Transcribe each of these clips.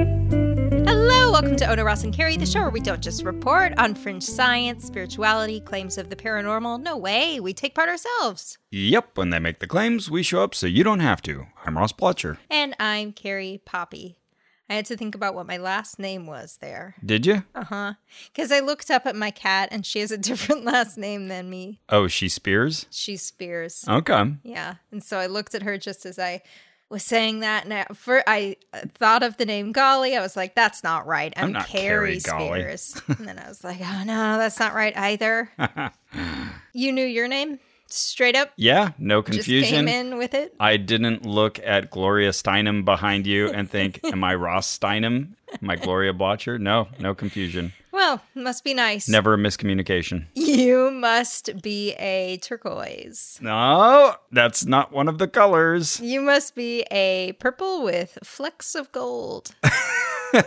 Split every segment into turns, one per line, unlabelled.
Hello, welcome to Ona Ross and Carrie, the show where we don't just report on fringe science, spirituality, claims of the paranormal. No way, we take part ourselves.
Yep, when they make the claims, we show up so you don't have to. I'm Ross Blotcher.
And I'm Carrie Poppy. I had to think about what my last name was there.
Did you?
Uh huh. Because I looked up at my cat and she has a different last name than me.
Oh, she spears?
She's Spears.
Okay.
Yeah. And so I looked at her just as I was saying that. And I, for, I uh, thought of the name Golly. I was like, that's not right. I'm,
I'm not
Carrie
Carrie Golly."
Spears. and then I was like, oh no, that's not right either. you knew your name straight up.
Yeah, no
Just came
confusion.
in with it.
I didn't look at Gloria Steinem behind you and think, am I Ross Steinem? Am I Gloria Blotcher? No, no confusion.
Well, must be nice.
Never a miscommunication.
You must be a turquoise.
No, that's not one of the colors.
You must be a purple with flecks of gold.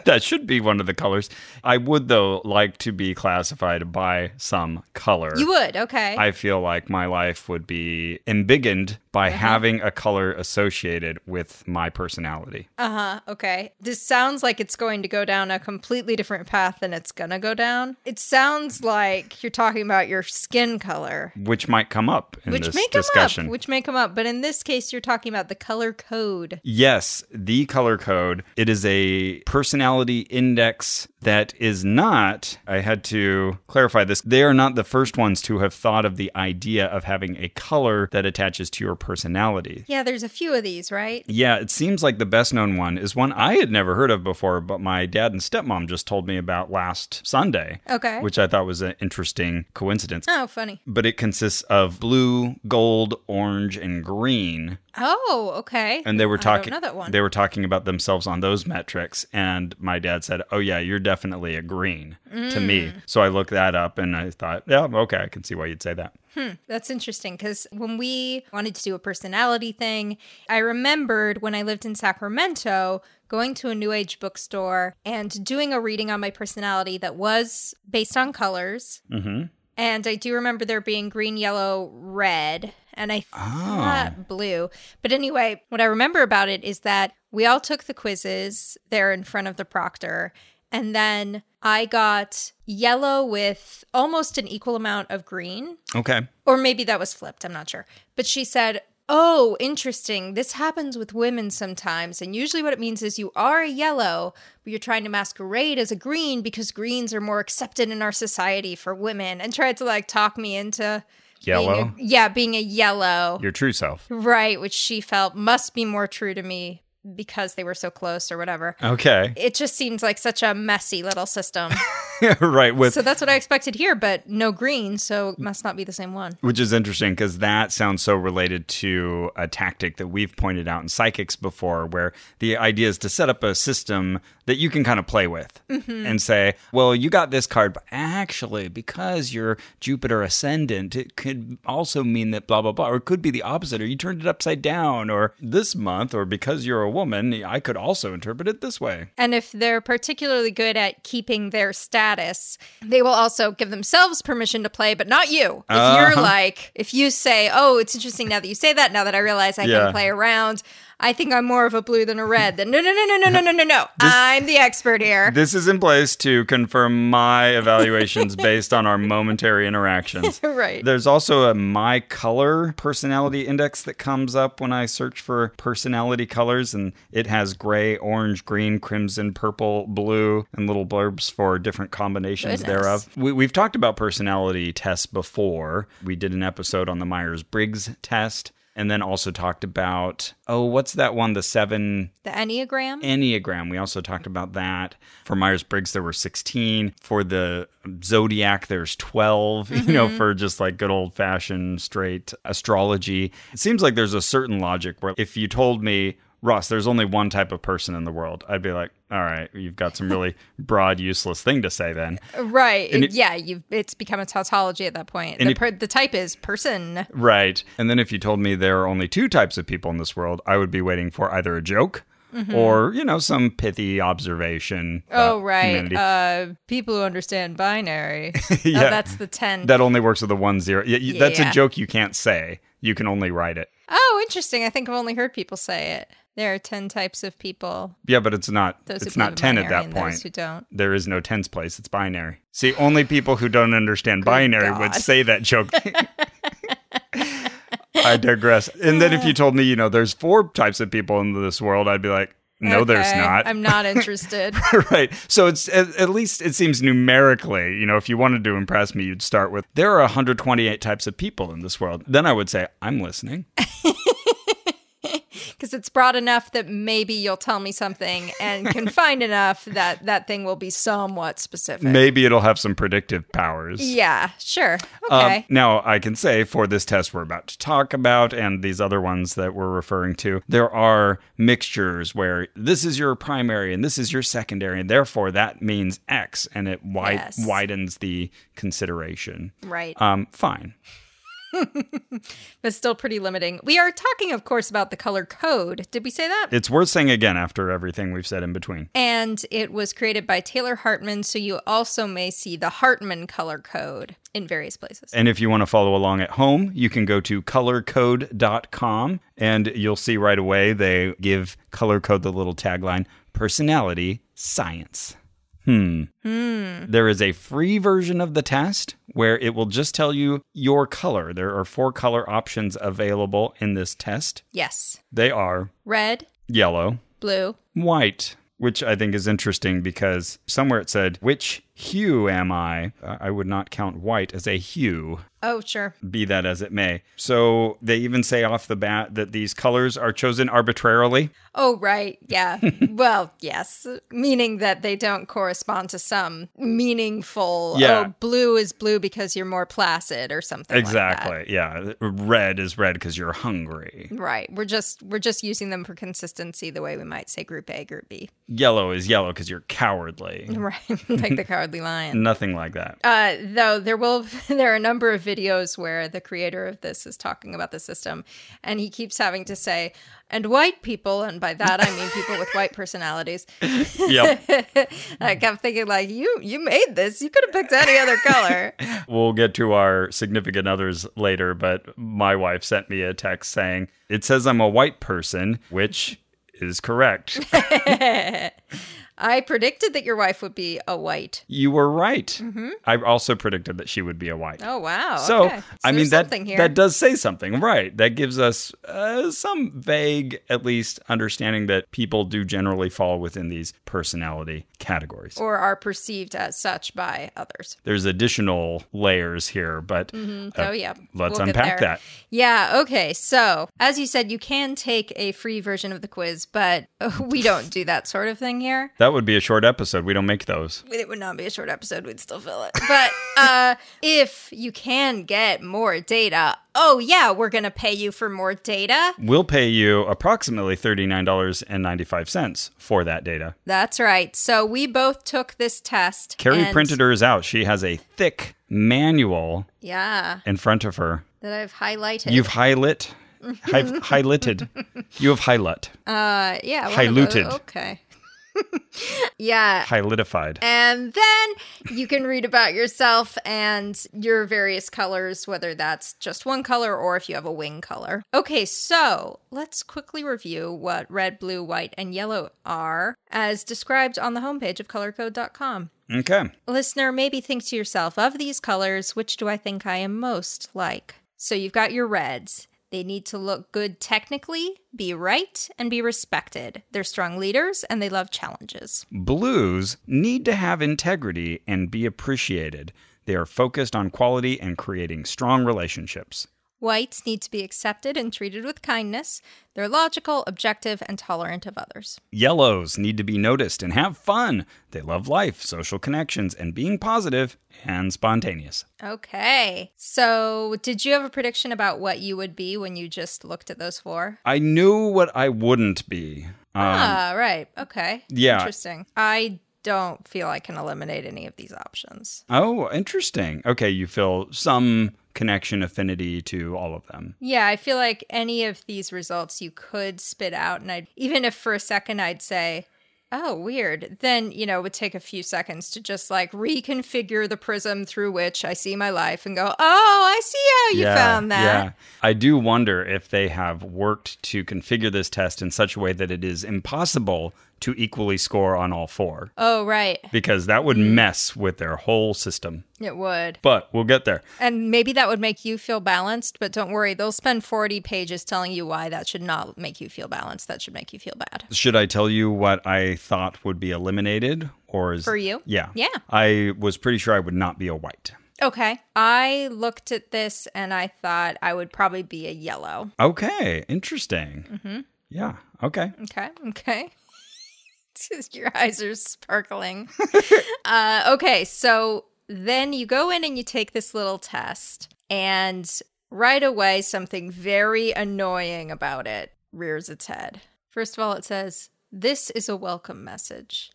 that should be one of the colors. I would, though, like to be classified by some color.
You would, okay.
I feel like my life would be embiggened by
Mm-hmm.
having a color associated with my personality.
Uh huh. Okay. This sounds like it's going to go down a completely different path than it's going to go down. It sounds like you're talking about your skin color,
which might come up in
which
this
may come
discussion.
up, which may come up. But in this case, you're talking about the color code.
yes, the color code. It is a personality index that is not, I had to clarify this, they are not the first ones to have thought of the idea of having a color that attaches to your personality.
Yeah, there's a few of these, right?
Yeah, it seems like the best known one is one I had never heard of before, but my dad and stepmom just told me about last Sunday.
Okay.
Which I thought was an interesting coincidence.
Oh, funny.
But it consists of blue, gold, orange, and green.
Oh, okay.
And they were
I
talking
don't know that one.
they were talking about themselves on those metrics. And my dad said, Oh yeah, you're definitely a green to
Mm.
me. So I looked that up and I thought, Yeah, okay, I can see why you'd say that.
That's interesting because when we wanted to do a personality thing, I remembered when I lived in Sacramento going to a New Age bookstore and doing a reading on my personality that was based on colors. Mm-hmm. And I do remember there being green, yellow, red, and I thought blue. But anyway, what I remember about it is that we all took the quizzes there in front of the proctor. And then I got yellow with almost an equal amount of green
Okay.
or maybe that was flipped, I'm not sure. But she said, Oh, interesting. This happens with women sometimes. And usually what it means is you are a yellow, but you're trying to masquerade as a green because greens are more accepted in our society for women and tried to like talk me into being a-
Yellow.
yeah, being a yellow.
Your true self.
right, which she felt must be more true to me because they were so close or whatever.
Okay.
It just seems like such a messy little system.
right. With
so that's what I expected here, but no green, so it must not be the same one.
Which is interesting because that sounds so related to a tactic that we've pointed out in psychics before, where the idea is to set up a system that you can kind of play with and say, well, you got this card, but actually, because you're Jupiter ascendant, it could also mean that blah, blah, blah, or it could be the opposite, or you turned it upside down, or this month, or because you're a woman, I could also interpret it this way.
And if they're particularly good at keeping their status, they will also give themselves permission to play, but not you. If
Uh-huh.
you're like, if you say, oh, it's interesting now that you say that, now that I realize I
Yeah.
can play around, I think I'm more of a blue than a red, then no, no, no, no, no, no, no, no, no. I'm the expert here.
This is in place to confirm my evaluations based on our momentary interactions.
Right.
There's also a My Color personality index that comes up when I search for personality colors, and it has gray, orange, green, crimson, purple, blue, and little blurbs for different combinations
Goodness.
thereof. We, we've talked about personality tests before. We did an episode on the Myers Briggs test. And then also talked about, oh, what's that one? The seven
the Enneagram?
Enneagram. We also talked about that. For Myers Briggs, there were 16. For the Zodiac, there's 12, you
Mm-hmm.
know, for just like good old fashioned straight astrology. It seems like there's a certain logic where if you told me, Ross, there's only one type of person in the world, I'd be like, all right, you've got some really broad, useless thing to say then.
right.
And it-
yeah, you've, it's become a tautology at that point. The,
it-
per, the type is person.
Right. And then if you told me there are only two types of people in this world, I would be waiting for either a joke or, you know, some pithy observation.
Mm-hmm. Oh,
about
right.
humanity.
Uh, people who understand binary.
Yeah.
Oh, that's the 10.
that only works with a one zero. Yeah, you- That's
Yeah.
a joke you can't say. You can only write it.
oh, interesting. I think I've only heard people say it. There are 10 types of people.
Yeah, but it's not.
Those
it's
who believe
not
in
ten at
binary
that
and
point.
Those who don't.
there is no tense place. It's binary. See, only people who don't understand binary would
God.
say that joke. I digress. And then if you told me, you know, there's four types of people in this world, I'd be like, no, there's
Okay,
not.
I'm not interested.
right. So it's at, at least it seems numerically, you know, if you wanted to impress me, you'd start with there are 128 types of people in this world. Then I would say, I'm listening.
Because it's broad enough that maybe you'll tell me something and confined enough that that thing will be somewhat specific.
Maybe it'll have some predictive powers.
Yeah, sure.
Um,
Okay.
now, I can say for this test we're about to talk about and these other ones that we're referring to, there are mixtures where this is your primary and this is your secondary, and therefore that means X, and it wi-
Yes.
widens the consideration.
right.
Um, fine.
but still pretty limiting. We are talking, of course, about the color code. Did we say that?
It's worth saying again after everything we've said in between.
and it was created by Taylor Hartman, so you also may see the Hartman color code in various places.
And if you want to follow along at home, you can go to colorcode.com and you'll see right away they give color code the little tagline personality science. Hmm. There is a free version of the test where it will just tell you your color. There are four color options available in this test.
Yes.
They are
Red,
yellow,
blue.
white, which I think is interesting because somewhere it said, Which hue am I? Uh, I would not count white as a hue
Oh, sure.
be that as it may. So they even say off the bat that these colors are chosen arbitrarily.
Oh, right. Yeah. well, yes. Meaning that they don't correspond to some meaningful,
Yeah.
oh, blue is blue because you're more placid or something. like that.
Exactly. yeah. Red is red because you're hungry.
Right. We're just we're just using them for consistency the way we might say group A, group B.
Yellow is yellow because you're cowardly.
Right. like the cowardly lion.
Nothing like that.
Uh, though there will there are a number of videos where the creator of this is talking about the system and he keeps having to say and white people and by that i mean people with white personalities
yep.
i kept thinking like you you made this you could have picked any other color
We'll get to our significant others later, but my wife sent me a text saying, It says I'm a white person, which is correct.
i predicted that your wife would be a white
you were right. I also predicted that she would be a white.
oh wow
So,
okay.
I mean
there's
that
something here
that does say something, right? That gives us uh, some vague, at least, understanding that people do generally fall within these personality categories.
or are perceived as such by others
There's additional layers here, but
Oh yeah.
let's
get
unpack
there.
that.
Yeah, okay. So, as you said, you can take a free version of the quiz, but uh, we don't do that sort of thing here.
that would be a short episode. We don't make those.
It would not be a short episode, we'd still fill it. But uh if you can get more data, oh yeah, we're going to pay you for more data.
We'll pay you approximately $39.95 for that data.
That's right. So, we both took this test.
Carrie
and-
printed hers out. She has a thick manual
Yeah,
in front of her.
that I've highlighted.
You've highlit, hi- highlighted. You have highlight,
uh yeah, one of
highlighted.
those- Okay. yeah,
highlightified.
And then you can read about yourself and your various colors, whether that's just one color or if you have a wing color. Okay, so let's quickly review what red, blue, white, and yellow are as described on the homepage of colorcode.com.
Okay.
Listener, maybe think to yourself, of these colors, which do I think I am most like? So you've got your reds. They need to look good technically, be right, and be respected. They're strong leaders and they love challenges.
Blues need to have integrity and be appreciated. They are focused on quality and creating strong relationships.
Whites need to be accepted and treated with kindness. They're logical, objective, and tolerant of others.
Yellows need to be noticed and have fun. They love life, social connections, and being positive and spontaneous.
Okay. So, did you have a prediction about what you would be when you just looked at those four?
I knew what I wouldn't be. Um,
ah, right. Okay.
yeah.
Interesting. I don't feel I can eliminate any of these options.
Oh, interesting. Okay, you feel some connection affinity to all of them.
Yeah, I feel like any of these results you could spit out. And I'd, even if for a second I'd say, oh, weird, then, you know, it would take a few seconds to just like reconfigure the prism through which I see my life and go, oh, I see how you found that.
I do wonder if they have worked to configure this test in such a way that it is impossible to equally score on all four
Oh, right.
because that would mess with their whole system.
It would.
But we'll get there.
And maybe that would make you feel balanced, but don't worry, they'll spend 40 pages telling you why that should not make you feel balanced. That should make you feel bad.
Should I tell you what I thought would be eliminated or is
For you?
Yeah.
Yeah.
I was pretty sure I would not be a white.
Okay. I looked at this and I thought I would probably be a yellow.
Okay, interesting.
Mm-hmm.
Yeah. Okay.
Okay. Okay. Your eyes are sparkling. uh, okay. So then you go in and you take this little test, and right away, something very annoying about it rears its head. First of all, it says, This is a welcome message.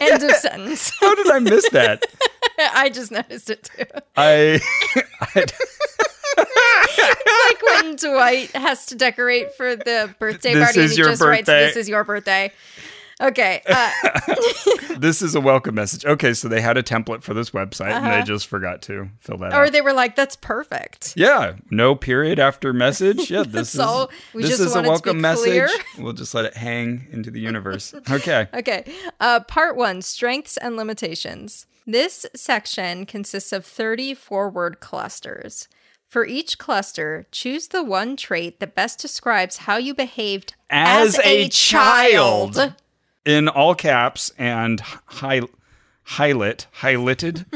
End of sentence.
How did I miss that?
I just noticed it too.
I, I
like when Dwight has to decorate for the birthday
This
party. and
is
he
your
just
birthday.
Writes, this is your birthday. Okay. Uh,
this is a welcome message. Okay, so they had a template for this website and they just forgot to fill that
Uh-huh. or
out.
they were like, "That's perfect."
yeah, no period after message. Yeah, this is
all. We
this
just
is a
wanted to be
welcome
clear.
message. We'll just let it hang into the universe. Okay.
Okay. Uh, part one: Strengths and limitations. This section consists of 34 word clusters. For each cluster, choose the one trait that best describes how you behaved
As a child.
child.
In all caps and hi- highlit, highlighted,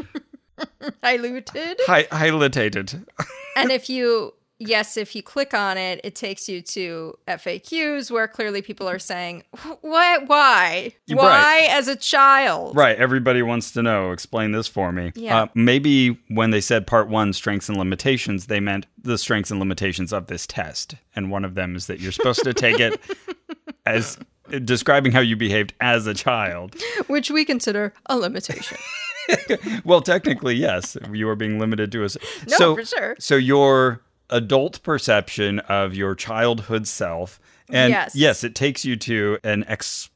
Diluted.
hi- highlighted.
and if you yes if you click on it it takes you to faqs where clearly people are saying what why
Right.
why as a child
Right. Everybody wants to know. Explain this for me.
Yeah.
Uh, maybe when they said part one, strengths and limitations, they meant the strengths and limitations of this test. And one of them is that you're supposed to take it as describing how you behaved as a child.
which we consider a limitation
Well, technically, yes, you are being limited to a.
No,
so,
for sure.
So your adult perception of your childhood self. And
Yes.
yes, it takes you to an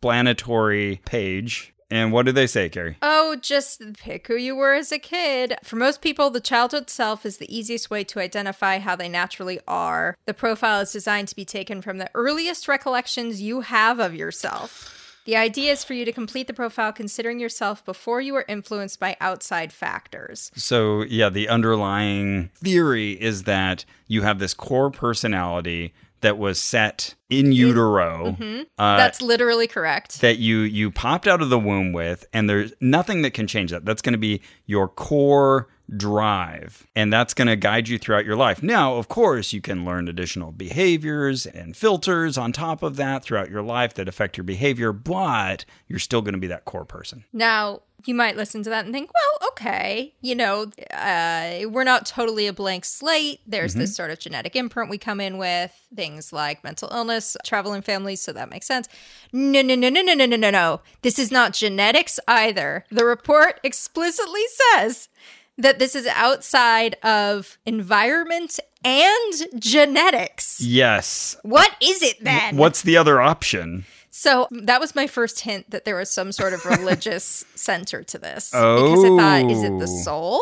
explanatory page. And what do they say, Carrie?
oh just pick who you were as a kid for most people the childhood self is the easiest way to identify how they naturally are the profile is designed to be taken from the earliest recollections you have of yourself the idea is for you to complete the profile considering yourself before you were influenced by outside factors
So, yeah, the underlying theory is that you have this core personality that was set in utero
Mm-hmm.
uh,
That's literally correct.
that you you popped out of the womb with and there's nothing that can change that. That's going to be your core drive and that's going to guide you throughout your life. Now, of course, you can learn additional behaviors and filters on top of that throughout your life that affect your behavior, but you're still going to be that core person.
Now, you might listen to that and think, well, okay, you know, uh, we're not totally a blank slate. There's this sort of genetic imprint we come in with, things like mental illness, travel in families, so that makes sense. No, no, no, no, no, no, no, no, no. This is not genetics either. The report explicitly says that this is outside of environment and genetics.
Yes.
What is it then?
What's the other option?
So mm, that was my first hint that there was some sort of religious center to this. Because I thought, is it the
Oh.
soul?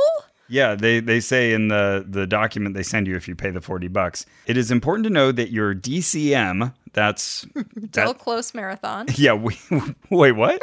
Yeah, they, they say in the, the document they send you if you pay the 40 bucks, it is important to know that your DCM, that's.
Del
That,
Close Marathon.
yeah, we, wait, what?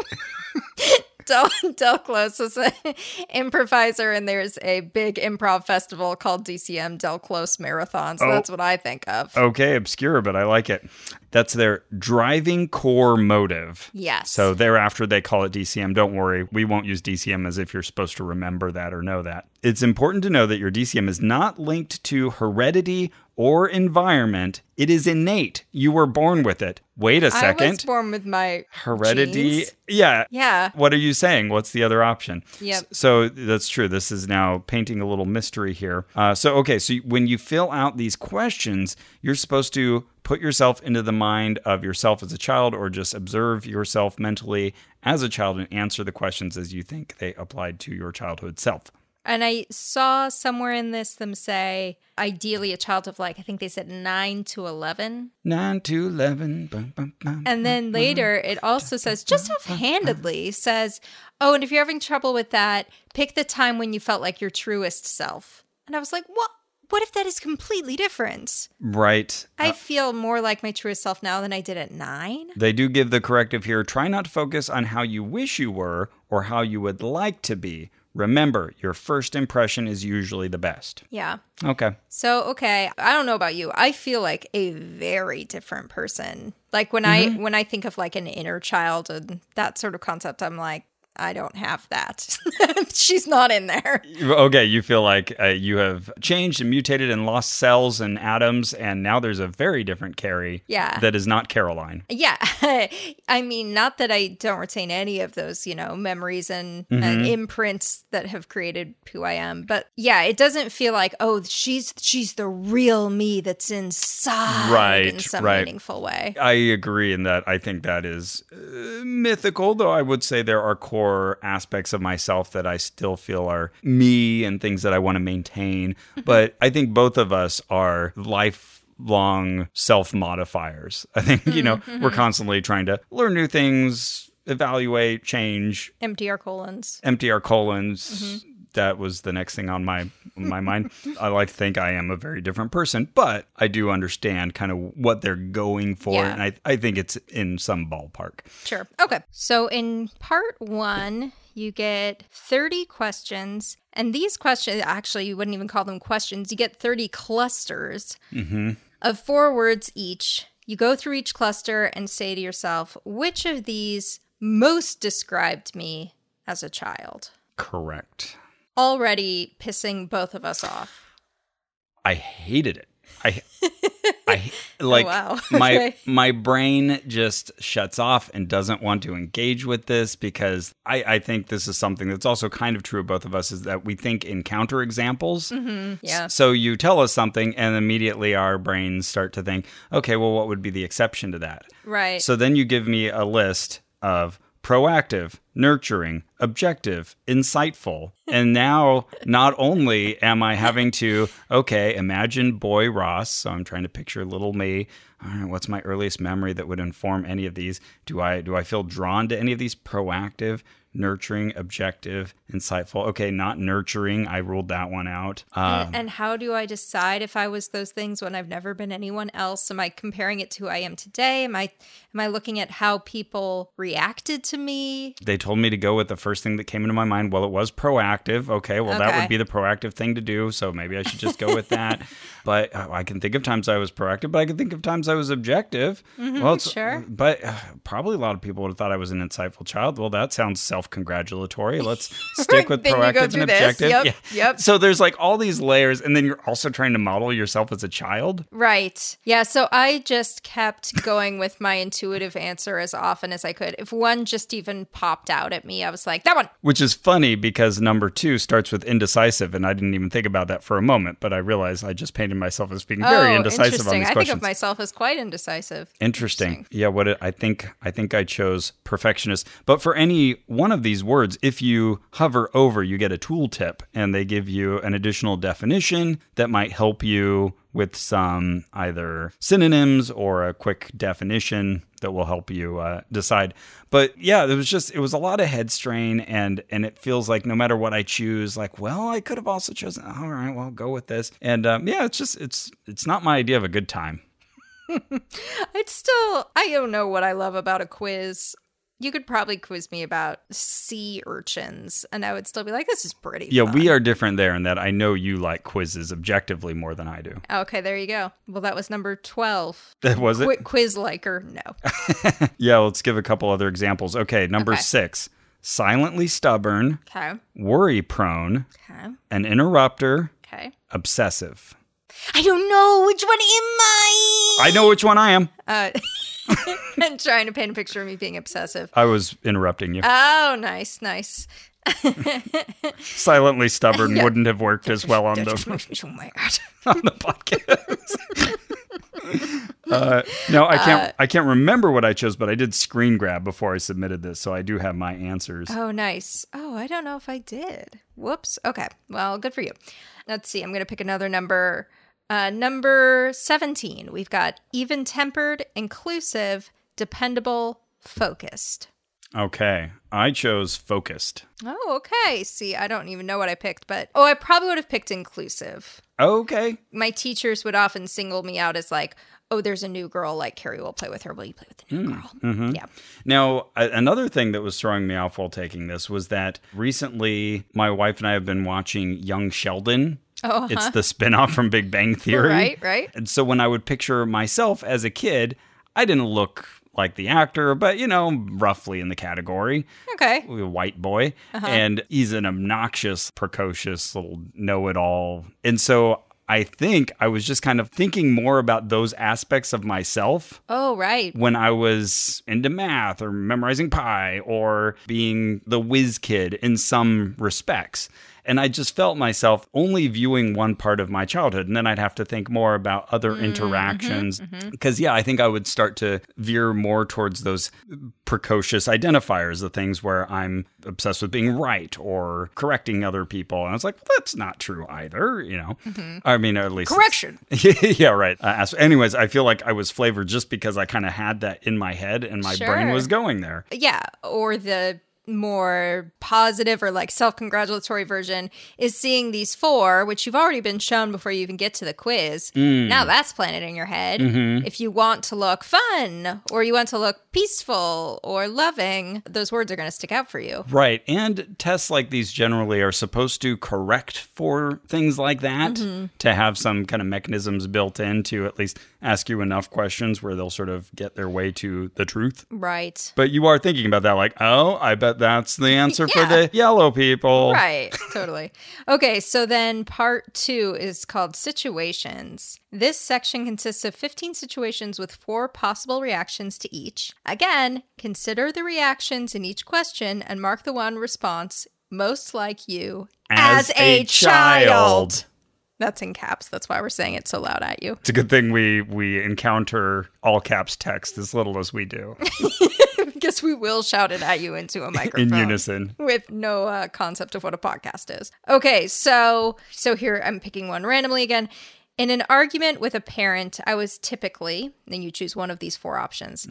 Del, Del Close is an improviser, and there's a big improv festival called DCM Del Close Marathon. So
Oh.
that's what I think of.
Okay, obscure, but I like it. That's their driving core motive.
Yes.
So thereafter, they call it DCM. Don't worry, we won't use DCM as if you're supposed to remember that or know that. It's important to know that your DCM is not linked to heredity or environment, it is innate. You were born with it. Wait a
I
second.
was born with my
heredity.
genes.
Yeah.
Yeah.
What are you saying? What's the other option?
Yep.
S- So that's true. This is now painting a little mystery here. Uh, so, okay. So when you fill out these questions, you're supposed to put yourself into the mind of yourself as a child or just observe yourself mentally as a child and answer the questions as you think they applied to your childhood self.
And I saw somewhere in this them say, ideally, a child of like, I think they said nine to 11.
9 to 11. Bum, bum, bum,
And then later it also says, just offhandedly, says, Oh, and if you're having trouble with that, pick the time when you felt like your truest self. And I was like, What? What if that is completely different?
right.
I feel more like my truest self now than I did at nine.
They do give the corrective here try not to focus on how you wish you were or how you would like to be. Remember, your first impression is usually the best.
Yeah.
Okay.
So, okay, I don't know about you. I feel like a very different person. Like when I when I think of like an inner child and that sort of concept, I'm like, I don't have that. She's not in there.
Okay, you feel like uh, you have changed and mutated and lost cells and atoms, and now there's a very different Carrie
Yeah.
that is not Caroline.
Yeah. I mean, not that I don't retain any of those, you know, memories and,
Mm-hmm.
and imprints that have created who I am. But yeah, it doesn't feel like, oh, she's she's the real me that's inside in
Right,
some
right.
meaningful way.
I agree in that I think that is uh, mythical, though I would say there are core aspects of myself that I still feel are me and things that I want to maintain. But I think both of us are lifelong self modifiers. I think, you know, we're constantly trying to learn new things, evaluate, change,
Empty our colons.
empty our colons.
Mm-hmm.
That was the next thing on my my mind. I like to think I am a very different person, but I do understand kind of what they're going for,
Yeah.
and I I think it's in some ballpark.
Sure. Okay. So in part one, you get 30 questions. And these questions, actually, you wouldn't even call them questions. You get 30 clusters of four words each. You go through each cluster and say to yourself, which of these most described me as a child?
Correct.
Already pissing both of us off.
I hated it. I I like
Oh, wow.
my
Okay.
my brain just shuts off and doesn't want to engage with this because I I think this is something that's also kind of true of both of us is that we think in counter examples.
Mm-hmm. Yeah.
So you tell us something, and immediately our brains start to think, okay, well, what would be the exception to that?
Right.
So then you give me a list of proactive, nurturing, objective, insightful. And now not only am I having to, okay, imagine boy Ross. So I'm trying to picture little me. All right, what's my earliest memory that would inform any of these? Do I do I feel drawn to any of these proactive, nurturing, objective, insightful? Okay, not nurturing. I ruled that one out. Uh,
And- and how do I decide if I was those things when I've never been anyone else? Am I comparing it to who I am today? Am I am I looking at how people reacted to me?
they told me to go with the first thing that came into my mind. Well, it was proactive. Okay, well, that
Okay.
would be the proactive thing to do. So maybe I should just go with that. but uh, I can think of times I was proactive, but I can think of times I was objective.
Mm-hmm.
well, it's,
sure.
But uh, probably a lot of people would have thought I was an insightful child. Well, that sounds self congratulatory. Let's stick with
Then you go
proactive
through
and
this.
objective.
Yep, yep.
So there's like all these layers. And then you're also trying to model yourself as a child.
Right. Yeah, so I just kept going with my intuitive answer as often as I could. If one just even popped out at me, I was like, that one.
Which is funny because number two starts with indecisive, and I didn't even think about that for a moment, but I realized I just painted myself as being very
oh,
indecisive
interesting.
on these
I
questions.
think of myself as quite indecisive.
interesting. Yeah, what it, I think I think I chose perfectionist. But for any one of these words, if you hover over, you get a tooltip, and they give you an additional definition that might help you with some either synonyms or a quick definition that will help you uh, decide. But yeah, it was just it was a lot of head strain, and and it feels like no matter what I choose, like well, I could have also chosen. All right, well, go with this, and um, yeah, it's just it's it's not my idea of a good time.
It's still, I don't know what I love about a quiz. You could probably quiz me about sea urchins, and I would still be like, this is pretty.
Yeah,
fun.
we are different there in that I know you like quizzes objectively more than I do.
Okay, there you go. Well, that was number 12.
That was it.
Qu- quiz liker, no.
Yeah, let's give a couple other examples. Okay, number
Okay.
six silently stubborn,
Okay,
worry prone,
okay,
an interrupter,
okay.
obsessive.
I don't know which one am I.
I know which one I am.
I'm trying to paint a picture of me being obsessive.
I was interrupting you.
Oh, nice, nice.
silently stubborn wouldn't have worked as well on
That
the,
just makes me so mad.
on the podcast. Uh, no, I can't. I can't remember what I chose, but I did screen grab before I submitted this, so I do have my answers.
Oh, nice. Oh, I don't know if I did. Whoops. Okay. Well, good for you. Let's see. I'm going to pick another number. Uh, number 17. We've got even tempered, inclusive, dependable, focused.
Okay, I chose focused.
Oh, okay. See, I don't even know what I picked, but oh, I probably would have picked inclusive.
Okay,
My teachers would often single me out as like, oh, there's a new girl. Like, Carrie will play with her. Will you play with the new girl? Yeah.
Now, a- another thing that was throwing me off while taking this was that recently my wife and I have been watching Young Sheldon.
Oh, uh-huh.
It's the spinoff from Big Bang Theory.
Right, right.
And so when I would picture myself as a kid, I didn't look like the actor, but you know, roughly in the category.
Okay.
A white boy.
Uh-huh.
And he's an obnoxious, precocious little know it all. And so I think I was just kind of thinking more about those aspects of myself
Oh, right.
when I was into math or memorizing pi or being the whiz kid in some respects. And I just felt myself only viewing one part of my childhood. And then I'd have to think more about other
Mm-hmm,
interactions. Because, yeah, I think I would start to veer more towards those precocious identifiers, the things where I'm obsessed with being right or correcting other people. And I was like, well, that's not true either, you know? I mean, at least. it's-
Mm-hmm. Correction.
yeah, right. Uh, as- anyways, I feel like I was flavored just because I kind of had that in my head and my brain
Sure.
was going there.
Yeah. Or the more positive or like self congratulatory version is seeing these four, which you've already been shown before you even get to the quiz. Now that's planted in your head. If you want to look fun or you want to look peaceful or loving, those words are going to stick out for you.
Right. And tests like these generally are supposed to correct for things like that
Mm-hmm.
to have some kind of mechanisms built in to at least ask you enough questions where they'll sort of get their way to the truth.
Right.
But you are thinking about that, like, oh, I bet that's the answer for
Yeah.
the yellow people.
Right, totally. Okay, so then part two is called situations. This section consists of 15 situations with four possible reactions to each. Again, consider the reactions in each question and mark the one response most like you That's in caps. That's why we're saying it so loud at you.
It's a good thing we we encounter all caps text as little as we do
because we will shout it at you into a microphone.
in unison.
with no uh, concept of what a podcast is. Okay, so so here I'm picking one randomly again. In an argument with a parent, I was typically, then you choose one of these four options,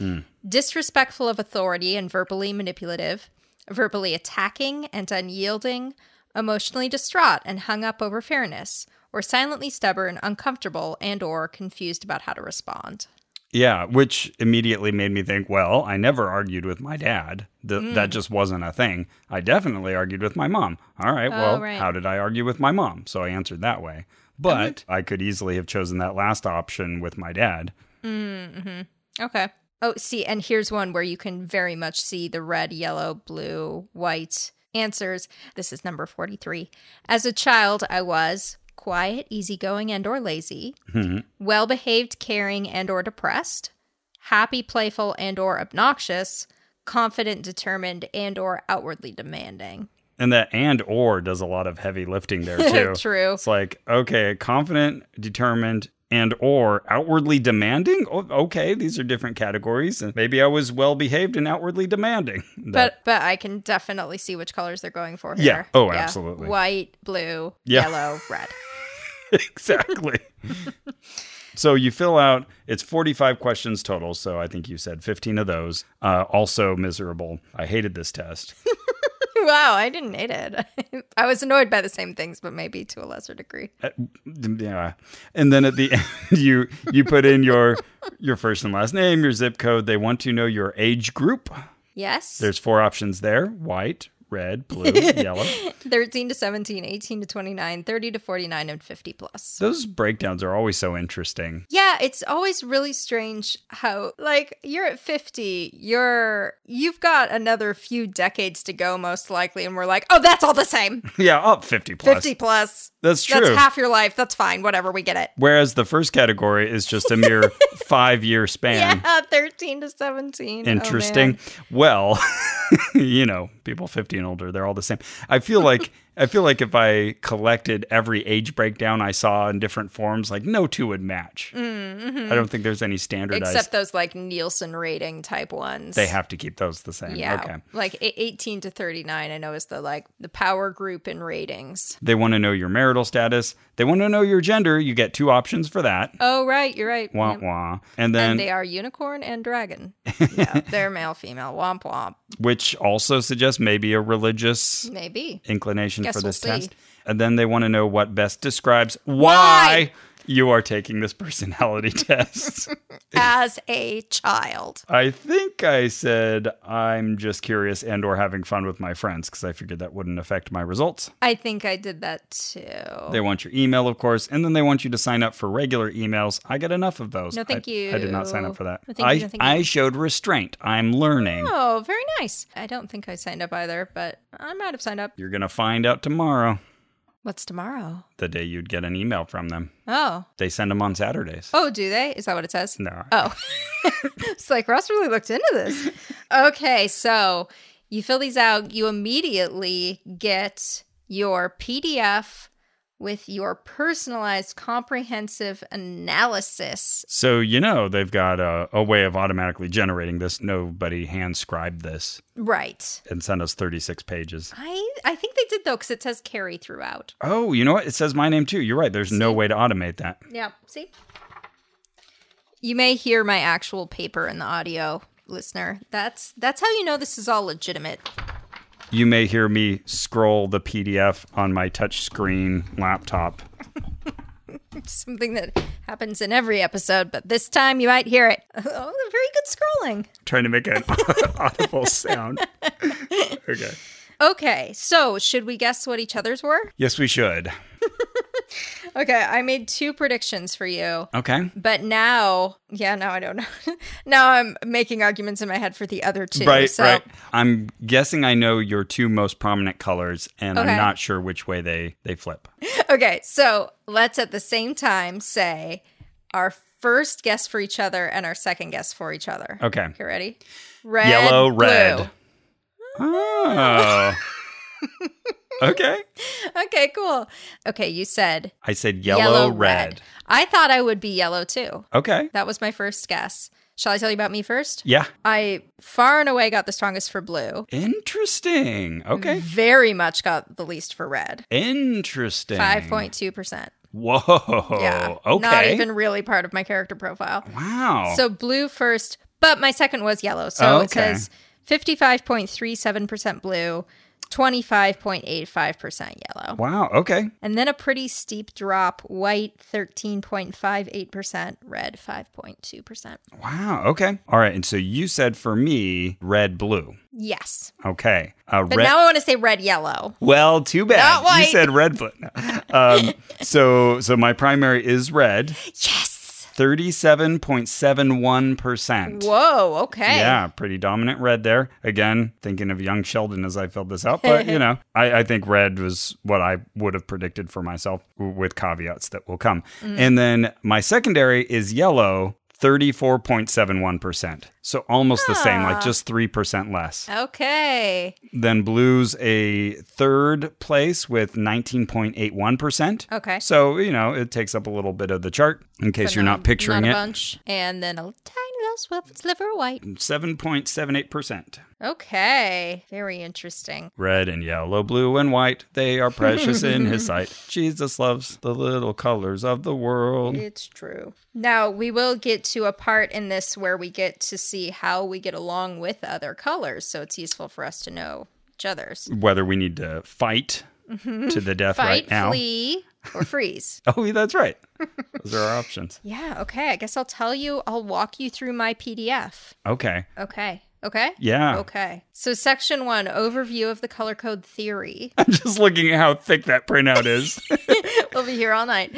disrespectful of authority and verbally manipulative, verbally attacking and unyielding, emotionally distraught and hung up over fairness, or silently stubborn, uncomfortable and or confused about how to respond.
Yeah, which immediately made me think, well, I never argued with my dad. Th-
Hmm.
That just wasn't a thing. I definitely argued with my mom. All right, well,
Oh, right.
how did I argue with my mom? So I answered that way. But I could easily have chosen that last option with my dad.
Okay. Oh, see, and here's one where you can very much see the red, yellow, blue, white answers. This is number 43. As a child, I was quiet, easygoing, and or lazy,
Mm-hmm.
well-behaved, caring, and or depressed, happy, playful, and or obnoxious, confident, determined, and or outwardly demanding.
And that and or does a lot of heavy lifting there too.
True.
It's like, okay, confident, determined, and or outwardly demanding. O- okay, these are different categories. And maybe I was well behaved and outwardly demanding.
But
That-
but I can definitely see which colors they're going for
Yeah.
here.
Oh, absolutely.
White, blue,
Yeah.
yellow, red.
exactly. so you fill out it's 45 questions total so i think you said 15 of those uh, also miserable i hated this test
Wow, I didn't hate it. I was annoyed by the same things, but maybe to a lesser degree.
Uh, yeah and then at the end you you put in your your first and last name your zip code they want to know your age group
Yes.
there's four options there white red blue yellow
13 to 17, 18 to 29, 30 to 49, and 50 plus.
those breakdowns are always so interesting
Yeah, it's always really strange how like you're at 50, you're you've got another few decades to go most likely and we're like, "Oh, that's all the same.
yeah up 50 plus
50 plus.
that's true
That's half your life. That's fine. Whatever, we get it."
whereas the first category is just a mere five year span
Yeah, 13 to 17. Oh, man.
interesting. well, you know, people 50 and older, they're all the same. I feel like I feel like if I collected every age breakdown I saw in different forms, like no two would match. I don't think there's any standardized.
Mm, mm-hmm. Except those like Nielsen rating type ones.
they have to keep those the same.
Yeah.
Okay.
Like e- 18 to 39, I know is the like the power group in ratings.
They want to know your marital status. They want to know your gender. You get two options for that.
Oh, right. You're right.
Wah
Yep.
wah. And then,
And they are unicorn and dragon. yeah. They're male, female. Womp womp.
which also suggests maybe a religious
Maybe.
inclination
Guess
for
we'll
this
see.
test. And then they want to know what best describes why, you are taking this personality test.
As a child.
I think I said I'm just curious and or having fun with my friends because I figured that wouldn't affect my results.
I think I did that too.
They want your email, of course, and then they want you to sign up for regular emails. I get enough of those.
No, thank
I-
you.
I did not sign up for that.
No, thank you,
I,
no, thank you.
I showed restraint. I'm learning.
Oh, very nice. I don't think I signed up either, but I might have signed up.
You're going to find out tomorrow,
What's tomorrow?
the day you'd get an email from them.
Oh.
They send them on Saturdays.
Oh, do they? Is that what it says?
No.
Oh. it's like Ross really looked into this. Okay, so you fill these out, you immediately get your PDF with your personalized comprehensive analysis.
So, you know, they've got a, a way of automatically generating this. Nobody hand scribed this
Right.
and sent us 36 pages.
I I think they did though cuz it says carry throughout.
Oh, you know what? It says my name too. You're right. There's no way to automate that.
Yeah, see? You may hear my actual paper in the audio, listener. That's that's how you know this is all legitimate.
You may hear me scroll the PDF on my touch screen laptop.
something that happens in every episode, but this time you might hear it. Oh, very good scrolling.
trying to make an audible sound. Okay.
Okay, so should we guess what each other's were?
Yes, we should.
Okay, I made two predictions for you.
Okay.
But now, yeah, now I don't know. now I'm making arguments in my head for the other two.
Right,
so
right. I'm guessing I know your two most prominent colors, and
Okay.
I'm not sure which way they they flip.
okay, so let's at the same time say our first guess for each other and our second guess for each other.
Okay.
Okay, ready? Red,
Yellow,
blue.
red. Oh. okay.
Okay, cool. Okay, you said
I said yellow, red.
I thought I would be yellow too.
Okay.
That was my first guess. Shall I tell you about me first?
Yeah.
I far and away got the strongest for blue.
Interesting. Okay.
Very much got the least for red.
Interesting.
Five point two percent.
Whoa.
Yeah.
Oh, Okay.
Not even really part of my character profile.
wow.
So blue first, but my second was yellow. So it
Oh, Okay.
says fifty five point three seven percent blue, twenty five point eight five percent yellow.
wow. Okay.
And then a pretty steep drop, white thirteen point five eight percent, red five point two percent.
Wow. Okay. All right. And so you said for me, red, blue.
Yes.
Okay. Uh,
But
red.
now I want to say red yellow.
well, too bad.
Not white.
You said red, blue. Um, so, so my primary is red,
Yes.
thirty-seven point seven one percent.
Whoa. Okay.
Yeah, pretty dominant red there. Again, thinking of young Sheldon as I filled this out, but you know, I, I think red was what I would have predicted for myself w- with caveats that will come.
Mm.
And then my secondary is yellow. 34.71%. So almost the same,
Ah.
like just 3% less.
Okay.
Then blues a third place with 19.81%.
Okay.
So, you know, it takes up a little bit of the chart in case you're not picturing
not a
it.
bunch. And then a tiny little swift sliver of white.
7.78%.
Okay. Very interesting.
Red and yellow, blue and white, they are precious in his sight. Jesus loves the little colors of the world.
It's true. Now we will get to a part in this where we get to see how we get along with other colors. So it's useful for us to know each other's.
Whether we need to fight to the death
Fight,
right now.
flee, or freeze.
Oh, yeah, that's right. Those are our options.
yeah. Okay. I guess I'll tell you. I'll walk you through my PDF.
Okay.
Okay. Okay.
Yeah.
Okay. So, section one overview of the color code theory.
I'm just looking at how thick that printout is.
we'll be here all night.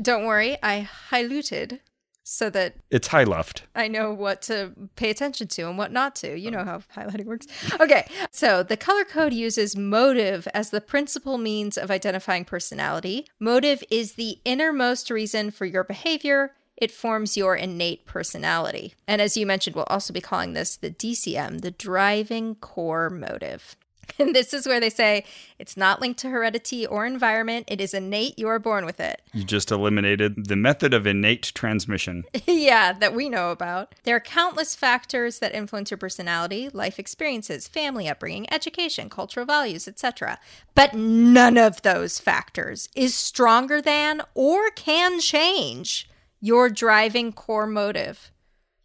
Don't worry, I highlighted so that
it's high left.
I know what to pay attention to and what not to. You know how highlighting works. Okay. So, the color code uses motive as the principal means of identifying personality. Motive is the innermost reason for your behavior. It forms your innate personality. And as you mentioned, we'll also be calling this the DCM, the driving core motive. And this is where they say it's not linked to heredity or environment. It is innate. You are born with it.
You just eliminated the method of innate transmission.
yeah, that we know about. There are countless factors that influence your personality, life experiences, family upbringing, education, cultural values, etc. But none of those factors is stronger than or can change your driving core motive.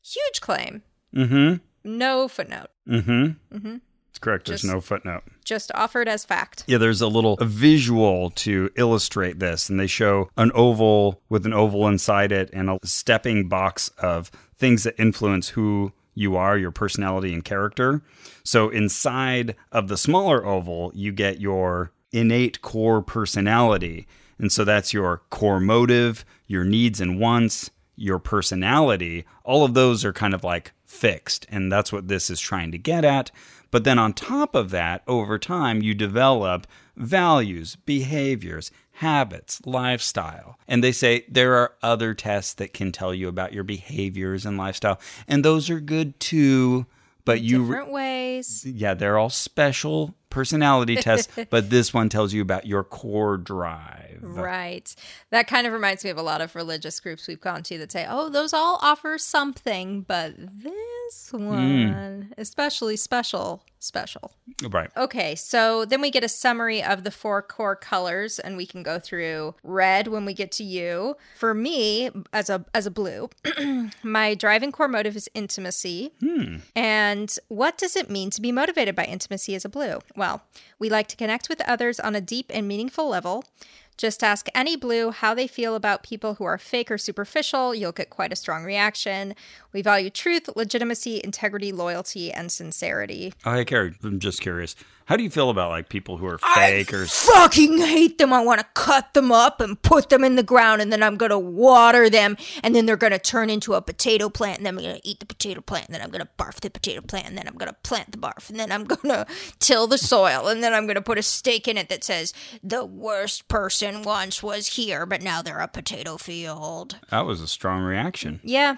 Huge claim.
Mm
No footnote.
hmm. Mm hmm. Mm-hmm. It's correct. There's
Just-
no footnote.
Just offered as fact.
Yeah, there's a little visual to illustrate this, and they show an oval with an oval inside it and a stepping box of things that influence who you are, your personality, and character. So inside of the smaller oval, you get your innate core personality. And so that's your core motive, your needs and wants, your personality, all of those are kind of like fixed. And that's what this is trying to get at. But then on top of that, over time, you develop values, behaviors, habits, lifestyle. And they say there are other tests that can tell you about your behaviors and lifestyle. And those are good too. But you
Different ways.
yeah, they're all special personality tests, but this one tells you about your core drive.
Right. That kind of reminds me of a lot of religious groups we've gone to that say, oh, those all offer something, but this one, especially special, special.
Right.
Okay, so then we get a summary of the four core colors, and we can go through red when we get to you. For me, as a as a blue, my driving core motive is intimacy. And what does it mean to be motivated by intimacy as a blue? Well, we like to connect with others on a deep and meaningful level. Just ask any blue how they feel about people who are fake or superficial. You'll get quite a strong reaction. We value truth, legitimacy, integrity, loyalty, and sincerity.
Oh, hey, Carrie, I'm just curious. How do you feel about like people who are fake or s-
fucking hate them. I want to cut them up and put them in the ground, and then I'm going to water them, and then they're going to turn into a potato plant, and then I'm going to eat the potato plant, and then I'm going to barf the potato plant, and then I'm going to plant the barf, and then I'm going to till the soil, and then I'm going to put a stake in it that says, The worst person once was here, but now they're a potato field.
That was a strong reaction.
Yeah,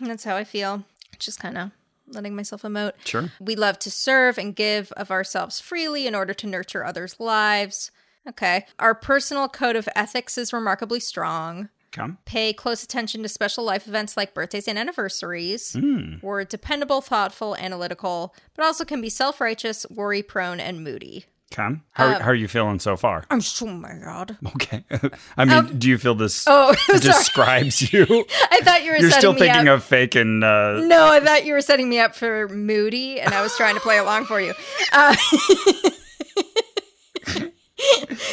that's how I feel. Just kind of letting myself emote.
Sure.
We love to serve and give of ourselves freely in order to nurture others' lives. Okay. Our personal code of ethics is remarkably strong.
Come.
Pay close attention to special life events like birthdays and anniversaries.
Hmm.
We're dependable, thoughtful, analytical, but also can be self righteous, worry prone, and moody.
Come. How,
Um,
how are you feeling so far?
I'm so my god.
Okay. I mean, do you feel this
Oh, sorry.
describes you?
I thought you were
You're
setting
still
me
thinking
up.
of fake and uh,
No, I thought you were setting me up for moody, and I was trying to play along for you. Uh,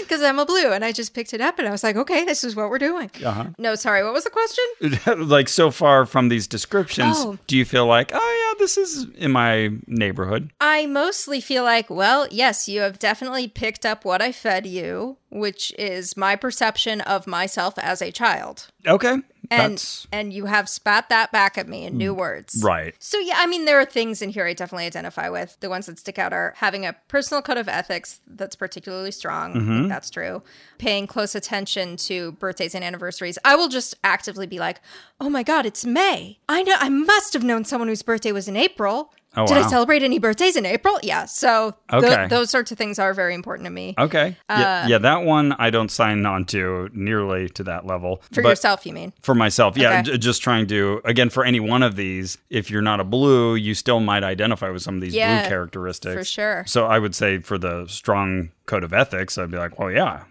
Because I'm a blue, and I just picked it up, and I was like, okay, this is what we're doing.
Uh-huh.
No, sorry, what was the question?
like so far from these descriptions.
Oh.
Do you feel like, oh yeah, this is in my neighborhood?
I mostly feel like, well, yes, you have definitely picked up what I fed you, which is my perception of myself as a child.
Okay.
And,
That's
and you have spat that back at me in new words.
right.
So, yeah, I mean, there are things in here I definitely identify with. The ones that stick out are having a personal code of ethics that's particularly strong. I
Mm-hmm.
think That's true. Paying close attention to birthdays and anniversaries. I will just actively be like, oh my God, it's May. I know, I must have known someone whose birthday was in April.
Oh,
Did I
wow.
celebrate any birthdays in April? Yeah. So, tho-
Okay.
those sorts of things are very important to me.
Okay. yeah,
Uh,
yeah, that one I don't sign on to nearly to that level.
For
But
yourself, you mean?
For myself. Yeah,
Okay.
j- just trying to again for any one of these, if you're not a blue, you still might identify with some of these
Yeah,
blue characteristics.
for sure.
So I would say for the strong code of ethics, I'd be like, well, yeah.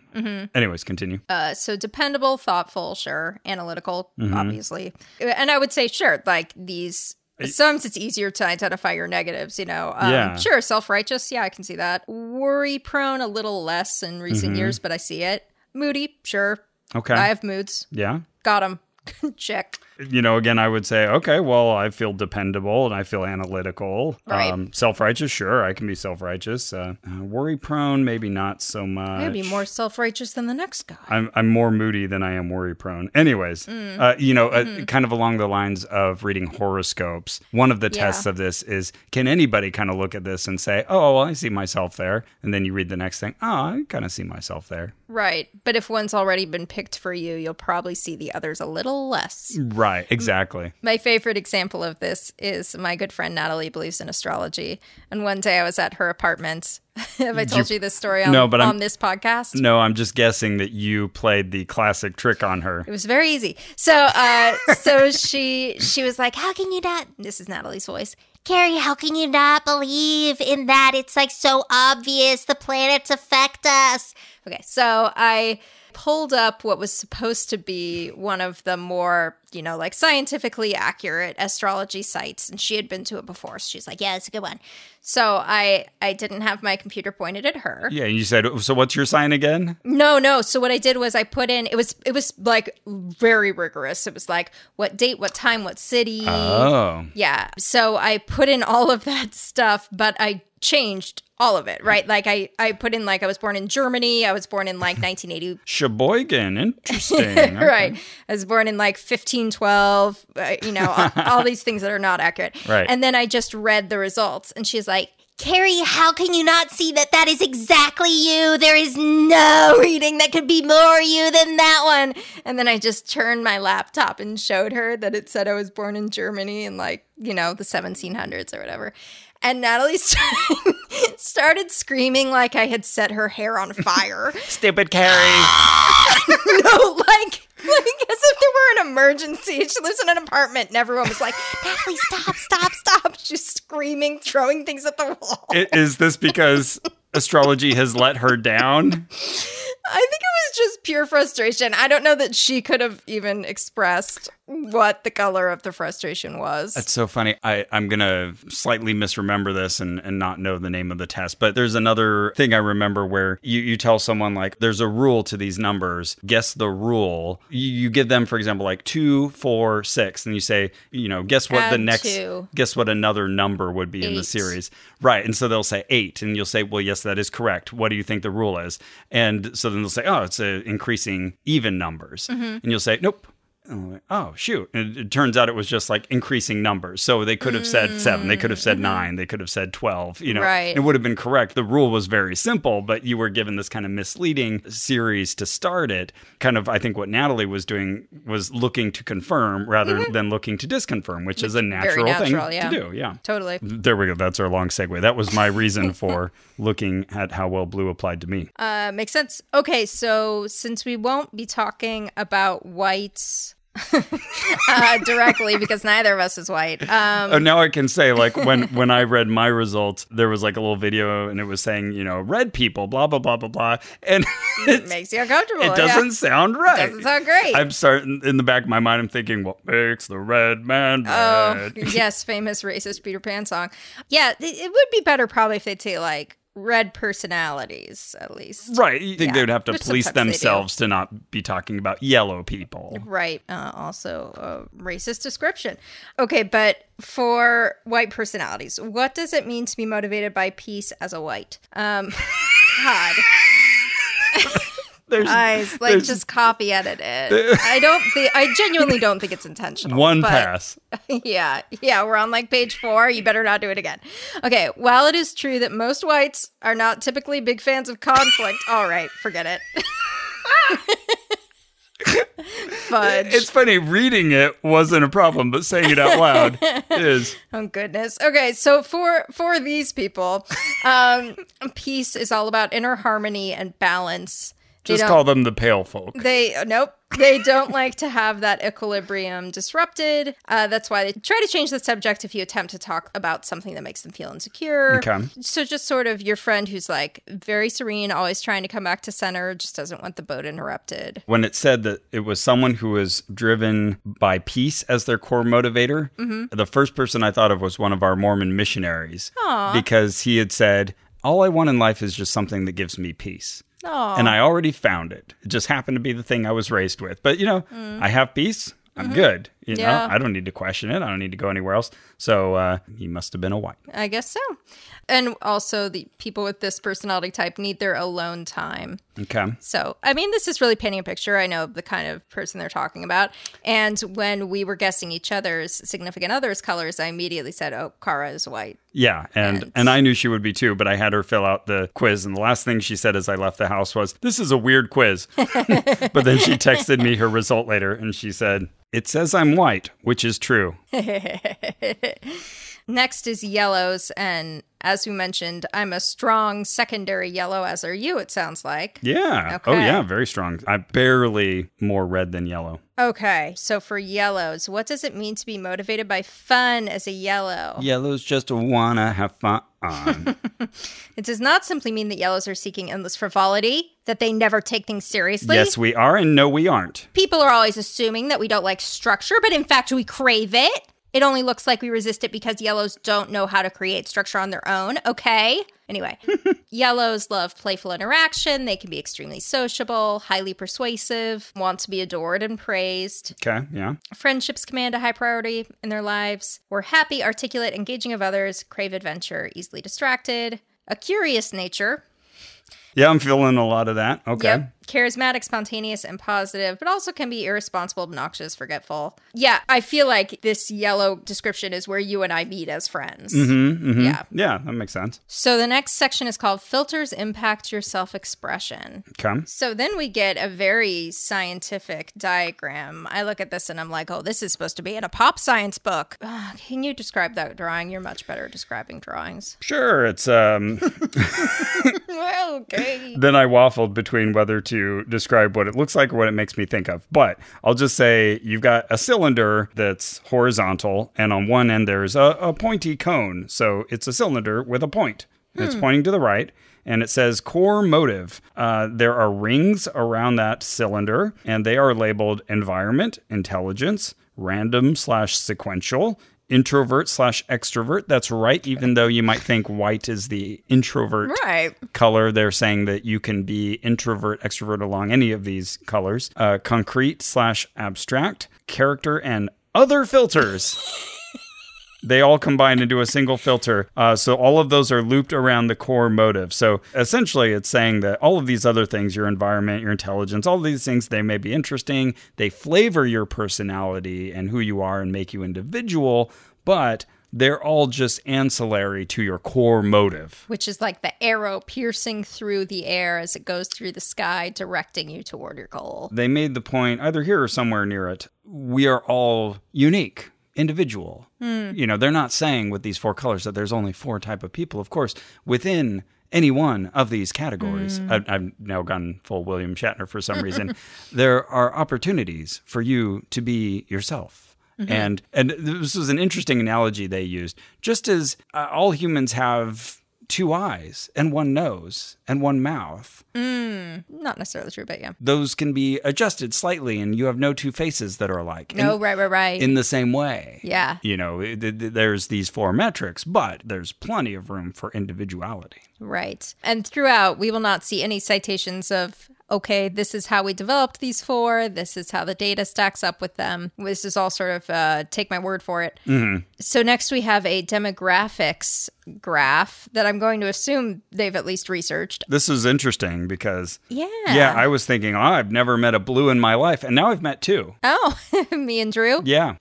Anyways, continue.
Mm-hmm. Uh, so dependable, thoughtful, sure, analytical, obviously. And I would say, sure, like these. Sometimes it's easier to identify your negatives, you know. Um,
Yeah.
Sure, self righteous. Yeah, I can see that. Worry prone, a little less in recent years, but I see it. Moody, sure.
okay.
I have moods.
yeah.
Got them. Check.
You know, again, I would say, okay, well, I feel dependable and I feel analytical.
Right.
self righteous, sure, I can be self righteous. Uh, uh, worry prone, maybe not so much.
I'd be more self righteous than the next guy.
I'm, I'm more moody than I am worry prone. Anyways,
Mm.
uh, you know, uh,
Mm-hmm.
kind of along the lines of reading horoscopes, one of the
Yeah.
tests of this is can anybody kind of look at this and say, oh, well, I see myself there? And then you read the next thing, oh, I kind of see myself there.
Right. But if one's already been picked for you, you'll probably see the others a little less.
Right, exactly.
My favorite example of this is my good friend Natalie believes in astrology. And one day I was at her apartment. Have I told you, this story on,
No, but I'm-
on this podcast?
No, I'm just guessing that you played the classic trick on her.
It was very easy. So, uh, so she she was like, "How can you not?" This is Natalie's voice.
Carrie, how can you not believe in that? It's like so obvious. The planets affect us.
Okay, so I pulled up what was supposed to be one of the more, you know, like scientifically accurate astrology sites, and she had been to it before. So she's like, "Yeah, it's a good one." So I I didn't have my computer pointed at her.
Yeah, and you said, "So what's your sign again?"
No, no. So what I did was I put in it was it was like very rigorous. It was like what date, what time, what city.
Oh.
Yeah. So I put in all of that stuff, but I changed all of it, right? Like I I put in like I was born in Germany, I was born in like 1980
Sheboygan, interesting.
right. I was born in like 1512, uh, you know, all, all these things that are not accurate.
Right.
And then I just read the results and she's like,
Carrie, how can you not see that that is exactly you? There is no reading that could be more you than that one.
and then I just turned my laptop and showed her that it said I was born in Germany in like, you know, the 1700s or whatever. And Natalie started, started screaming like I had set her hair on fire.
Stupid Carrie.
no, like, like as if there were an emergency. She lives in an apartment, and everyone was like, "Natalie, stop, stop, stop!" She's screaming, throwing things at the wall.
I- is this because astrology has let her down?
I think it was just pure frustration. I don't know that she could have even expressed what the color of the frustration was.
That's so funny. I, I'm going to slightly misremember this and, and not know the name of the test. But there's another thing I remember where you, you tell someone, like, there's a rule to these numbers. Guess the rule. You, you give them, for example, like two, four, six. And you say, you know, guess what the
Add
next,
two.
guess what another number would be in the
Eight.
series. Right. And so they'll say eight. And you'll say, well, yes, that is correct. What do you think the rule is? And so then they'll say, oh, it's uh increasing even numbers.
Mm-hmm.
And you'll say, nope. And I'm like, oh shoot! And it turns out it was just like increasing numbers. So they could have said seven, they could have said nine, they could have said twelve. You know,
Mm-hmm. Right.
it would have been correct. The rule was very simple, but you were given this kind of misleading series to start it. Kind of, I think what Natalie was doing was looking to confirm rather than looking to disconfirm, which is a natural,
Mm-hmm. natural,
thing
yeah.
to do. Yeah.
Totally.
There we go. That's our long segue. That was my reason for looking at how well blue applied to me.
Uh, makes sense. Okay, so since we won't be talking about whites uh, directly because neither of us is white, um,
Oh, now I can say like when when I read my results, there was like a little video and it was saying you know red people blah blah blah blah blah, and
it
it,
makes you uncomfortable.
it
yeah.
doesn't sound right.
Doesn't sound great.
I'm starting in the back of my mind. I'm thinking what makes the red man
Oh,
red?
yes, famous racist Peter Pan song. Yeah, th- it would be better probably if they'd say like red personalities at least.
Right, you think
Yeah,
they would have to
which
police
sometimes they do.
themselves to not be talking about yellow people.
Right. Uh, also, a racist description. Okay, but for white personalities, what does it mean to be motivated by peace as a white? Um, God,
There's
guys, like
there's
just copy edit it. I don't. Thi- I genuinely don't think it's intentional.
one
but-
pass.
yeah, yeah, we're on like page four. You better not do it again. Okay, while it is true that most whites are not typically big fans of conflict, all right, forget it. Fudge.
It's funny reading it wasn't a problem, but saying it out loud is.
Oh goodness. Okay, so for for these people, um, peace is all about inner harmony and balance. They
Just
don't-
call them the pale folk.
They uh, nope. They don't like to have that equilibrium disrupted. Uh, that's why they try to change the subject if you attempt to talk about something that makes them feel insecure.
Okay.
So just sort of your friend who's like very serene, always trying to come back to center, just doesn't want the boat interrupted.
when it said that it was someone who was driven by peace as their core motivator,
Mm-hmm.
the first person I thought of was one of our Mormon missionaries because he had said, All I want in life is just something that gives me peace.
Aw.
And I already found it. It just happened to be the thing I was raised with. But, you know, I have peace. I'm good.
Mm.
You
Mm-hmm. Yeah.
know, I don't need to question it. I don't need to go anywhere else. So uh, he must have been a white.
I guess so. And also, the people with this personality type need their alone time.
Okay.
So, I mean, this is really painting a picture. I know of the kind of person they're talking about. And when we were guessing each other's significant other's colors, I immediately said, "Oh, Kara is white."
Yeah, and and, I knew she would be too, but I had her fill out the quiz, and the last thing she said as I left the house was, "This is a weird quiz." but then she texted me her result later, and she said, "It says I'm and white, which is true.
Next is yellows. And as we mentioned, I'm a strong secondary yellow, as are you, it sounds like.
Yeah. Oh,
Okay.
yeah. Very strong. I barely more red than yellow.
Okay. So for yellows, what does it mean to be motivated by fun as a yellow?
Yellow's just wanna have fun.
It does not simply mean that yellows are seeking endless frivolity, that they never take things seriously.
yes, we are, and no, we aren't.
People are always assuming that we don't like structure, but in fact, we crave it. It only looks like we resist it because yellows don't know how to create structure on their own, okay? Anyway, yellows love playful interaction. They can be extremely sociable, highly persuasive, want to be adored and praised.
Okay. Yeah.
Friendships command a high priority in their lives. We're happy, articulate, engaging of others, crave adventure, easily distracted, a curious nature.
Yeah, I'm feeling a lot of that. Okay.
Yep. Charismatic, spontaneous, and positive, but also can be irresponsible, obnoxious, forgetful. Yeah, I feel like this yellow description is where you and I meet as friends. Yeah.
Yeah, that makes sense.
So the next section is called Filters Impact Your Self Expression.
Okay.
So then we get a very scientific diagram. I look at this and I'm like, oh, this is supposed to be in a pop science book. Ugh, can you describe that drawing? You're much better at describing drawings.
Sure. It's um
okay.
then I waffled between whether to describe what it looks like or what it makes me think of. But I'll just say you've got a cylinder that's horizontal, and on one end there's a, a pointy cone. So it's a cylinder with a point. And It's pointing to the right. And it says core motive. Uh, there are rings around that cylinder, and they are labeled environment, intelligence, random slash sequential, introvert slash extrovert. That's right, even though you might think white is the introvert
Right.
color. They're saying that you can be introvert, extrovert along any of these colors. Uh, concrete slash abstract, character, and other filters. They all combine into a single filter. Uh, so all of those are looped around the core motive. So essentially, it's saying that all of these other things your environment, your intelligence, all these things they may be interesting. They flavor your personality and who you are and make you individual, but they're all just ancillary to your core motive.
Which is like the arrow piercing through the air as it goes through the sky, directing you toward your goal.
they made the point either here or somewhere near it we are all unique individual you know they're not saying with these four colors that there's only four type of people of course within any one of these categories I've, I've now gone full william shatner for some reason there are opportunities for you to be yourself and and this was an interesting analogy they used just as uh, all humans have two eyes and one nose and one mouth
Not necessarily true, but yeah.
those can be adjusted slightly and you have no two faces that are alike in,
No, right, right, right.
in the same way
Yeah.
you know it- th- th- there's these four metrics but there's plenty of room for individuality
Right. And throughout, we will not see any citations of, okay, this is how we developed these four. This is how the data stacks up with them. This is all sort of uh, take my word for it.
Mm-hmm.
So, next we have a demographics graph that I'm going to assume they've at least researched.
this is interesting because
Yeah.
yeah i was thinking oh, i've never met a blue in my life and now i've met two
oh, me and Drew.
yeah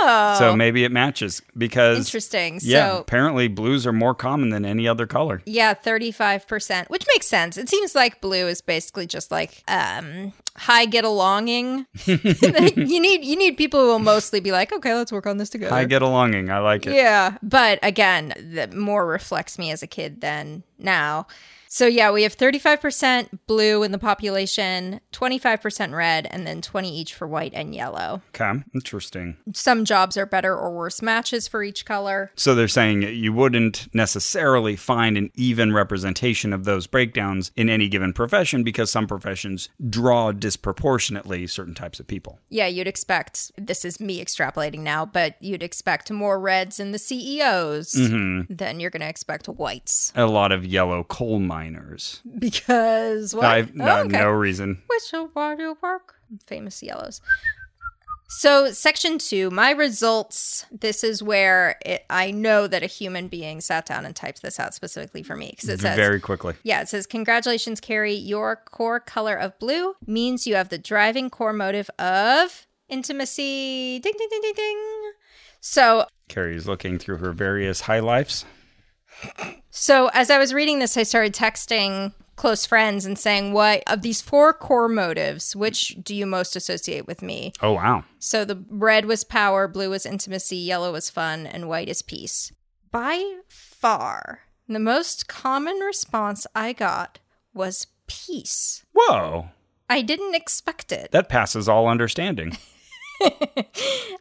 Oh,
so maybe it matches because
interesting.
yeah
So,
apparently blues are more common than any other color
Yeah, 35%, which makes sense. It seems like blue is basically just like um high get alonging. Like, you need you need people who will mostly be like, "Okay, let's work on this together."
i get alonging i like it
yeah, but again, that more reflects me as a kid than now. So yeah, we have 35% blue in the population, 25% red, and then 20 each for white and yellow.
okay interesting
Some jobs are better or worse matches for each color.
So they're saying you wouldn't necessarily find an even representation of those breakdowns in any given profession because some professions draw disproportionately certain types of people.
Yeah, you'd expect this is me extrapolating now, but you'd expect more reds in the CEOs
Mm-hmm.
than you're going to expect whites
A lot of yellow coal miners.
because what?
I've
Oh,
no-
okay.
no reason.
Which why do you work? Famous yellows. So, section two, my results. This is where it, I know that a human being sat down and typed this out specifically for me because it says
Very quickly.
Yeah, it says, Congratulations, Carrie. Your core color of blue means you have the driving core motive of intimacy. Ding, ding, ding, ding, ding. So,
Carrie's looking through her various high lifes.
so as I was reading this, I started texting close friends and saying, What of these four core motives, which do you most associate with me?
Oh, wow.
So the red was power, blue was intimacy, yellow was fun, and white is peace. By far, the most common response I got was peace.
Whoa.
I didn't expect it.
That passes all understanding.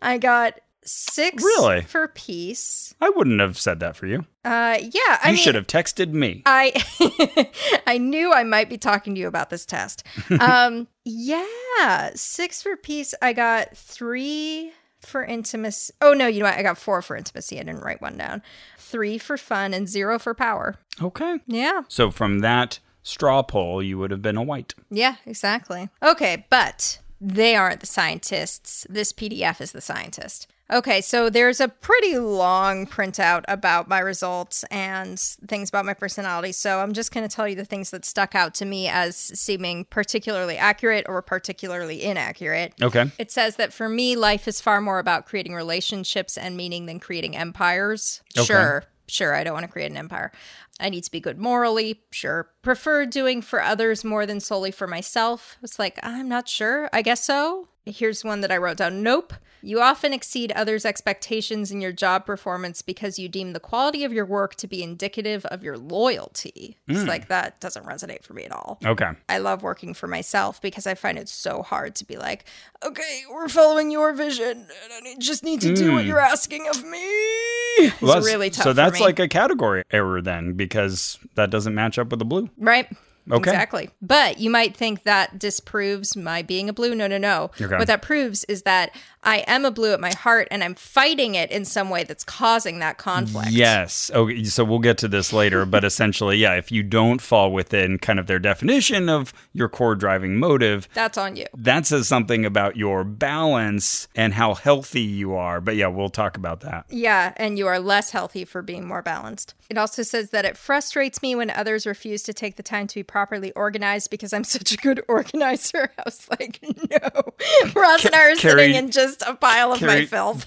I got six
Really?
for peace.
I wouldn't have said that for you.
Uh, yeah, I
You
mean,
should have texted me.
I I knew I might be talking to you about this test. Um, yeah, six for peace. I got three for intimacy. Oh no, you know what? I got four for intimacy. I didn't write one down. Three for fun and zero for power.
Okay.
Yeah,
So from that straw poll, you would have been a white.
yeah, exactly. Okay, but they aren't the scientists. This PDF is the scientist. Okay, so there's a pretty long printout about my results and things about my personality. So I'm just going to tell you the things that stuck out to me as seeming particularly accurate or particularly inaccurate.
Okay.
It says that for me, life is far more about creating relationships and meaning than creating empires.
Okay.
Sure, sure. I don't want to create an empire. I need to be good morally. Sure. Prefer doing for others more than solely for myself. It's like, I'm not sure. I guess so. Here's one that I wrote down. Nope. You often exceed others' expectations in your job performance because you deem the quality of your work to be indicative of your loyalty.
Hmm.
It's like, that doesn't resonate for me at all.
Okay.
I love working for myself because I find it so hard to be like, okay, we're following your vision, and I need- just need to do
Mm.
what you're asking of me. It's
Well, that's-
really tough.
So that's
for me.
like a category error then, because that doesn't match up with the blue.
right.
Okay.
Exactly. But you might think that disproves my being a blue. No, no, no.
Okay.
What that proves is that I am a blue at my heart and I'm fighting it in some way that's causing that conflict.
Yes. Okay. So we'll get to this later, but essentially, yeah, if you don't fall within kind of their definition of your core driving motive,
That's on you.
that says something about your balance and how healthy you are. But yeah, we'll talk about that.
Yeah, and you are less healthy for being more balanced. It also says that it frustrates me when others refuse to take the time to be properly organized because I'm such a good organizer. I was like, no. Ross and I are
Carrie-
sitting in just a pile of my
Carrie-
filth.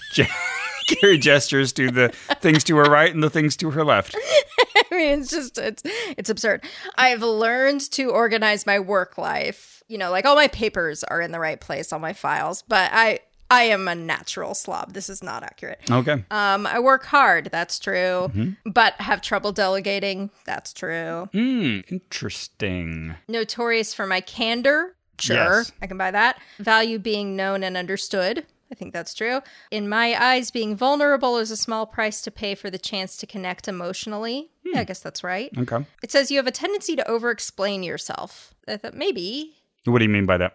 Carrie gestures to the things to her right and the things to her left.
I mean, it's just it's it's absurd. I've learned to organize my work life. You know, like all my papers are in the right place, all my files, but I I am a natural slob. This is not accurate.
Okay.
Um, I work hard, that's true,
Mm-hmm.
but have trouble delegating, that's true.
Hmm. Interesting.
Notorious for my candor, sure,
Yes.
I can buy that. Value being known and understood, I think that's true. In my eyes, being vulnerable is a small price to pay for the chance to connect emotionally.
Hmm.
Yeah, I guess that's right.
Okay.
It says you have a tendency to over explain yourself. I thought maybe.
What do you mean by that?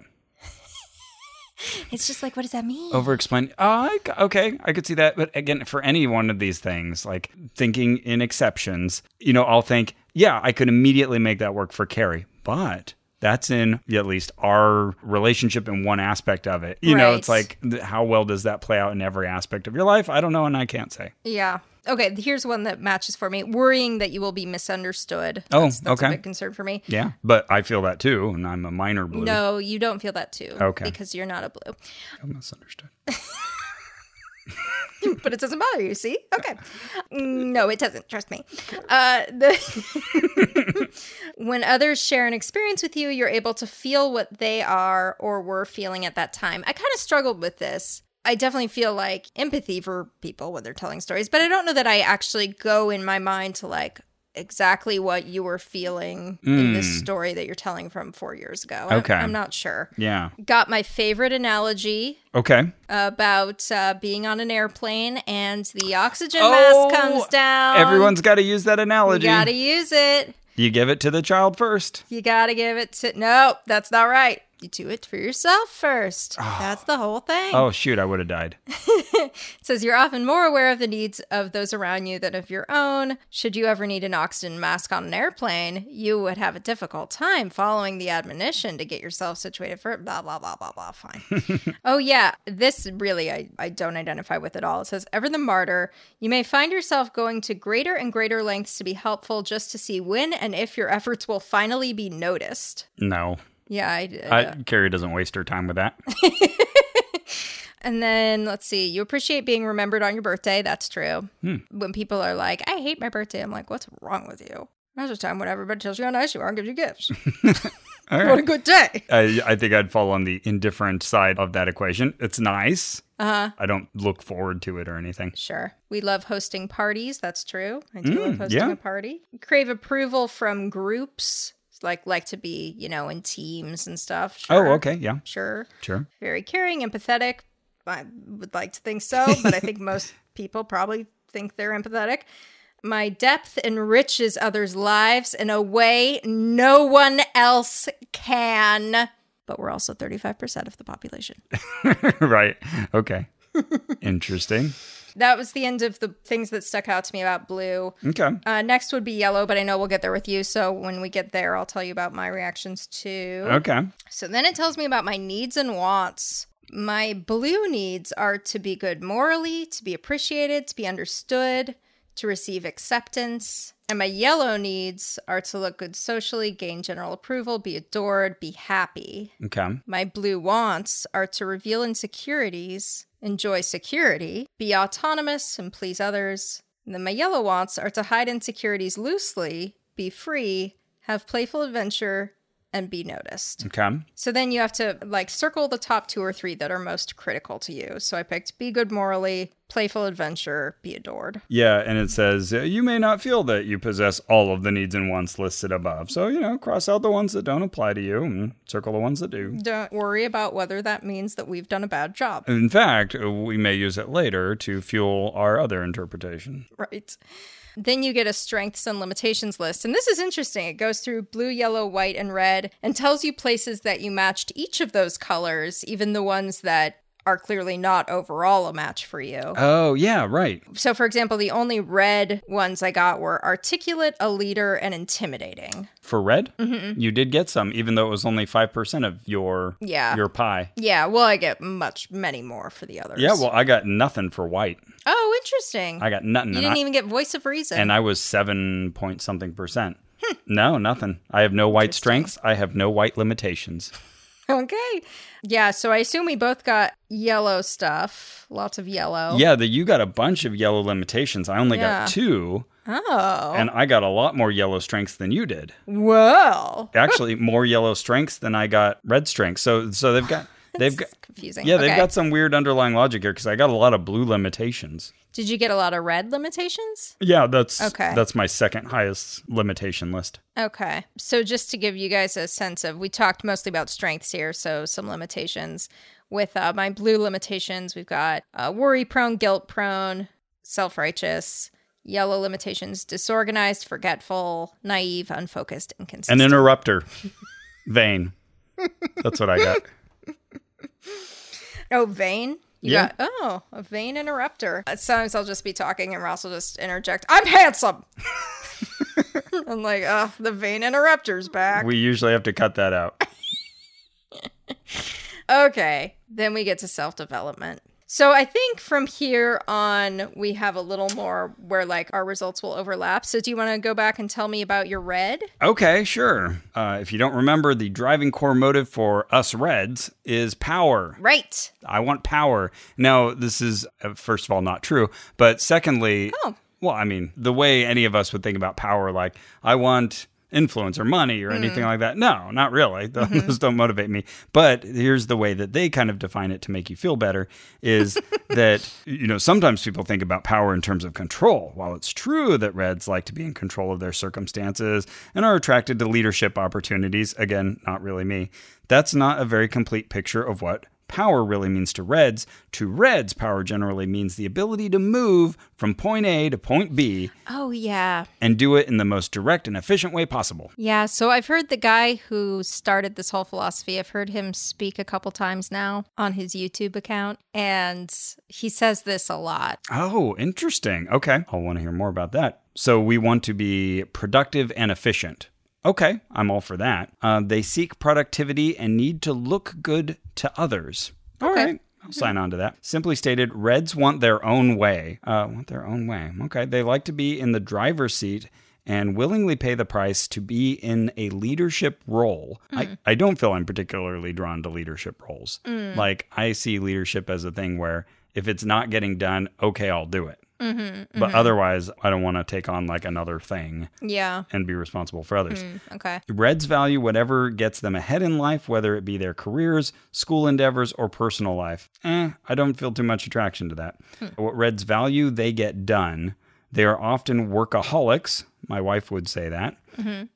It's just like, what does that mean?
Over explain. Oh, I- okay. I could see that. But again, for any one of these things, like thinking in exceptions, you know, I'll think, yeah, I could immediately make that work for Carrie, but that's in at least our relationship in one aspect of it. You know,
Right.
it's like, th- how well does that play out in every aspect of your life? I don't know. And I can't say.
Yeah. Okay, here's one that matches for me. Worrying that you will be misunderstood.
Oh,
that's, that's a
okay.
big concern for me.
Yeah. But I feel that too. And I'm a minor blue.
No, you don't feel that too.
Okay.
Because you're not a blue.
I misunderstood.
But it doesn't bother you, see? Okay. Mm, No, it doesn't. Trust me. Uh, the when others share an experience with you, you're able to feel what they are or were feeling at that time. I kind of struggled with this. I definitely feel like empathy for people when they're telling stories, but I don't know that I actually go in my mind to like exactly what you were feeling in this story that you're telling from four years ago. I'm-
Mm. Okay.
I'm not sure.
Yeah.
Got my favorite analogy
Okay.
about uh, being on an airplane and the oxygen
Oh,
mask comes down.
Everyone's got to use that
you
analogy.
gotta use it.
you give it to the child first.
You gotta give it to. No, that's not right. You do it for yourself first. That's the whole thing.
Ah. Oh, shoot. I would have died.
It says you're often more aware of the needs of those around you than of your own. Should you ever need an oxygen mask on an airplane, you would have a difficult time following the admonition to get yourself situated for blah blah blah blah blah. Fine. oh yeah, this really I, I don't identify with at all. It says ever the martyr, you may find yourself going to greater and greater lengths to be helpful just to see when and if your efforts will finally be noticed.
No.
Yeah, I, I,
I, Carrie doesn't waste her time with that.
And then let's see, you appreciate being
Hmm.
remembered on your birthday. That's true. When people are like, I hate my birthday, I'm like, what's wrong with you? Now's the time when everybody tells you how nice you are and gives you gifts.
All
What a
right.
good day.
I, I think I'd fall on the indifferent side of that equation. It's nice. Uh-huh. I don't look forward to it or anything.
Sure. We love hosting parties. That's true. I do love hosting
Hmm, yeah.
a party. Crave approval from groups. Like like to be, you know, in teams and stuff. Sure.
Oh, okay. Yeah,
Sure.
sure.
Very caring, empathetic. I would like to think so, but I think most people probably think they're empathetic. My depth enriches others' lives in a way no one else can. But we're also 35% of the population.
right. Okay. Interesting.
That was the end of the things that stuck out to me about blue.
Okay.
Uh, next would be yellow, but I know we'll get there with you. So when we get there, I'll tell you about my reactions too.
Okay.
So then it tells me about my needs and wants. My blue needs are to be good morally, to be appreciated, to be understood, to receive acceptance. And my yellow needs are to look good socially, gain general approval, be adored, be happy.
Okay.
My blue wants are to reveal insecurities, enjoy security, be autonomous, and please others. And then my yellow wants are to hide insecurities loosely, be free, have playful adventure, and be noticed.
Okay.
So then you have to like circle the top two or three that are most critical to you. So I picked be good morally, playful adventure, be adored.
Yeah, and it says uh, you may not feel that you possess all of the needs and wants listed above. So, you know, cross out the ones that don't apply to you and circle the ones that do.
Don't worry about whether that means that we've done a bad job.
In fact, uh, we may use it later to fuel our other interpretation.
Right. Then you get a strengths and limitations list. And this is interesting. It goes through blue, yellow, white, and red and tells you places that you matched each of those colors, even the ones that are clearly not overall a match for you.
Oh, yeah, right.
So, for example, the only red ones I got were articulate, a leader, and intimidating.
For red,
Mm-hmm.
you did get some, even though it was only 5% of your,
Yeah.
your pie.
Yeah, well, I get much, many more for the others.
Yeah, well, I got nothing for white.
Oh, interesting.
I got nothing.
you
and
didn't
I-
even get voice of reason.
and I was seven point something percent.
Hmm.
No, nothing. I have no white strengths. I have no white limitations.
okay. Yeah, so I assume we both got yellow stuff, lots of yellow.
Yeah, the, you got a bunch of yellow limitations. I only
Yeah.
got two,
Oh.
and I got a lot more yellow strengths than you did.
Whoa.
Actually, more yellow strengths than I got red strengths. So, so they've got they've got
Confusing.
yeah, they've
Okay.
got some weird underlying logic here because I got a lot of blue limitations.
Did you get a lot of red limitations?
Yeah, that's
Okay.
That's my second highest limitation list.
Okay. So just to give you guys a sense of, we talked mostly about strengths here, so some limitations. With uh, my blue limitations, we've got uh, worry prone, guilt prone, self righteous. Yellow limitations: disorganized, forgetful, naive, unfocused,
An
inconsistent.
interrupter, vain. That's what I got.
oh, vain. You
Yeah.
got oh, a vain interrupter. Uh, Sometimes I'll just be talking and Ross will just interject. I'm handsome. I'm like, oh, the vain interrupter's back.
We usually have to cut that out.
Okay, then we get to self development. So I think from here on, we have a little more where like our results will overlap. So do you want to go back and tell me about your red?
Okay, sure. Uh, if you don't remember, the driving core motive for us Reds is power.
Right.
I want power. Now, this is, uh, first of all, not true. But secondly,
Oh.
well, I mean, the way any of us would think about power, like, I want influence or money or anything like that. No, not really. Th- Those don't motivate me. But here's the way that they kind of define it to make you feel better is that, you know, sometimes people think about power in terms of control. While it's true that Reds like to be in control of their circumstances and are attracted to leadership opportunities, again, not really me, that's not a very complete picture of what power really means to Reds. To Reds, power generally means the ability to move from point A to point B
Oh, yeah.
and do it in the most direct and efficient way possible.
Yeah. So I've heard the guy who started this whole philosophy, I've heard him speak a couple times now on his YouTube account. And he says this a lot.
Oh, interesting. Okay. I'll want to hear more about that. So, we want to be productive and efficient. Okay, I'm all for that. Uh, they seek productivity and need to look good to others. All
Okay.
right, I'll sign on to that. Simply stated, Reds want their own way. Uh, want their own way. Okay. They like to be in the driver's seat and willingly pay the price to be in a leadership role. I, I don't feel I'm particularly drawn to leadership roles. Like, I see leadership as a thing where if it's not getting done, okay, I'll do it. But otherwise, I don't want to take on like another thing
Yeah.
and be responsible for others.
Okay.
Reds value whatever gets them ahead in life, whether it be their careers, school endeavors, or personal life. Eh, I don't feel too much attraction to that. What Reds value, they get done. They are often workaholics. My wife would say that.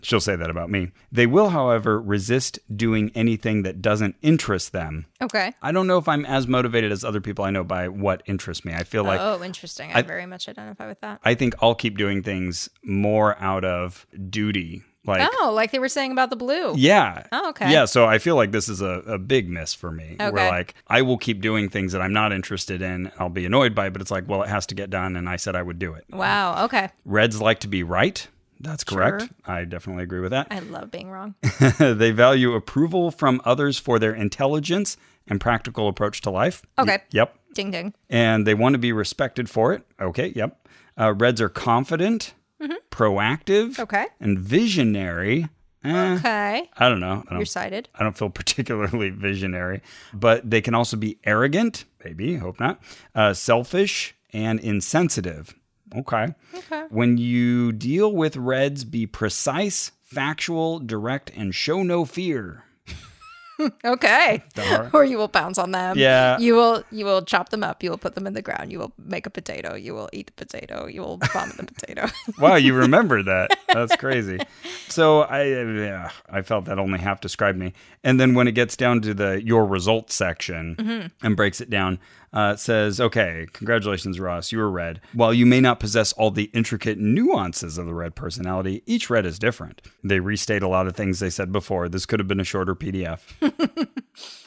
She'll say that about me. They will, however, resist doing anything that doesn't interest them.
Okay.
I don't know if I'm as motivated as other people I know by what interests me. I feel like
oh, interesting. I, very much identify with that.
I think I'll keep doing things more out of duty. Like,
oh, like they were saying about the blue.
yeah.
Oh, okay.
Yeah. So I feel like this is a, a big miss for me.
Okay.
Where like I will keep doing things that I'm not interested in. I'll be annoyed by it, but it's like, well, it has to get done. And I said I would do it.
Wow. Okay.
Reds like to be right. That's correct.
Sure.
I definitely agree with that.
I love being wrong.
they value approval from others for their intelligence and practical approach to life.
Okay.
Y- yep.
ding ding.
and they want to be respected for it. Okay, yep. Uh, Reds are confident, proactive,
Mm-hmm. Okay.
and visionary. Eh,
Okay.
I don't know. I
You're
don't,
sighted.
I don't feel particularly visionary, but they can also be arrogant, maybe, hope not, uh, selfish, and insensitive. Okay.
Okay.
When you deal with Reds, be precise, factual, direct, and show no fear.
Okay.
Dar.
Or you will pounce on them.
Yeah.
You will you will chop them up. You will put them in the ground. You will make a potato. You will eat the potato. You will vomit the potato.
wow, you remember that. That's crazy. So I yeah, I felt that only half described me. And then when it gets down to the your results section and breaks it down, uh, it says, okay, congratulations, Ross, you were red. While you may not possess all the intricate nuances of the red personality, each red is different. They restate a lot of things they said before. This could have been a shorter PDF.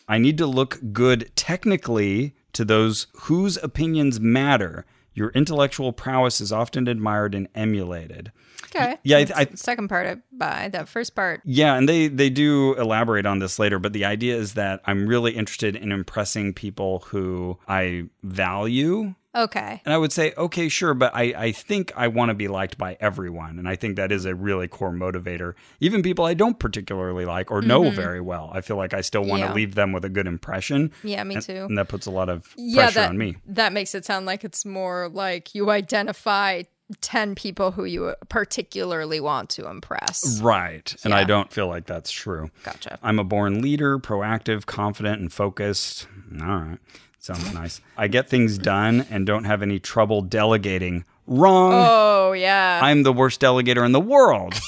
I need to look good technically to those whose opinions matter. Your intellectual prowess is often admired and emulated.
Okay.
Yeah, I-
That's the second part I buy. That first part.
Yeah, and they they do elaborate on this later, but the idea is that I'm really interested in impressing people who I value.
Okay.
And I would say, okay, sure, but I, I think I want to be liked by everyone. And I think that is a really core motivator. Even people I don't particularly like or know very well. I feel like I still want
Mm-hmm. Yeah.
to leave them with a good impression.
Yeah, me
And-
too.
And that puts a lot of pressure
yeah, that,
on me.
That makes it sound like it's more like you identify 10 people who you particularly want to impress.
Right. And I
Yeah.
don't feel like that's true.
Gotcha.
I'm a born leader, proactive, confident, and focused. All right. Sounds nice. I get things done and don't have any trouble delegating. Wrong.
Oh, yeah.
I'm the worst delegator in the world.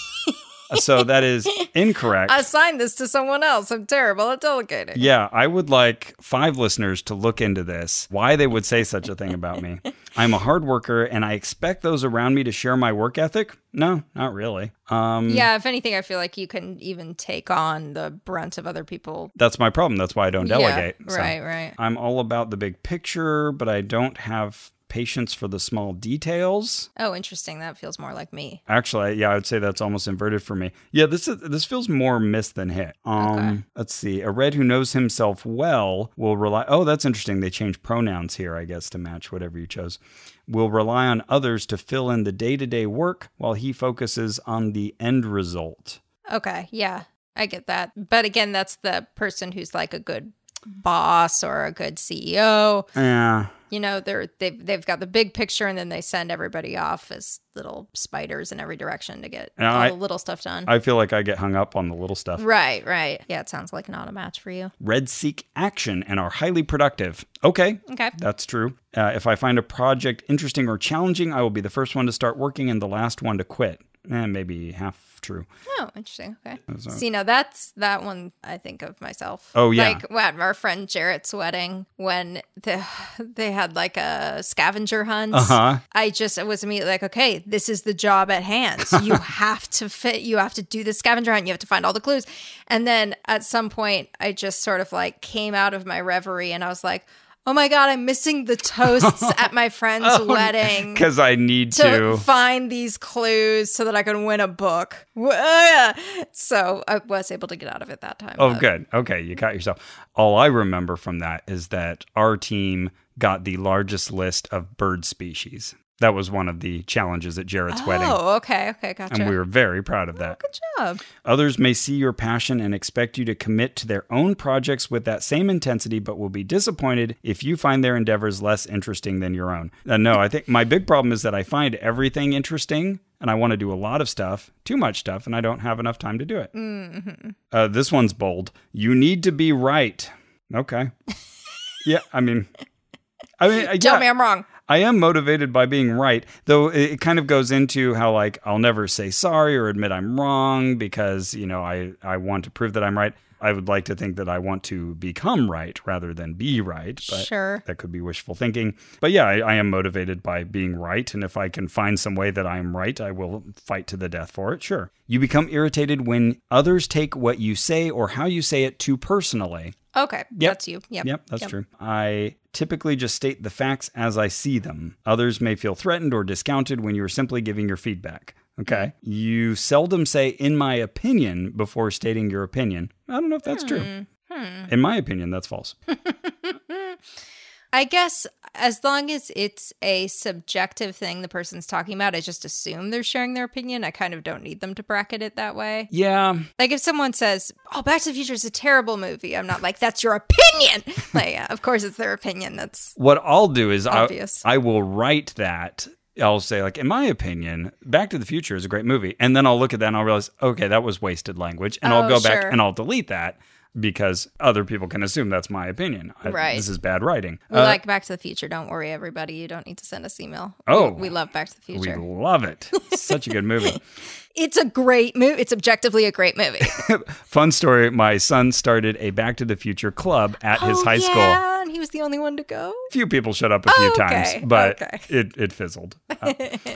so that is incorrect.
Assign this to someone else. I'm terrible at delegating.
yeah, I would like five listeners to look into this, why they would say such a thing about me. I'm a hard worker and I expect those around me to share my work ethic. No, not really. Um,
Yeah, if anything, I feel like you can even take on the brunt of other people.
that's my problem. That's why I don't delegate.
Yeah,
So
right, right.
I'm all about the big picture, but I don't have patience for the small details.
Oh, interesting. That feels more like me.
Actually, yeah, I would say that's almost inverted for me. Yeah, this is this feels more miss than hit. Um, let's see. A red who knows himself well will rely Oh, that's interesting. They changed pronouns here, I guess, to match whatever you chose. Will rely on others to fill in the day-to-day work while he focuses on the end result.
Okay, yeah, I get that. But again, that's the person who's like a good boss or a good CEO.
Yeah.
You know, they're they've they've got the big picture, and then they send everybody off as little spiders in every direction to get
No,
all
I-
the little stuff done.
I feel like I get hung up on the little stuff.
right, right. Yeah, it sounds like not a match for you.
Reds seek action and are highly productive. Okay,
Okay.
that's true. Uh, if I find a project interesting or challenging, I will be the first one to start working and the last one to quit. Eh, maybe half true.
Oh, interesting. Okay. See, now that's that one I think of myself.
Oh, yeah.
Like at our friend Jarrett's wedding when the, they had like a scavenger hunt.
Uh-huh.
I just was immediately like, okay, this is the job at hand. You have to fit, you have to do the scavenger hunt, you have to find all the clues. And then at some point, I just sort of like came out of my reverie and I was like, oh my God, I'm missing the toasts at my friend's
Oh,
wedding
Because I need
to
to.
find these clues so that I can win a book. Wah! So I was able to get out of it that time.
Oh,
but-
good. Okay, you got yourself. All I remember from that is that our team got the largest list of bird species. That was one of the challenges at Jarrett's wedding.
Oh, okay, okay, gotcha.
And we were very proud of that.
Good job.
Others may see your passion and expect you to commit to their own projects with that same intensity, but will be disappointed if you find their endeavors less interesting than your own. Uh, no, I think my big problem is that I find everything interesting and I want to do a lot of stuff, too much stuff, and I don't have enough time to do it. Uh, this one's bold. You need to be right. Okay. yeah, I mean, I mean, I-
Tell
yeah.
me I'm wrong.
I am motivated by being right, though it it kind of goes into how like I'll never say sorry or admit I'm wrong because, you know, I I want to prove that I'm right. I would like to think that I want to become right rather than be right, but
Sure.
that could be wishful thinking. But yeah, I, I am motivated by being right, and if I can find some way that I am right, I will fight to the death for it. Sure. You become irritated when others take what you say or how you say it too personally.
Okay, that's you. Yep.
Yep, that's true. I typically just state the facts as I see them. Others may feel threatened or discounted when you are simply giving your feedback. Okay. You seldom say, in my opinion, before stating your opinion. I don't know if that's true. In my opinion, that's false.
I guess as long as it's a subjective thing the person's talking about, I just assume they're sharing their opinion. I kind of don't need them to bracket it that way.
yeah.
Like if someone says, "Oh, Back to the Future is a terrible movie," I'm not like, "That's your opinion." like, yeah, of course it's their opinion. That's
What I'll do is I,
Obvious.
I will write that. I'll say, like, in my opinion, Back to the Future is a great movie. And then I'll look at that and I'll realize, okay, that was wasted language. And I'll
Oh,
go back
sure.
and I'll delete that because other people can assume that's my opinion. I-
Right.
this is bad writing.
we
Uh,
like Back to the Future. Don't worry, everybody. You don't need to send us email.
Oh.
we, we love Back to the
we
Future.
love it. Such a good movie.
it's a great movie. It's objectively a great movie.
Fun story my son started a Back to the Future club at his
Oh,
high school.
yeah, and he was the only one to go.
Few people showed up a few
Oh, okay,
times, but
okay.
it, it fizzled.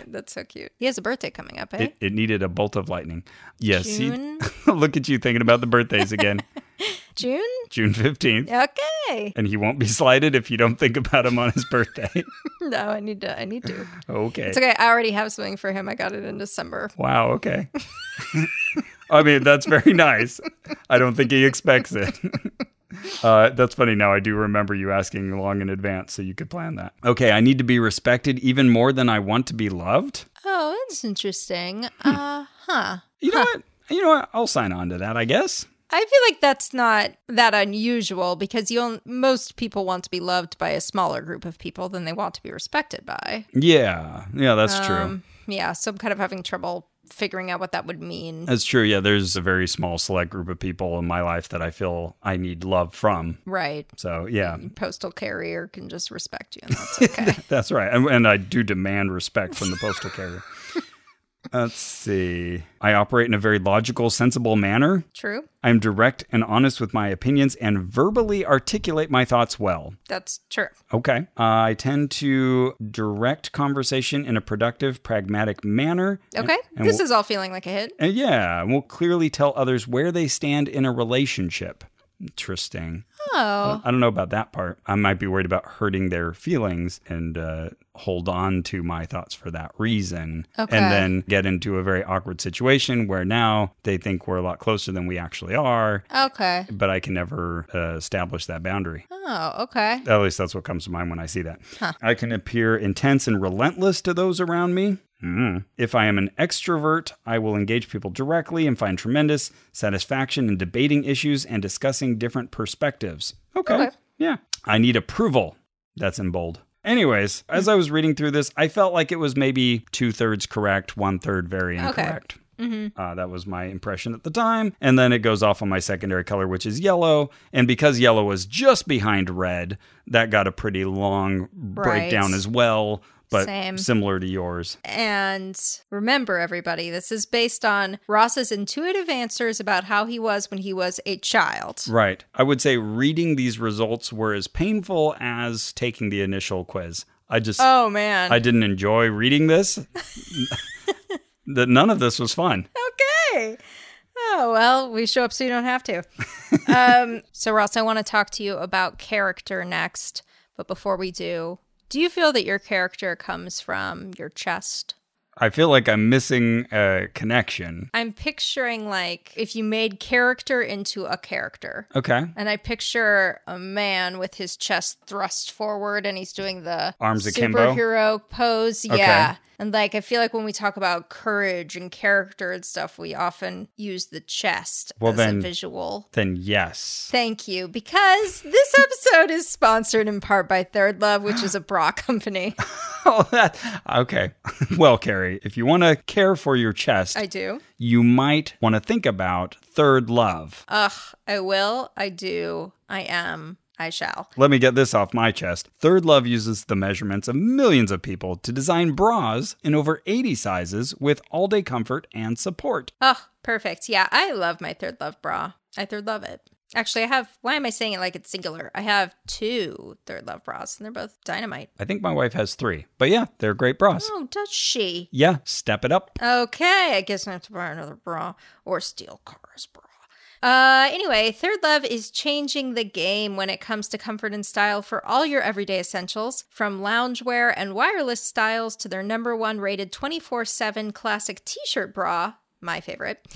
That's so cute. He has a birthday coming up, eh?
It, it needed a bolt of lightning. Yes. he-
June?
look at you thinking about the birthdays again.
June?
June 15th.
Okay.
And he won't be slighted if you don't think about him on his birthday.
No, I need to. I need to.
okay.
It's okay. I already have something for him. I got it in December.
Wow. Okay. I mean, that's very nice. I don't think he expects it. Uh, that's funny. Now I do remember you asking long in advance so you could plan that. Okay. I need to be respected even more than I want to be loved.
Oh, that's interesting.
Hmm.
Uh huh.
You know what? You know what? I'll sign on to that, I guess.
I feel like that's not that unusual because you on- most people want to be loved by a smaller group of people than they want to be respected by.
Yeah. Yeah, that's true.
Um, yeah, so I'm kind of having trouble figuring out what that would mean.
That's true. Yeah, there's a very small select group of people in my life that I feel I need love from.
right.
So, yeah.
Postal carrier can just respect you, and that's okay.
That's right. And, and I do demand respect from the postal carrier. Let's see. I operate in a very logical, sensible manner.
True.
I'm direct and honest with my opinions and verbally articulate my thoughts well.
That's true.
Okay. I tend to direct conversation in a productive, pragmatic manner.
Okay.
And
this
we'll-
is all feeling like a hit.
And yeah, and will clearly tell others where they stand in a relationship. Interesting.
Oh.
I don't know about that part. I might be worried about hurting their feelings and uh, hold on to my thoughts for that reason.
Okay.
And then get into a very awkward situation where now they think we're a lot closer than we actually are,
Okay.
but I can never uh, establish that boundary.
Oh, okay.
At least that's what comes to mind when I see that. I can appear intense and relentless to those around me. Mm. If I am an extrovert, I will engage people directly and find tremendous satisfaction in debating issues and discussing different perspectives. Okay.
Okay.
Yeah. I need approval. That's in bold. Anyways, as I was reading through this, I felt like it was maybe two thirds correct, one third very incorrect. Uh, that was my impression at the time. And then it goes off on my secondary color, which is yellow. And because yellow was just behind red, that got a pretty long breakdown as well, but
Same.
similar to yours.
And remember, everybody, this is based on Ross's intuitive answers about how he was when he was a child.
Right. I would say reading these results were as painful as taking the initial quiz. I just,
Oh, man.
I didn't enjoy reading this. That none of this was fun.
okay. Oh, well, we show up so you don't have to. um, so, Ross, I want to talk to you about character next. But before we do, do you feel that your character comes from your chest?
I feel like I'm missing a connection.
I'm picturing like if you made character into a character.
Okay.
And I picture a man with his chest thrust forward and he's doing the
Arms akimbo?
superhero pose. Yeah. And like I feel like when we talk about courage and character and stuff, we often use the chest
Well,
as
then-
a visual.
Then yes.
Thank you, because this episode is sponsored in part by Third Love, which is a bra company.
Oh, that. Okay. well, Carrie, if you want to care for your chest,
I do.
you might want to think about third love.
Ugh, I will, I do, I am, I shall.
Let me get this off my chest. Third Love uses the measurements of millions of people to design bras in over 80 sizes with all day comfort and support.
Oh, perfect. Yeah, I love my third love bra. I third love it. Actually, I have, why am I saying it like it's singular? I have two third love bras and they're both dynamite.
I think my wife has three, but yeah, they're great bras.
Oh, does she?
Yeah, step it up.
Okay, I guess I have to buy another bra or steal Cara's bra. Uh, anyway, Third Love is changing the game when it comes to comfort and style for all your everyday essentials, from loungewear and wireless styles to their number one rated 24 7 classic t shirt bra, my favorite.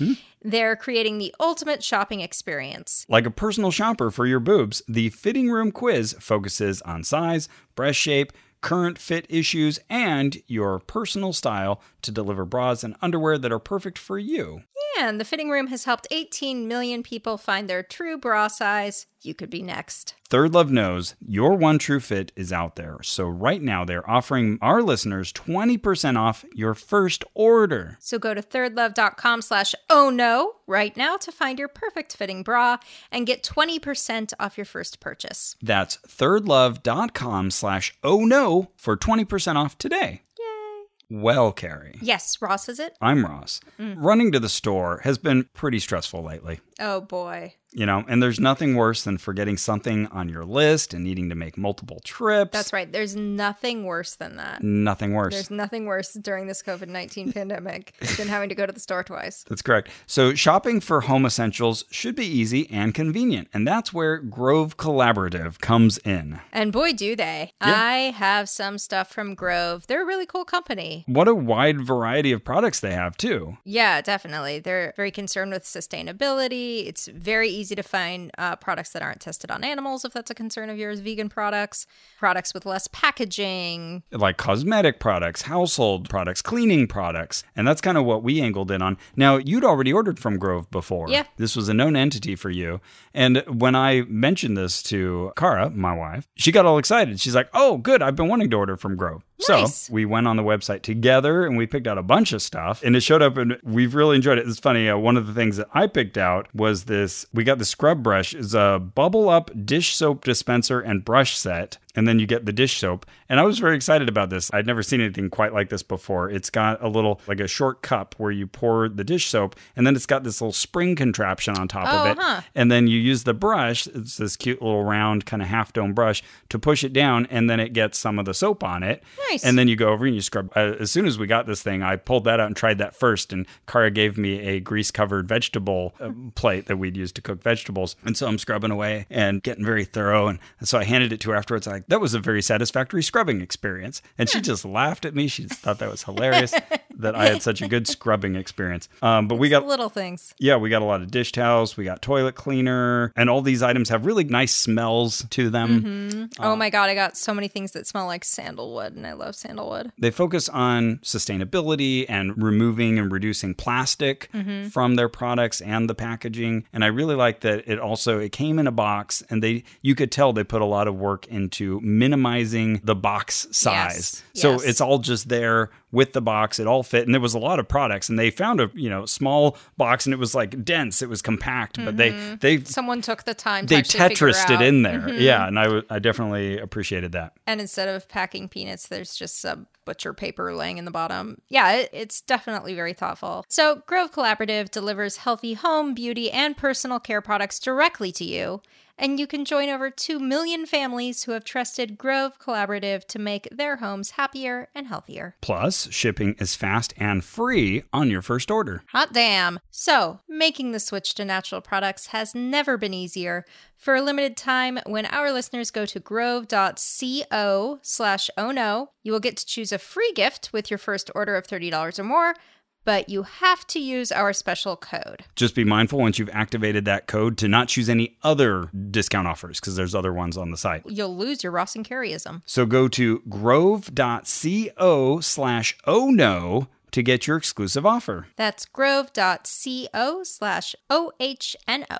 They're creating the ultimate shopping experience.
Like a personal shopper for your boobs, the fitting room quiz focuses on size, breast shape, current fit issues, and your personal style to deliver bras and underwear that are perfect for you.
And the fitting room has helped 18 million people find their true bra size. You could be next.
Third Love knows your one true fit is out there. So right now they're offering our listeners 20% off your first order.
So go to thirdlove.com slash oh no right now to find your perfect fitting bra and get 20% off your first purchase.
That's thirdlove.com slash oh no for 20% off today. Yay. Well, Carrie,
Yes, Ross is it?
I'm Ross.
Mm.
Running to the store has been pretty stressful lately.
Oh boy.
You know, and there's nothing worse than forgetting something on your list and needing to make multiple trips.
That's right. There's nothing worse than that.
Nothing worse.
There's nothing worse during this COVID 19 pandemic than having to go to the store twice.
That's correct. So, shopping for home essentials should be easy and convenient. And that's where Grove Collaborative comes in.
And boy, do they. I have some stuff from Grove. They're a really cool company.
What a wide variety of products they have, too.
Yeah, definitely. They're very concerned with sustainability. It's very easy to find uh, products that aren't tested on animals, if that's a concern of yours, vegan products, products with less packaging.
Like cosmetic products, household products, cleaning products. And that's kind of what we angled in on. Now, you'd already ordered from Grove before.
Yeah.
This was a known entity for you. And when I mentioned this to Kara, my wife, she got all excited. She's like, oh, good. I've been wanting to order from Grove.
Nice.
So we went on the website together and we picked out a bunch of stuff and it showed up and we've really enjoyed it. It's funny. Uh, one of the things that I picked out was this. We got the scrub brush is a bubble up dish soap dispenser and brush set. And then you get the dish soap. And I was very excited about this. I'd never seen anything quite like this before. It's got a little, like a short cup where you pour the dish soap, and then it's got this little spring contraption on top
Oh,
of it.
huh.
And then you use the brush, it's this cute little round kind of half dome brush, to push it down, and then it gets some of the soap on it.
Nice.
And then you go over and you scrub. Uh, as soon as we got this thing, I pulled that out and tried that first. And Kara gave me a grease covered vegetable uh, plate that we'd use to cook vegetables. And so I'm scrubbing away and getting very thorough. And so I handed it to her afterwards. Like, that was a very satisfactory scrubbing experience. And she just laughed at me. She just thought that was hilarious that I had such a good scrubbing experience. Um, but we got
Little things.
yeah, we got a lot of dish towels, we got toilet cleaner, and all these items have really nice smells to them.
oh my God, I got so many things that smell like sandalwood, and I love sandalwood.
They focus on sustainability and removing and reducing plastic
Mm-hmm.
from their products and the packaging. And I really like that it also it came in a box and they you could tell they put a lot of work into minimizing the box size.
Yes,
So
yes.
it's all just there with the box. It all fit, and there was a lot of products. And they found a you know small box, and it was like dense. It was compact, but they they
Someone took the time Mm-hmm. to
they
actually figure
Tetrised it
out- Mm-hmm.
in there. Yeah, and I, w- I definitely appreciated that.
And instead of packing peanuts, there's just a butcher paper laying in the bottom. Yeah, it, it's definitely very thoughtful. So, Grove Collaborative delivers healthy home, beauty, and personal care products directly to you. and you can join over 2 million families who have trusted Grove Collaborative to make their homes happier and healthier.
Plus, shipping is fast and free on your first order.
Hot damn. So, making the switch to natural products has never been easier. For a limited time, when our listeners go to grove.co slash oh no, you will get to choose a free gift with your first order of $30 or more, but you have to use our special code.
Just be mindful once you've activated that code to not choose any other discount offers because there's other ones on the site.
You'll lose your Ross and Carryism.
So go to grove.co slash oh no to get your exclusive offer.
That's grove.co slash OHNO.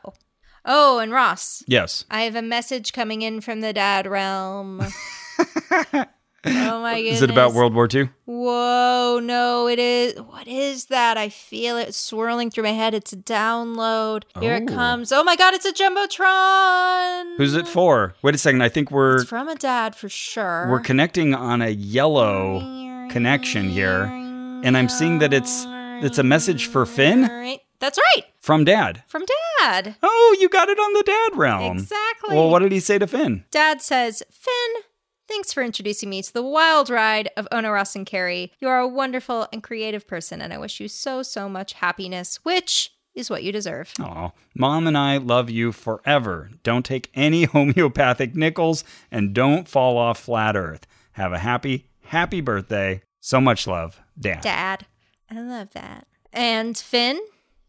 Oh, and Ross,
Yes.
I have a message coming in from the dad realm. oh my goodness.
Is it about World War II?
Whoa, no, it is. What is that? I feel it swirling through my head. It's a download. Here it
Oh.
comes. Oh my god, it's a Jumbotron.
Who's it for? Wait a second. I think we're
It's from a dad for sure.
we're connecting on a yellow connection here, and I'm seeing that it's it's a message for Finn
Right. That's right.
from Dad.
From dad.
Oh, you got it on the Dad realm.
Exactly.
Well, what did he say to Finn?
Dad says, Finn, thanks for introducing me to the wild ride of Ona Ross and Carrie. You are a wonderful and creative person, and I wish you so, so much happiness, which is what you deserve.
Aw, Mom and I love you forever. Don't take any homeopathic nickels and don't fall off flat Earth. Have a happy, happy birthday. So much love, Dad.
Dad. I love that. And Finn,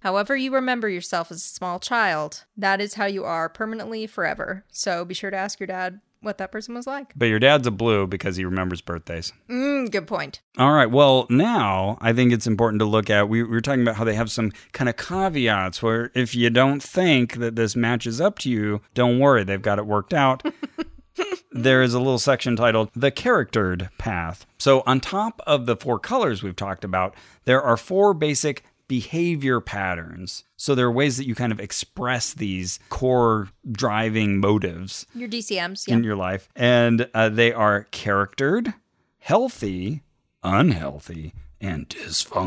however you remember yourself as a small child, that is how you are permanently forever. So be sure to ask your dad what that person was like.
But your dad's a blue because he remembers birthdays.
Mm, good point.
All right. Well, now I think it's important to look at. We, we were talking about how they have some kind of caveats where if you don't think that this matches up to you, don't worry, they've got it worked out. there is a little section titled The Charactered Path. So, on top of the four colors we've talked about, there are four basic behavior patterns. So, there are ways that you kind of express these core driving motives
Your DCMs,
in
yeah.
your life. And uh, they are charactered, healthy, unhealthy, and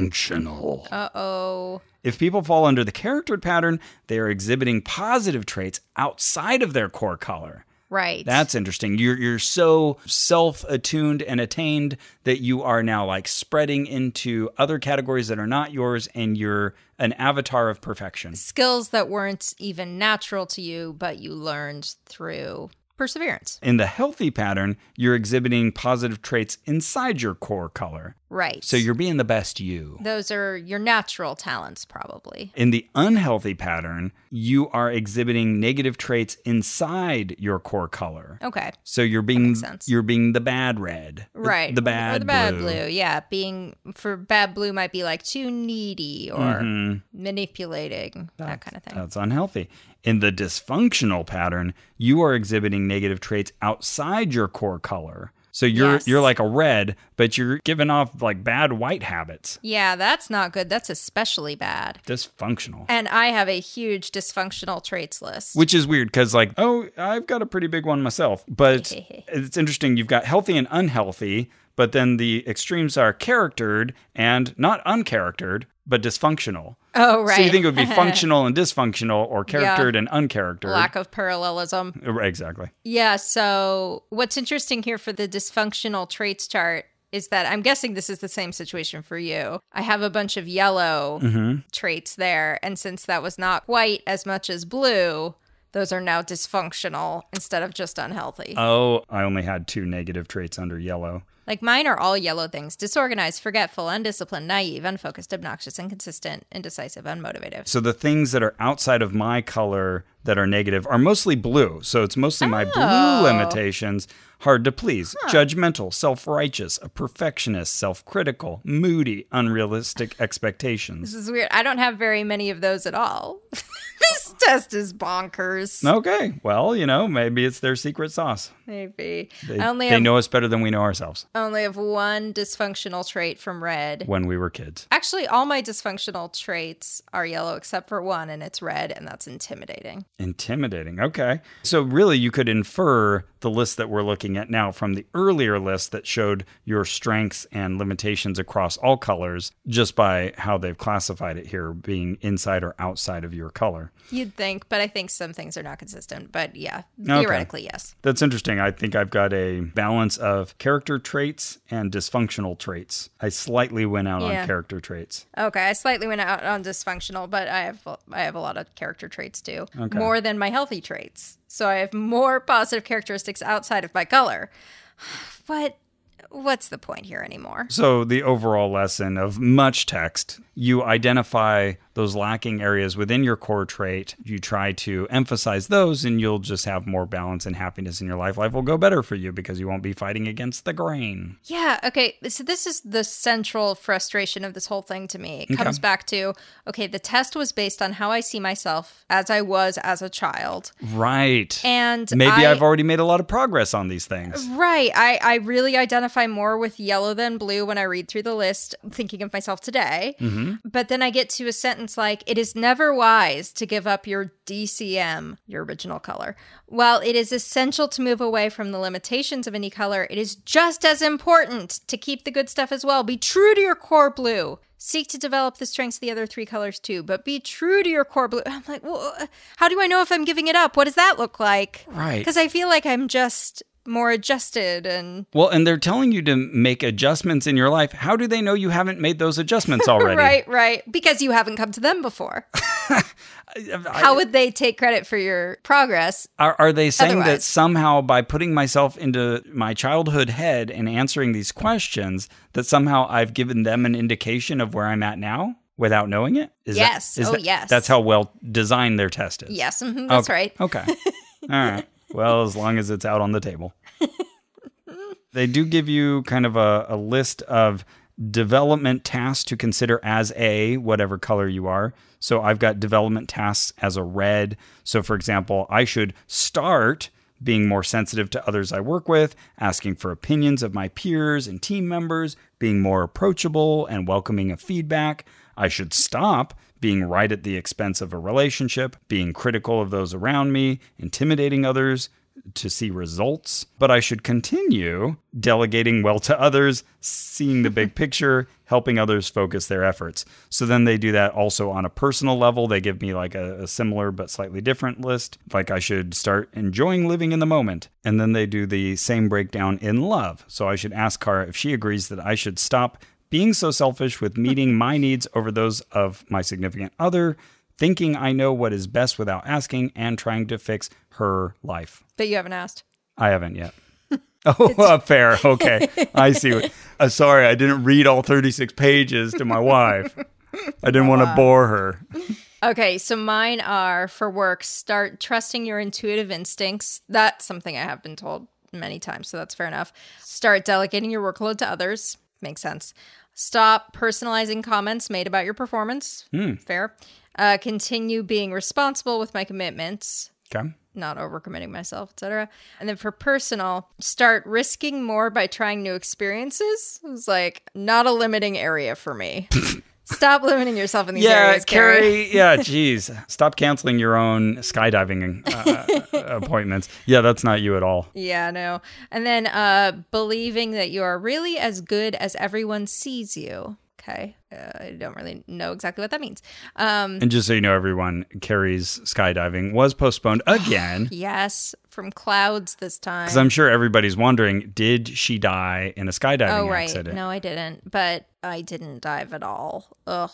dysfunctional.
Uh oh.
If people fall under the charactered pattern, they are exhibiting positive traits outside of their core color.
Right.
That's interesting. You're you're so self-attuned and attained that you are now like spreading into other categories that are not yours and you're an avatar of perfection.
skills that weren't even natural to you, but you learned through perseverance.
In the healthy pattern, you're exhibiting positive traits inside your core color.
Right.
So you're being the best you.
those are your natural talents, probably.
In the unhealthy pattern, you are exhibiting negative traits inside your core color.
Okay.
So you're being
Oh, makes sense.
you're being the bad red, the-
Right.
The
Or-
bad,
or the bad
blue.
blue. Yeah. Being for bad blue might be like too needy or
Mm-hmm.
manipulating, that kind of thing.
That's unhealthy. In the dysfunctional pattern, you are exhibiting negative traits outside your core color. So you're
Yes.
you're like a red, but you're giving off like bad white habits.
yeah, that's not good. That's especially bad.
Dysfunctional.
And I have a huge dysfunctional traits list.
Which is weird because, like, oh, I've got a pretty big one myself. But it's interesting. You've got healthy and unhealthy, but then the extremes are charactered and not uncharactered, but dysfunctional.
oh, right.
So you think it would be functional and dysfunctional or charactered and uncharactered.
lack of parallelism?
exactly.
Yeah. So, what's interesting here for the dysfunctional traits chart is that I'm guessing this is the same situation for you. I have a bunch of yellow
Mm-hmm.
traits there. And since that was not white as much as blue, those are now dysfunctional instead of just unhealthy.
Oh, I only had two negative traits under yellow.
like mine are all yellow things disorganized, forgetful, undisciplined, naive, unfocused, obnoxious, inconsistent, indecisive, unmotivated.
So the things that are outside of my color that are negative are mostly blue. So it's mostly my
Oh.
blue limitations. Hard to please, judgmental, self righteous, a perfectionist, self critical, moody, unrealistic expectations.
This is weird. I don't have very many of those at all. this test is bonkers.
Okay, well, you know, maybe it's their secret sauce.
Maybe.
They,
I only
they
have
know us better than we know ourselves
I only have one dysfunctional trait from red.
when we were kids.
Actually, all my dysfunctional traits are yellow except for one, and it's red, and that's intimidating.
Intimidating. Okay. So, really, you could infer the list that we're looking at now from the earlier list that showed your strengths and limitations across all colors just by how they've classified it here, being inside or outside of your color.
You you'd think, but I think some things are not consistent. But yeah,
Okay.
theoretically, yes.
That's interesting. I think I've got a balance of character traits and dysfunctional traits. I slightly went out
Yeah.
on character traits.
Okay, I slightly went out on dysfunctional, but I have I have a lot of character traits too, more than my healthy traits. So I have more positive characteristics outside of my color. But what's the point here anymore?
So, the overall lesson of much text you identify those lacking areas within your core trait. You try to emphasize those, and you'll just have more balance and happiness in your life. Life will go better for you because you won't be fighting against the grain.
Yeah, okay. So this is the central frustration of this whole thing to me. It comes back to okay, the test was based on how I see myself as I was as a child.
Right.
And
Maybe
I, Um,
I've already made a lot of progress on these things.
Right. I, I really identify more with yellow than blue when I read through the list, thinking of myself today. But then I get to a sentence like, it is never wise to give up your DCM, your original color. While it is essential to move away from the limitations of any color, it is just as important to keep the good stuff as well. Be true to your core blue. Seek to develop the strengths of the other three colors too, but be true to your core blue. I'm like, well, uh, how do I know if I'm giving it up? What does that look like?
Right.
Because I feel like I'm just more adjusted and
Well, and they're telling you to make adjustments in your life. How do they know you haven't made those adjustments already?
right, right. Because you haven't come to them before. How would they take credit for your progress?
Are, are they saying that
Otherwise.
somehow by putting myself into my childhood head and answering these questions, that somehow I've given them an indication of where I'm at now without knowing it? Is that-
Yes.
is
Oh,
that-
yes.
That's how well designed their test is.
Yes, mhm, that's
okay.
right.
Okay. All right. Well, as long as it's out on the table. they do give you kind of a, a list of development tasks to consider as a whatever color you are. So I've got development tasks as a red. So, for example, I should start being more sensitive to others I work with, asking for opinions of my peers and team members, being more approachable and welcoming of feedback. I should stop being right at the expense of a relationship, being critical of those around me, intimidating others to see results, but I should continue delegating well to others, seeing the big picture, helping others focus their efforts. So then they do that also on a personal level. They give me like a, a similar but slightly different list. Like I should start enjoying living in the moment. And then they do the same breakdown in love. So I should ask Kara if she agrees that I should stop being so selfish with meeting my needs over those of my significant other. Thinking I know what is best without asking and trying to fix her life.
But you haven't asked.
I haven't yet. Oh, uh, fair. Okay. I see. What, uh, sorry, I didn't read all 36 pages to my wife. I didn't want to bore her.
Okay, so mine are for work, start trusting your intuitive instincts. That's something I have been told many times, so that's fair enough. Start delegating your workload to others. Makes sense. Stop personalizing comments made about your performance.
Hmm.
Fair. Uh, continue being responsible with my commitments.
Okay.
not overcommitting myself, etc. And then for personal, start risking more by trying new experiences. It was like not a limiting area for me. Stop limiting yourself in these
Yeah,
areas, Carrie.
Carrie. Yeah, geez. Stop canceling your own skydiving uh, appointments. Yeah, that's not you at all.
Yeah, no. And then uh believing that you are really as good as everyone sees you. Okay. Uh, I don't really know exactly what that means. Um
And just so you know, everyone, Carrie's skydiving was postponed again.
yes, from clouds this time.
Because I'm sure everybody's wondering did she die in a skydiving
Oh, right.
accident?
No, I didn't. But I didn't dive at all. Ugh.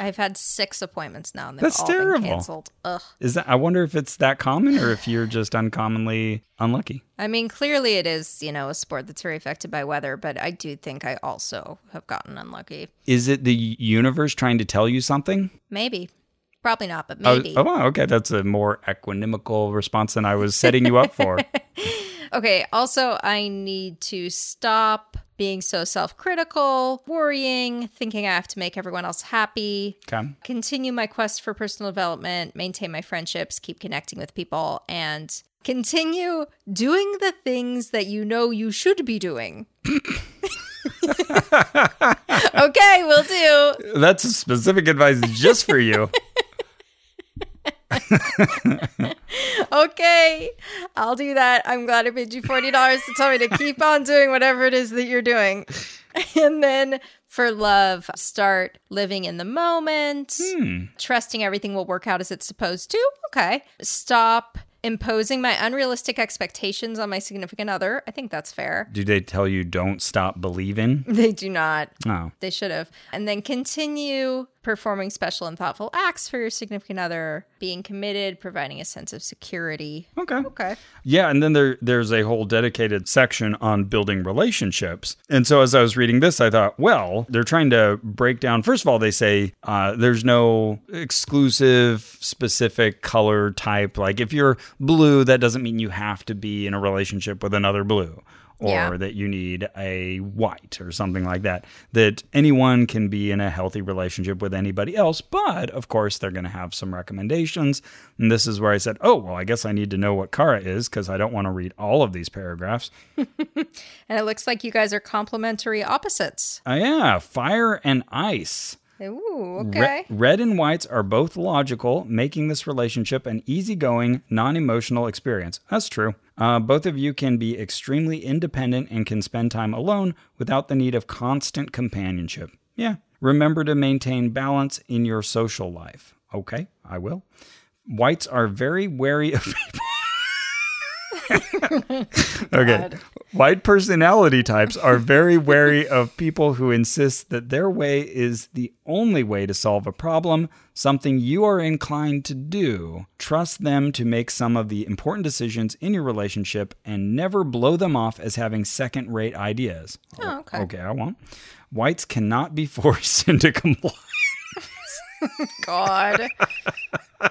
I've had six appointments now and they've
That's
all
terrible.
been canceled. Ugh.
Is that? I wonder if it's that common or if you're just uncommonly unlucky.
I mean, clearly it is, you know, a sport that's very affected by weather, but I do think I also have gotten unlucky.
Is it the universe trying to tell you something?
Maybe. Probably not, but
I was-
maybe.
oh, wow. Okay. That's a more equanimical response than I was setting you up for.
Okay. Also, I need to stop being so self critical, worrying, thinking I have to make everyone else happy.
Okay.
continue my quest for personal development, maintain my friendships, keep connecting with people, and continue doing the things that you know you should be doing. okay, we'll do.
That's specific advice just for you.
okay, I'll do that. I'm glad I paid you $40 to tell me to keep on doing whatever it is that you're doing. And then for love, start living in the moment, trusting everything will work out as it's supposed to. Okay. Stop imposing my unrealistic expectations on my significant other. I think that's fair.
Do they tell you don't stop believing?
They do not.
No.
They should have. And then continue performing special and thoughtful acts for your significant other, being committed, providing a sense of security.
Okay.
Okay.
Yeah, and then there there's a whole dedicated section on building relationships. And so as I was reading this, I thought, well, they're trying to break down. First of all, they say uh, there's no exclusive, specific color type. Like if you're blue, that doesn't mean you have to be in a relationship with another blue. Or
Yeah.
that you need a white or something like that. That anyone can be in a healthy relationship with anybody else, but of course they're going to have some recommendations. And this is where I said, "Oh well, I guess I need to know what Kara is because I don't want to read all of these paragraphs."
And it looks like you guys are complementary opposites.
Uh, yeah, fire and ice.
Ooh,
Re-
okay.
red and whites are both logical, making this relationship an easygoing, non emotional experience. That's true. Uh, both of you can be extremely independent and can spend time alone without the need of constant companionship. Yeah. Remember to maintain balance in your social life. Okay, I will. Whites are very wary of Okay. White personality types are very wary of people who insist that their way is the only way to solve a problem, something you are inclined to do. Trust them to make some of the important decisions in your relationship and never blow them off as having second rate ideas.
Oh, okay.
Okay, I won't. Whites cannot be forced into compliance
God.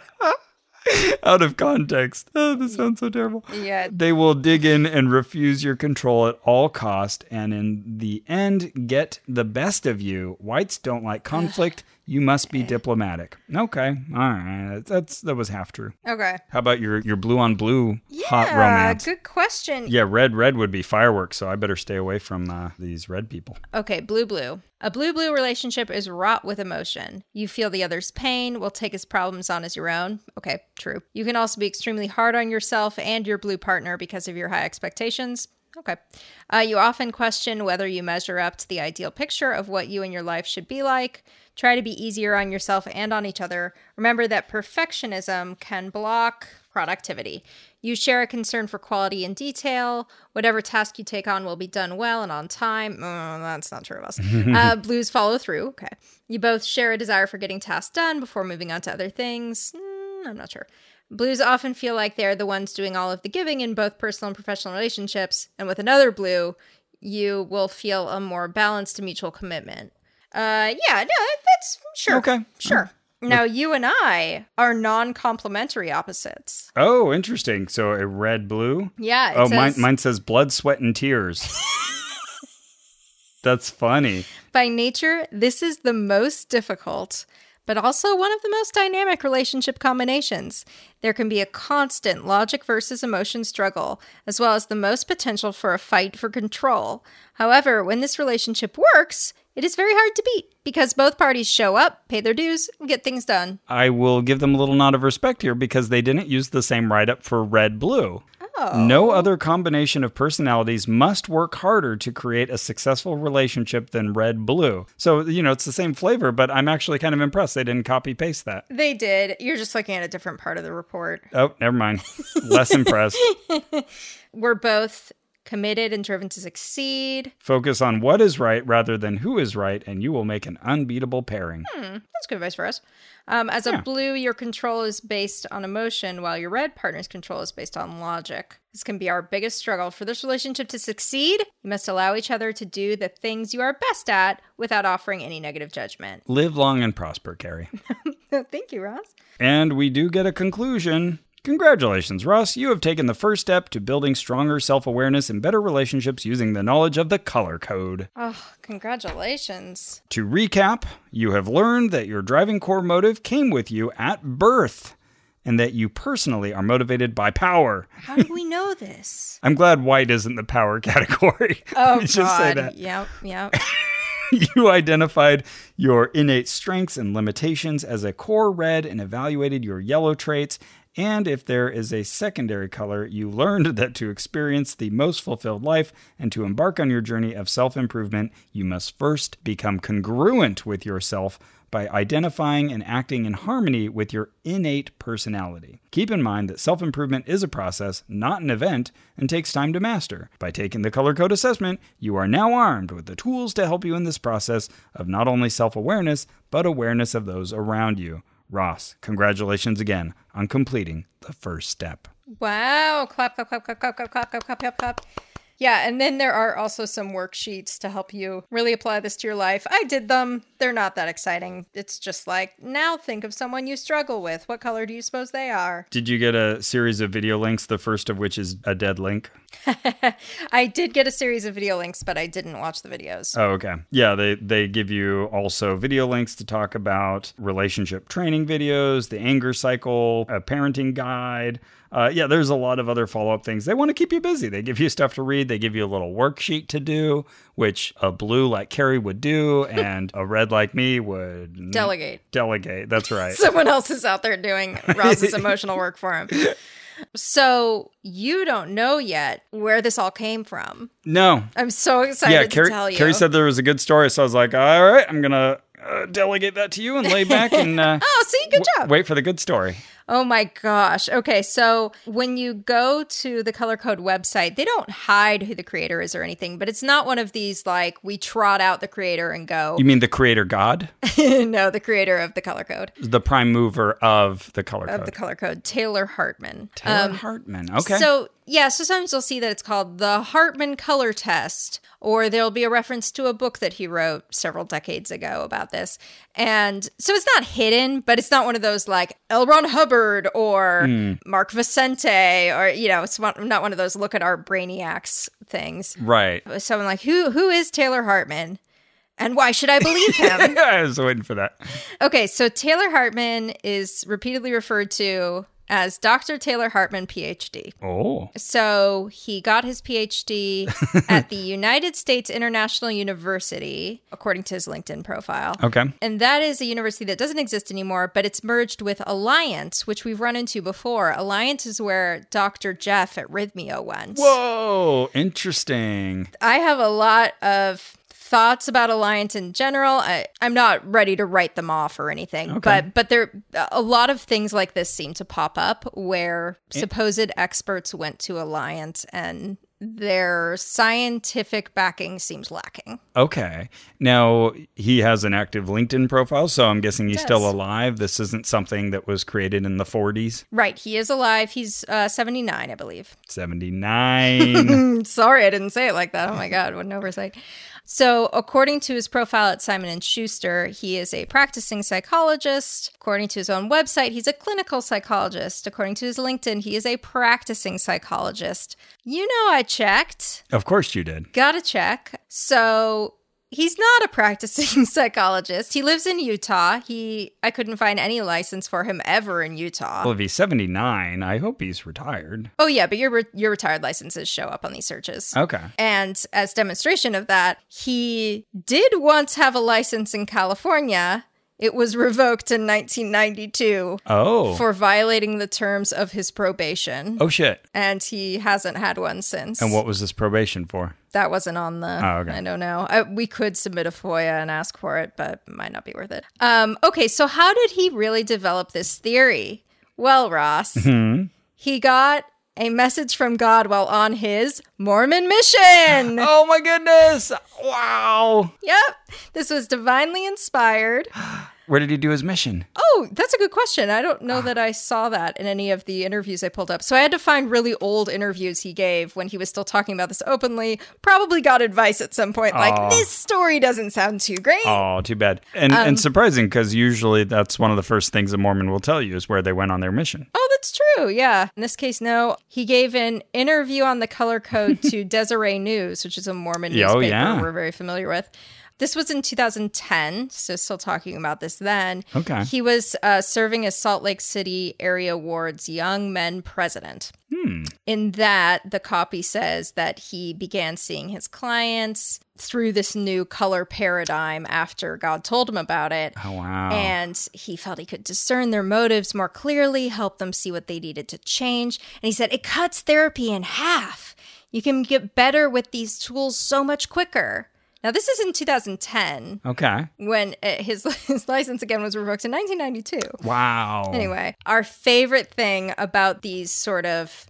out of context. Oh, this sounds so terrible.
Yeah.
They will dig in and refuse your control at all cost and in the end get the best of you. Whites don't like conflict. You must be diplomatic. Okay. All right. That's that was half true.
Okay.
How about your your blue on blue hot
Yeah,
romance?
Good question.
Yeah, red red would be fireworks, so I better stay away from uh, these red people.
Okay, blue blue. A blue blue relationship is wrought with emotion. You feel the other's pain, will take his problems on as your own. Okay, true. You can also be extremely hard on yourself and your blue partner because of your high expectations. Okay. Uh, you often question whether you measure up to the ideal picture of what you and your life should be like. Try to be easier on yourself and on each other. Remember that perfectionism can block productivity. You share a concern for quality and detail. Whatever task you take on will be done well and on time. Uh, that's not true of us. uh, blues follow through. Okay. You both share a desire for getting tasks done before moving on to other things. Mm, I'm not sure. Blues often feel like they're the ones doing all of the giving in both personal and professional relationships. And with another blue, you will feel a more balanced mutual commitment. Uh, yeah, no, that's sure.
Okay.
Sure. Now, you and I are non complementary opposites.
Oh, interesting. So a red blue?
Yeah. It
oh, mine
says,
mine says blood, sweat and tears. That's funny.
By nature, this is the most difficult, but also one of the most dynamic relationship combinations. There can be a constant logic versus emotion struggle, as well as the most potential for a fight for control. However, when this relationship works, it is very hard to beat because both parties show up, pay their dues, and get things done.
I will give them a little nod of respect here because they didn't use the same write up for red blue. No other combination of personalities must work harder to create a successful relationship than red blue. So, you know, it's the same flavor, but I'm actually kind of impressed they didn't copy paste that.
They did. You're just looking at a different part of the report.
Oh, never mind. Less impressed.
We're both committed and driven to succeed.
Focus on what is right rather than who is right, and you will make an unbeatable pairing.
That's good advice for us. Um, as a blue, your control is based on emotion, while your red partner's control is based on logic. This can be our biggest struggle. For this relationship to succeed, you must allow each other to do the things you are best at without offering any negative judgment.
Live long and prosper, Carrie.
Thank you, Ross.
And we do get a conclusion. Congratulations, Ross. You have taken the first step to building stronger self awareness and better relationships using the knowledge of the color code.
Oh, congratulations.
To recap, you have learned that your driving core motive came with you at birth and that you personally are motivated by power.
How do we know this?
I'm glad white isn't the power category.
Oh,
Let me just say
God.
that.
Yep, yep.
you identified your innate strengths and limitations as a core red and evaluated your yellow traits. And if there is a secondary color, you learned that to experience the most fulfilled life and to embark on your journey of self improvement, you must first become congruent with yourself by identifying and acting in harmony with your innate personality. Keep in mind that self improvement is a process, not an event, and takes time to master. By taking the color code assessment, you are now armed with the tools to help you in this process of not only self awareness, but awareness of those around you. Ross, congratulations again on completing the first step.
Wow. Clap, clap, clap, clap, clap, clap, clap, clap, clap, clap, clap. Yeah, and then there are also some worksheets to help you really apply this to your life. I did them. They're not that exciting. It's just like, now think of someone you struggle with. What color do you suppose they are?
Did you get a series of video links, the first of which is a dead link?
I did get a series of video links, but I didn't watch the videos.
Oh, okay. Yeah, they they give you also video links to talk about relationship training videos, the anger cycle, a parenting guide. Uh, yeah, there's a lot of other follow up things. They want to keep you busy. They give you stuff to read. They give you a little worksheet to do, which a blue like Carrie would do, and a red like me would n-
Delegate.
Delegate. That's right.
Someone else is out there doing Ross's emotional work for him. So you don't know yet where this all came from.
no.
I'm so excited
Yeah,
to
Carrie,
tell you.
Carrie said there was a good story, so I was like, all right, I'm gonna uh, delegate that to you and lay back and uh,
oh, see, good job.
wait for the good story.
Oh my gosh. Okay. So when you go to the color code website, they don't hide who the creator is or anything, but it's not one of these like we trot out the creator and go,
You mean the creator god,
no, the creator of the color code,
the prime mover of the color
of
code?
the color code, Taylor Hartman.
Taylor Hartman. Okay.
So, yeah, so sometimes you'll see that it's called the Hartman Color Test, or there'll be a reference to a book that he wrote several decades ago about this. And so it's not hidden, but it's not one of those like L. Ron Hubbard or Mark Vicente, or, you know, it's one- not one of those look at our brainiacs things.
right.
So I'm like, who who is Taylor Hartman? And why should I believe him?
I was waiting for that.
Okay, so Taylor Hartman is repeatedly referred to as Dr. Taylor Hartman, PhD.
Oh.
So he got his PhD at the United States International University, according to his LinkedIn profile.
Okay.
And that is a university that doesn't exist anymore, but it's merged with Alliance, which we've run into before. Alliance is where Dr. Jeff at Rhythmio went.
Whoa. Interesting.
I have a lot of thoughts about Alliance in general. I, I'm not ready to write them off or anything, but but there a lot of things like this seem to pop up where supposed experts went to Alliance and their scientific backing seems lacking.
Okay. Now he has an active LinkedIn profile, so I'm guessing he's still
does.
alive. This isn't something that was created in the 40s,
Right, he is alive. He's uh, 79, I believe.
79.
Sorry, I didn't say it like that. Oh my god, what an oversight. So, according to his profile at Simon and Schuster, he is a practicing psychologist. According to his own website, he's a clinical psychologist. According to his LinkedIn, he is a practicing psychologist. You know, I checked.
of course you did.
Got to check. So, he's not a practicing psychologist. He lives in Utah. He I couldn't find any license for him ever in Utah.
Well, if he's 79, I hope he's retired.
oh yeah, but your re- your retired licenses show up on these searches.
Okay.
And as demonstration of that, he did once have a license in California. It was revoked in 1992
Oh.
for violating the terms of his probation.
oh, shit.
And he hasn't had one since.
And what was this probation for?
that wasn't on the.
Oh, okay.
I don't know. I, we could submit a FOIA and ask for it, but it might not be worth it. Um, okay, so how did he really develop this theory? Well, Ross,
Mm-hmm.
he got a message from God while on his Mormon mission.
Oh, my goodness. Wow.
Yep. This was divinely inspired.
Where did he do his mission?
Oh, that's a good question. I don't know that I saw that in any of the interviews I pulled up. So I had to find really old interviews he gave when he was still talking about this openly. Probably got advice at some point
Aw.
like, this story doesn't sound too great.
Oh, too bad. And,
Um,
and surprising because usually that's one of the first things a Mormon will tell you is where they went on their mission.
Oh, that's true. Yeah. In this case, no. He gave an interview on the color code to Desiree News, which is a Mormon
Yeah,
newspaper
oh, yeah.
we're very familiar with. This was in 2010, so still talking about this then.
Okay.
He was uh, serving as Salt Lake City Area Ward's Young Men President.
Hmm.
In that, the copy says that he began seeing his clients through this new color paradigm after God told him about it.
Oh, wow.
And he felt he could discern their motives more clearly, help them see what they needed to change. And he said, it cuts therapy in half. You can get better with these tools so much quicker. Now, this is in 2010
okay.
when uh, his, his license again was revoked in 1992.
Wow.
Anyway, our favorite thing about these sort of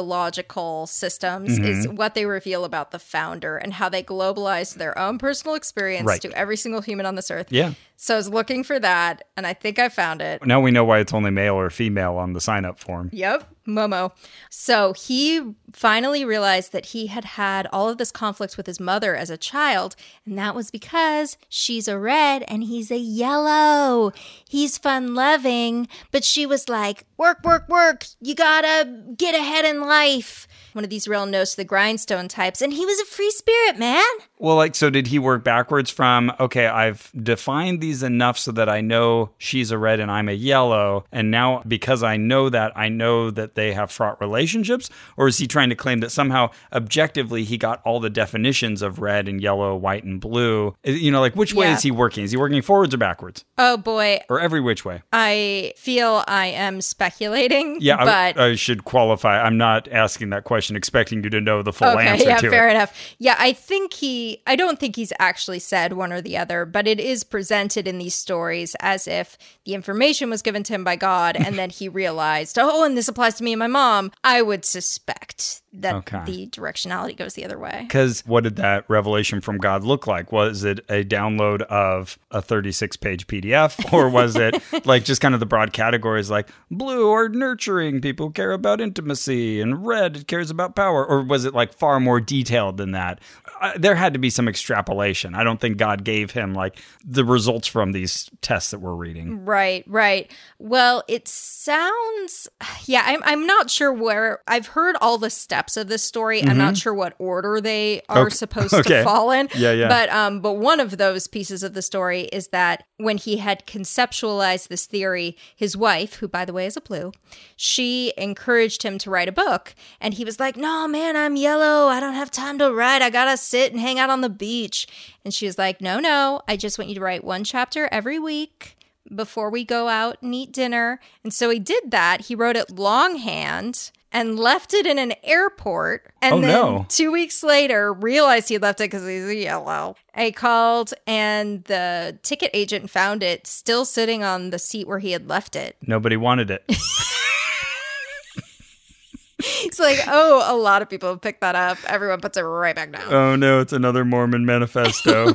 ideological systems
Mm-hmm.
is what they reveal about the founder and how they globalized their own personal experience
Right.
to every single human on this earth.
Yeah.
So I was looking for that, and I think I found it.
Now we know why it's only male or female on the sign up form.
Yep, Momo. So he finally realized that he had had all of this conflict with his mother as a child, and that was because she's a red and he's a yellow.
He's fun loving, but she was like, work, work, work. You gotta get ahead in life.
One of these real nose to the grindstone types, and
And he was a free spirit, man.
Well, like, so did he work backwards from, okay, I've defined these enough so that I know she's a red and I'm a yellow. And now because I know that, I know that they have fraught relationships? Or is he trying to claim that somehow objectively he got all the definitions of red and yellow, white and blue? You know, like, which way
Yeah.
is he working? Is he working forwards or backwards?
oh boy,
Or every which way?
I feel I am speculating.
Yeah, I-
but
I, should qualify. I'm not asking that question expecting you to know the full answer
yeah,
to
fair
it.
enough. Yeah, I think he. I don't think he's actually said one or the other, but it is presented in these stories as if the information was given to him by God, and then he realized, oh, and this applies to me and my mom. I would suspect that
Okay.
the directionality goes the other way.
Because what did that revelation from God look like? Was it a download of a 36 page PDF, or was it like just kind of the broad categories like blue or nurturing people who care about intimacy, and red cares about power, or was it like far more detailed than that? I, there had to be some extrapolation. I don't think God gave him like the results from these tests that we're reading.
Right, right. Well, it sounds yeah, I'm I'm not sure where I've heard all the steps of this story. I'm not sure what order they are
Mm-hmm. Okay.
supposed
Okay.
to fall in.
Yeah, yeah.
But um but one of those pieces of the story is that when he had conceptualized this theory, his wife, who by the way is a blue, she encouraged him to write a book and he was like, "No, man, I'm yellow. I don't have time to write. I got to sit and hang out on the beach." And she was like, "No, no. I just want you to write one chapter every week." before we go out and eat dinner. And so he did that. He wrote it longhand and left it in an airport. And
Oh,
then
no.
two weeks later, realized he left it because he's a yellow. I called and the ticket agent found it still sitting on the seat where he had left it.
Nobody wanted it.
It's like, oh, a lot of people have picked that up. Everyone puts it right back down.
Oh no, it's another Mormon manifesto.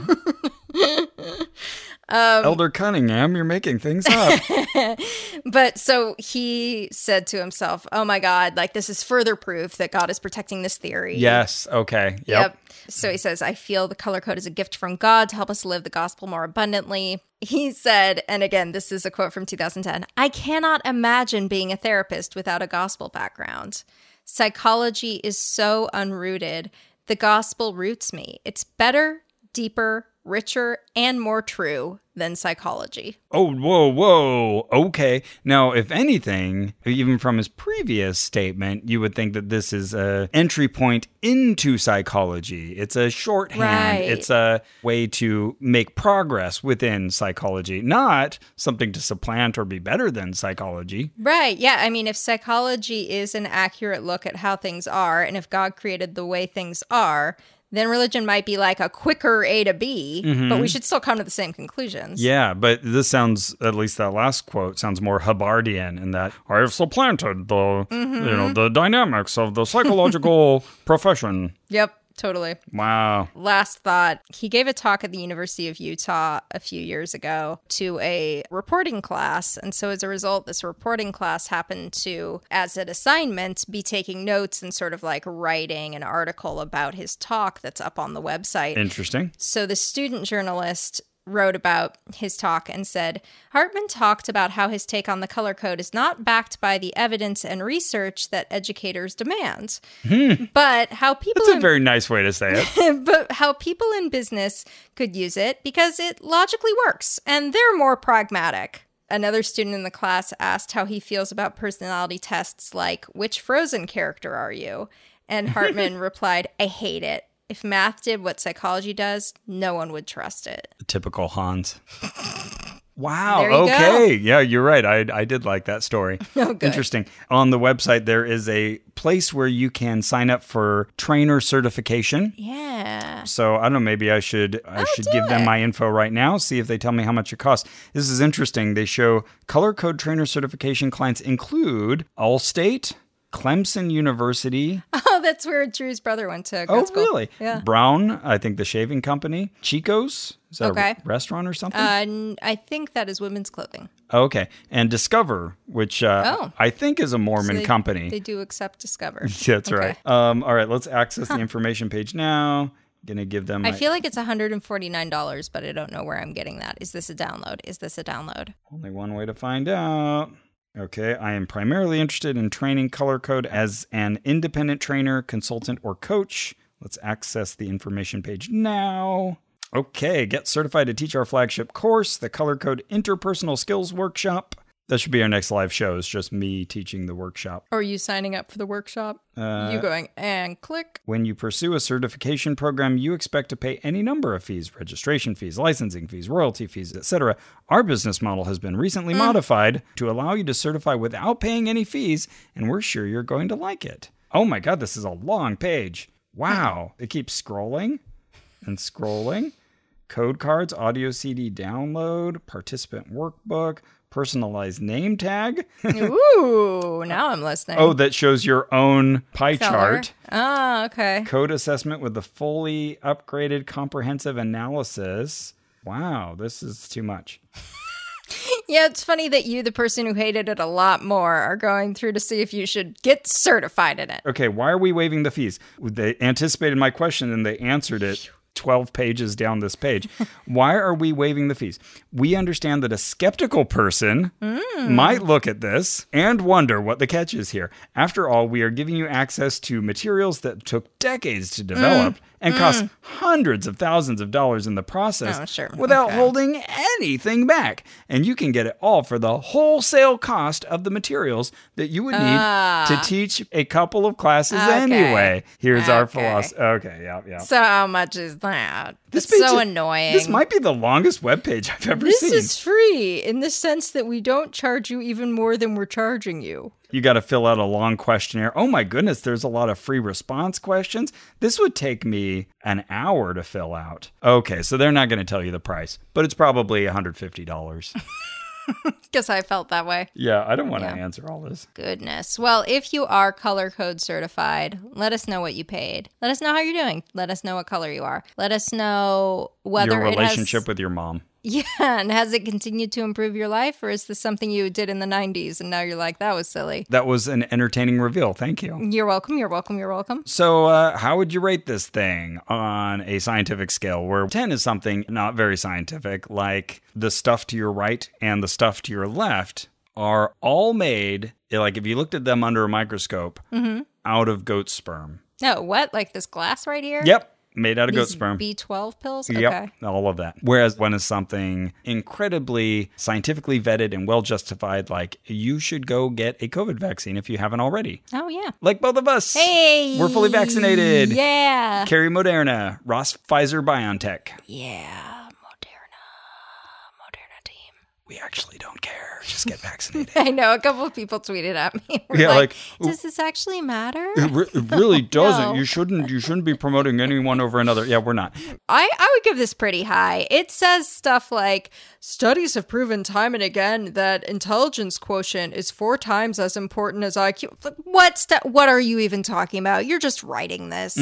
Elder Cunningham, you're making things up.
But so he said to himself, oh my God, like this is further proof that God is protecting this theory.
yes. Okay. Yep.
Yep. So he says, I feel the color code is a gift from God to help us live the gospel more abundantly. He said, and again, this is a quote from 2010 I cannot imagine being a therapist without a gospel background. Psychology is so unrooted. The gospel roots me. It's better, deeper, richer, and more true than psychology.
Oh, whoa, whoa. Okay. Now, if anything, even from his previous statement, you would think that this is a entry point into psychology. It's a shorthand.
Right.
It's a way to make progress within psychology, not something to supplant or be better than psychology.
Right. Yeah. I mean, if psychology is an accurate look at how things are, and if God created the way things are, then religion might be like a quicker A to B, but we should still come to the same conclusions.
Yeah, but this sounds at least that last quote sounds more Hubbardian in that I have supplanted the you
Mm-hmm.
know the dynamics of the psychological profession.
Yep. Totally.
Wow.
Last thought. He gave a talk at the University of Utah a few years ago to a reporting class. And so, as a result, this reporting class happened to, as an assignment, be taking notes and sort of like writing an article about his talk that's up on the website.
Interesting.
So the student journalist wrote about his talk and said Hartman talked about how his take on the color code is not backed by the evidence and research that educators demand, but how people
Hmm. That's a
in-
very nice way to say it.
but how people in business could use it because it logically works and they're more pragmatic. Another student in the class asked how he feels about personality tests like, which Frozen character are you? And Hartman replied, I hate it. If math did what psychology does, no one would trust it.
Typical Hans. Wow.
There you go.
okay. Yeah, you're right. I, I did like that story.
Oh, good.
Interesting. On the website, there is a place where you can sign up for trainer certification.
Yeah.
So I don't know. Maybe I should I should
Oh, do
give them
it.
my info right now. See if they tell me how much it costs. This is interesting. They show color code trainer certification clients include Allstate, Clemson University.
Oh, that's where Drew's brother went to. grad
oh,
school.
really?
Yeah.
Brown. I think the shaving company. Chico's. Is that a
Okay.
re- restaurant or something? Oh,
Uh, n- I think that is women's clothing.
okay. And Discover, which uh,
Oh.
I think is a Mormon
They-
company.
They do accept Discover.
Yeah, That's
Okay.
right. Um, all right, let's access the information page now. Gonna give them.
I
my-
feel like it's $149, but I don't know where I'm getting that. Is this a download? Is this a download?
Only one way to find out. Okay, I am primarily interested in training color code as an independent trainer, consultant, or coach. Let's access the information page now. Okay, get certified to teach our flagship course, the Color Code Interpersonal Skills Workshop. That should be our next live show. It's just me teaching the workshop.
Or are you signing up for the workshop?
Uh,
you going and click.
When you pursue a certification program, you expect to pay any number of fees, registration fees, licensing fees, royalty fees, etc. Our business model has been recently modified to allow you to certify without paying any fees, and we're sure you're going to like it. Oh my god, this is a long page. Wow. It keeps scrolling and scrolling. Code cards, audio CD download, participant workbook, personalized name tag.
Ooh, now I'm listening.
oh, that shows your own pie
Color.
chart
Oh, okay.
code assessment with the fully upgraded comprehensive analysis. Wow, this is too much.
Yeah, it's funny that you, the person who hated it a lot more, are going through to see if you should get certified in it.
Okay, why are we waiving the fees? They anticipated my question and they answered it 12 pages down this page. why are we waiving the fees? We understand that a skeptical person might look at this and wonder what the catch is here. After all, we are giving you access to materials that took decades to develop and cost hundreds of thousands of dollars in the process
Mm. Oh, sure.
without
Okay.
holding anything back. And you can get it all for the wholesale cost of the materials that you would need to teach a couple of classes
Ah. Okay.
anyway. Here's our
Okay.
philosophy. Okay, yeah, yeah.
So, how much is that? This
page
it's so
is-
annoying.
This might be the longest webpage I've ever
This
seen.
is free in the sense that we don't charge you even more than we're charging you.
You got to fill out a long questionnaire. Oh my goodness, there's a lot of free response questions. This would take me an hour to fill out. Okay, so they're not going to tell you the price, but it's probably $150.
Guess I felt that way.
yeah, I don't want to answer all this.
Goodness. Well, if you are color code certified, let us know what you paid. Let us know how you're doing. Let us know what color you are. Let us know whether
Your relationship
It
with your mom.
has, yeah, and has it continued to improve your life, or is this something you did in the '90s and now you're like, that was silly?
That was an entertaining reveal. Thank you.
You're welcome. You're welcome. You're welcome.
So, uh, how would you rate this thing on a scientific scale where 10 is something not very scientific, like the stuff to your right and the stuff to your left are all made, like if you looked at them under a microscope,
Mm-hmm.
out of goat sperm?
No, what? Like this glass right here?
Yep, made out of goat
These
sperm.
B12 pills.
Yep,
Okay.
all of that. Whereas when it's something incredibly scientifically vetted and well justified, like you should go get a COVID vaccine if you haven't already.
Oh yeah.
like both of us.
Hey,
We're fully vaccinated.
Yeah.
Carrie Moderna, Ross Pfizer BioNTech.
Yeah. Moderna. Moderna team.
We actually don't care. Just get vaccinated.
I know a couple of people tweeted at me. We're
Yeah, like,
does this actually matter?
It, re- it really doesn't.
No.
You shouldn't. You shouldn't be promoting anyone over another. Yeah, we're not.
I, I would give this pretty high. It says stuff like studies have proven time and again that intelligence quotient is four times as important as IQ. Like, What stu- what are you even talking about? You're just writing this.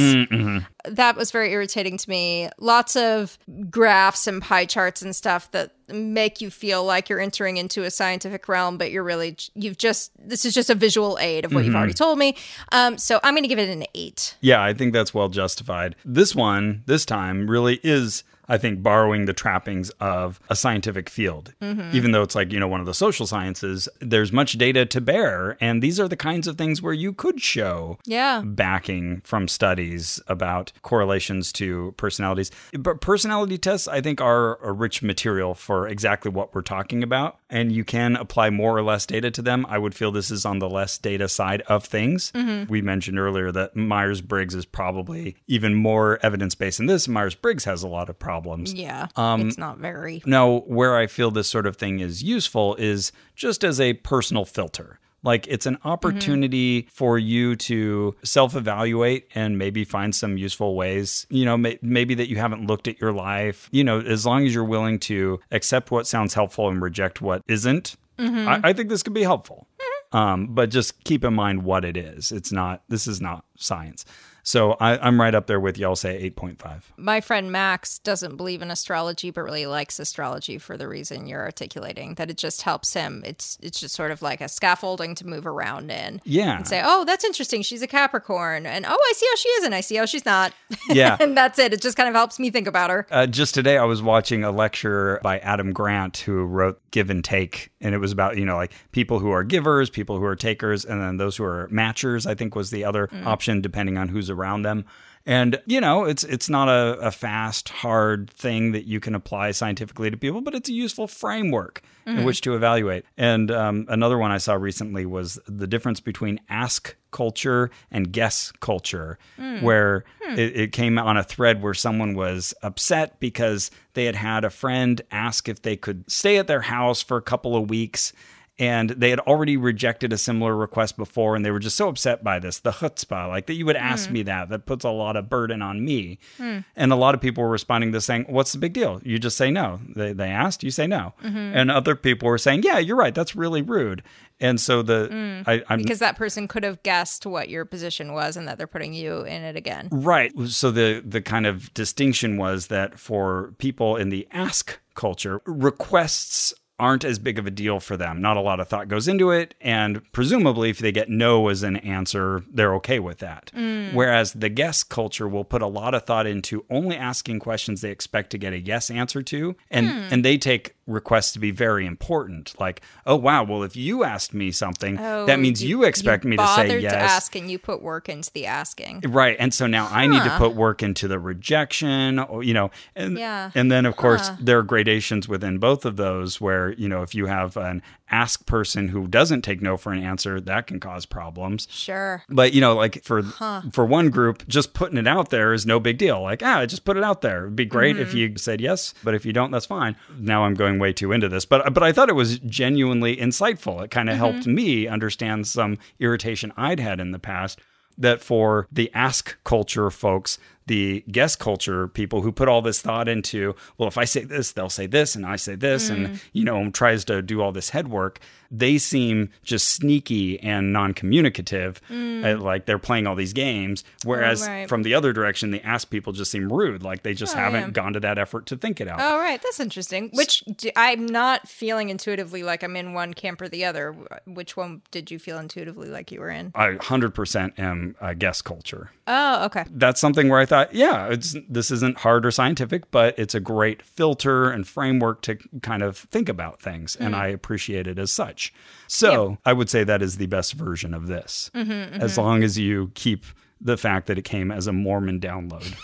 That was very irritating to me. Lots of graphs and pie charts and stuff that make you feel like you're entering into a scientific realm, but you're really you've just this is just a visual aid of what you've already told me. Um, so I'm going to give it an eight.
Yeah, I think that's well justified. This one, this time, really is I think, borrowing the trappings of a scientific field. Even though it's like, you know, one of the social sciences, there's much data to bear. And these are the kinds of things where you could show
Yeah.
backing from studies about correlations to personalities. But personality tests, I think, are a rich material for exactly what we're talking about. And you can apply more or less data to them. I would feel this is on the less data side of things. We mentioned earlier that Myers Briggs is probably even more evidence based than this. Myers Briggs has a lot of problems.
Yeah. it's not very.
Now, where I feel this sort of thing is useful is just as a personal filter. Like it's an opportunity for you to self evaluate and maybe find some useful ways, you know, may- maybe that you haven't looked at your life. You know, as long as you're willing to accept what sounds helpful and reject what isn't, I-, I think this could be helpful. Um, but just keep in mind what it is. It's not, this is not science. So I, I'm right up there with y'all say 8.5.
My friend Max doesn't believe in astrology, but really likes astrology for the reason you're articulating. That it just helps him. It's it's just sort of like a scaffolding to move around in.
Yeah.
And say, oh, that's interesting. She's a Capricorn, and oh, I see how she is, and I see how she's not.
Yeah.
and that's it. It just kind of helps me think about her.
Uh, just today, I was watching a lecture by Adam Grant, who wrote Give and Take. And it was about, you know, like people who are givers, people who are takers, and then those who are matchers, I think was the other option, depending on who's around them. And, you know, it's it's not a, a fast, hard thing that you can apply scientifically to people, but it's a useful framework in which to evaluate. And um, another one I saw recently was the difference between ask culture and guess culture, where it, it came on a thread where someone was upset because they had had a friend ask if they could stay at their house for a couple of weeks. And they had already rejected a similar request before, and they were just so upset by this the chutzpah, like that you would ask me that. That puts a lot of burden on me. And a lot of people were responding to saying, What's the big deal? You just say no. They, they asked, you say no. And other people were saying, Yeah, you're right. That's really rude. And so the, I, I'm
Because that person could have guessed what your position was and that they're putting you in it again.
Right. So the the kind of distinction was that for people in the ask culture, requests aren't as big of a deal for them. Not a lot of thought goes into it, and presumably if they get no as an answer, they're okay with that. Whereas the guess culture will put a lot of thought into only asking questions they expect to get a yes answer to, and and they take requests to be very important. Like, oh wow, well if you asked me something, that means you, expect me to say
Oh, bothered
yes.
to ask, and you put work into the asking.
Right. And so now I need to put work into the rejection, or, you know, and,
Yeah.
and then of course there are gradations within both of those where, you know, if you have an ask person who doesn't take no for an answer, that can cause problems.
Sure.
But you know, like for for one group, just putting it out there is no big deal. Like, ah, just put it out there. It'd be great if you said yes, but if you don't, that's fine. Now I'm going way too into this, but but I thought it was genuinely insightful. It kind of helped me understand some irritation I'd had in the past. That for the ask culture folks, the guess culture people who put all this thought into, well, if I say this, they'll say this, and I say this, and
Mm.
you know, tries to do all this head work, they seem just sneaky and non-communicative, uh, like they're playing all these games. Whereas
Mm. Right. Oh,
from the other direction, the ask people just seem rude, like they just haven't
yeah. Oh.
gone to that effort to think it out.
All right, that's interesting. Which d- I'm not feeling intuitively like I'm in one camp or the other. Which one did you feel intuitively like you were in?
I 100% am a guess culture.
Oh, okay.
that's something where I thought, yeah, it's this isn't hard or scientific, but it's a great filter and framework to kind of think about things,
Mm.
and I appreciate it as such. So I would say that is the best version of this,
Mm-hmm,
as long as you keep the fact that it came as a Mormon download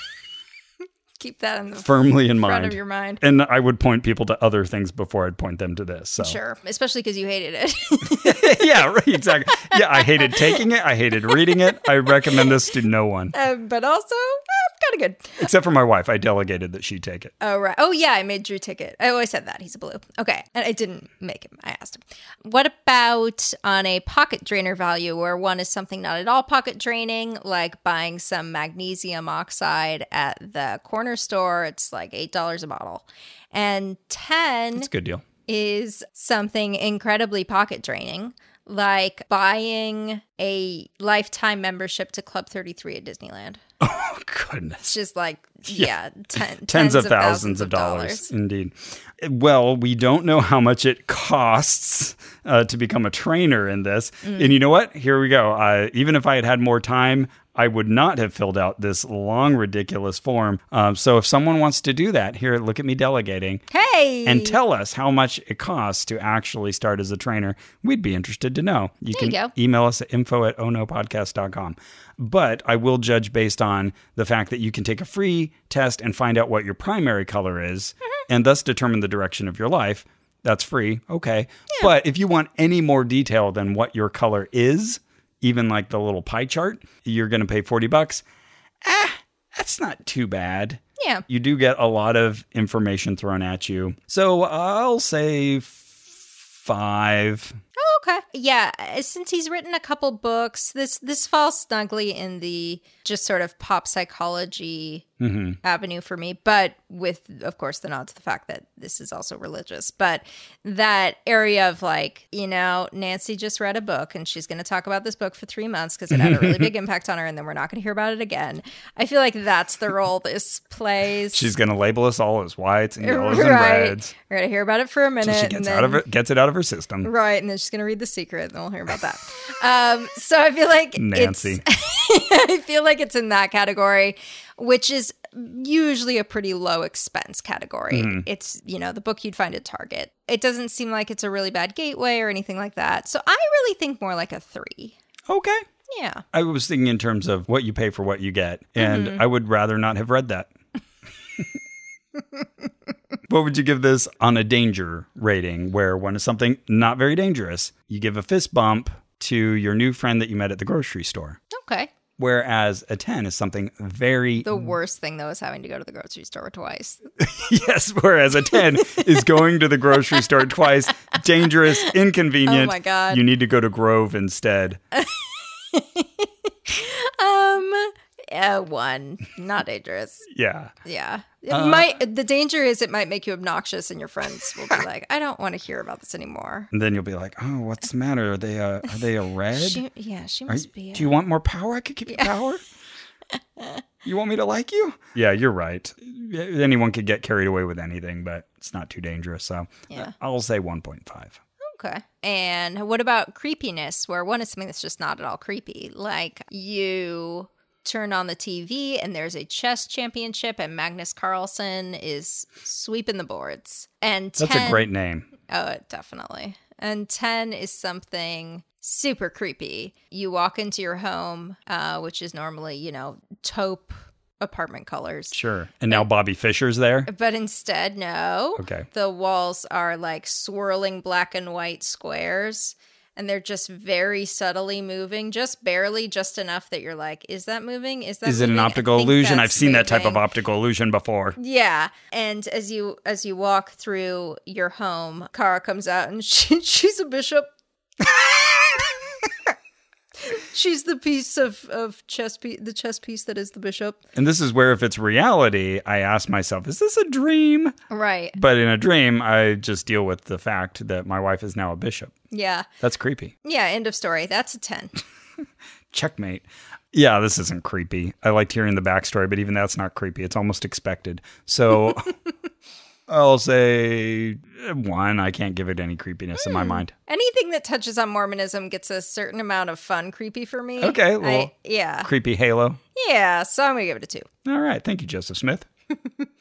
Keep that in the
firmly in
front
mind.
of your mind.
and I would point people to other things before I'd point them to this. So.
Sure, especially because you hated it.
yeah, right, exactly. Yeah, I hated taking it. I hated reading it. I recommend this to no one
um, but also, kind of good.
except for my wife. I delegated that she take it.
Oh, right. Oh, yeah, I made Drew take it. I always said that. He's a blue. Okay. And I didn't make him. I asked him. What about on a pocket drainer value where one is something not at all pocket draining, like buying some magnesium oxide at the corner store? It's like $8 a bottle. And 10
It's a good deal.
is something incredibly pocket draining, like buying a lifetime membership to Club 33 at Disneyland.
Oh, goodness.
It's just like, yeah, ten,
tens of thousands, of dollars. Indeed. Well, we don't know how much it costs Mm. uh, to become a trainer in this. And you know what? Here we go. Uh, even if I had had more time, I would not have filled out this long, ridiculous form. Um, so if someone wants to do that, here, look at me delegating
Hey.
and tell us how much it costs to actually start as a trainer, we'd be interested to know. You
There you
can
go.
email us at info at onopodcast.com. But I will judge based on the fact that you can take a free test and find out what your primary color is
Mm-hmm.
and thus determine the direction of your life. That's free. Okay. But if you want any more detail than what your color is, even like the little pie chart, you're going to pay 40 bucks. Ah, that's not too bad
yeah.
you do get a lot of information thrown at you. So I'll say f- five.
Oh, okay. Yeah, uh, since he's written a couple books, this this falls snugly in the just sort of pop psychology
Mm-hmm.
avenue for me, but with of course the nod to the fact that this is also religious. But that area of like, you know, Nancy just read a book and she's going to talk about this book for 3 months cuz it had a really big impact on her and then we're not going to hear about it again. I feel like that's the role this plays.
She's going to label us all as whites and yellows and reds.
We're going to hear about it for a minute.
And she
and
gets
then-
out of it, gets it out of her system.
Right, and then she's gonna read the secret, and we'll hear about that. um, so I feel like
Nancy.
It's, I feel like it's in that category, which is usually a pretty low expense category. It's you know the book you'd find at Target. It doesn't seem like it's a really bad gateway or anything like that. So I really think more like a three.
Okay.
Yeah.
I was thinking in terms of what you pay for what you get, and I would rather not have read that. what would you give this on a danger rating where one is something not very dangerous? You give a fist bump to your new friend that you met at the grocery store.
Okay.
whereas a 10 is something very
The worst thing though is having to go to the grocery store twice.
yes whereas a 10 is going to the grocery store twice dangerous inconvenient
Oh my God. Uh,
you need to go to grove instead
Um. Uh, one not dangerous.
yeah
Yeah. It
Uh,
might the danger is it might make you obnoxious and your friends will be like, I don't want to hear about this anymore.
and then you'll be like oh what's the matter are they uh, are they a red
She, yeah, she
Are
must
you-
be.
do you want more power i could give you power you want me to like you yeah you're right anyone could get carried away with anything but it's not too dangerous so uh,
Yeah.
i'll say 1.5
okay. And what about creepiness where one is something that's just not at all creepy? Like you turn on the TV and there's a chess championship and Magnus Carlsen is sweeping the boards. And 10,
that's a great name
Oh, definitely. And 10 is something super creepy. You walk into your home, uh, which is normally, you know, taupe apartment colors.
sure and now bobby fisher's there
But instead, no.
Okay.
The walls are like swirling black and white squares. And they're just very subtly moving, just barely, just enough that you're like, is that moving? Is that
is it an
moving? I
optical
think
illusion? I've
that's
seen that type of
moving."
optical illusion before.
Yeah, and as you as you walk through your home, Kara comes out and she, she's a bishop. she's the piece of of chess piece, the chess piece that is the bishop.
And this is where, if it's reality, I ask myself, is this a dream?
Right.
But in a dream, I just deal with the fact that my wife is now a bishop.
Yeah.
That's creepy.
Yeah. End of story. That's a ten.
Checkmate. Yeah, this isn't creepy. I liked hearing the backstory, but even that's not creepy. It's almost expected. So I'll say eh, one. I can't give it any creepiness in my
Hmm.
mind.
Anything that touches on Mormonism gets a certain amount of fun creepy for me.
Okay,
I-
well-
yeah.
Creepy halo.
Yeah. So I'm gonna give it a two.
All right. Thank you, Joseph Smith.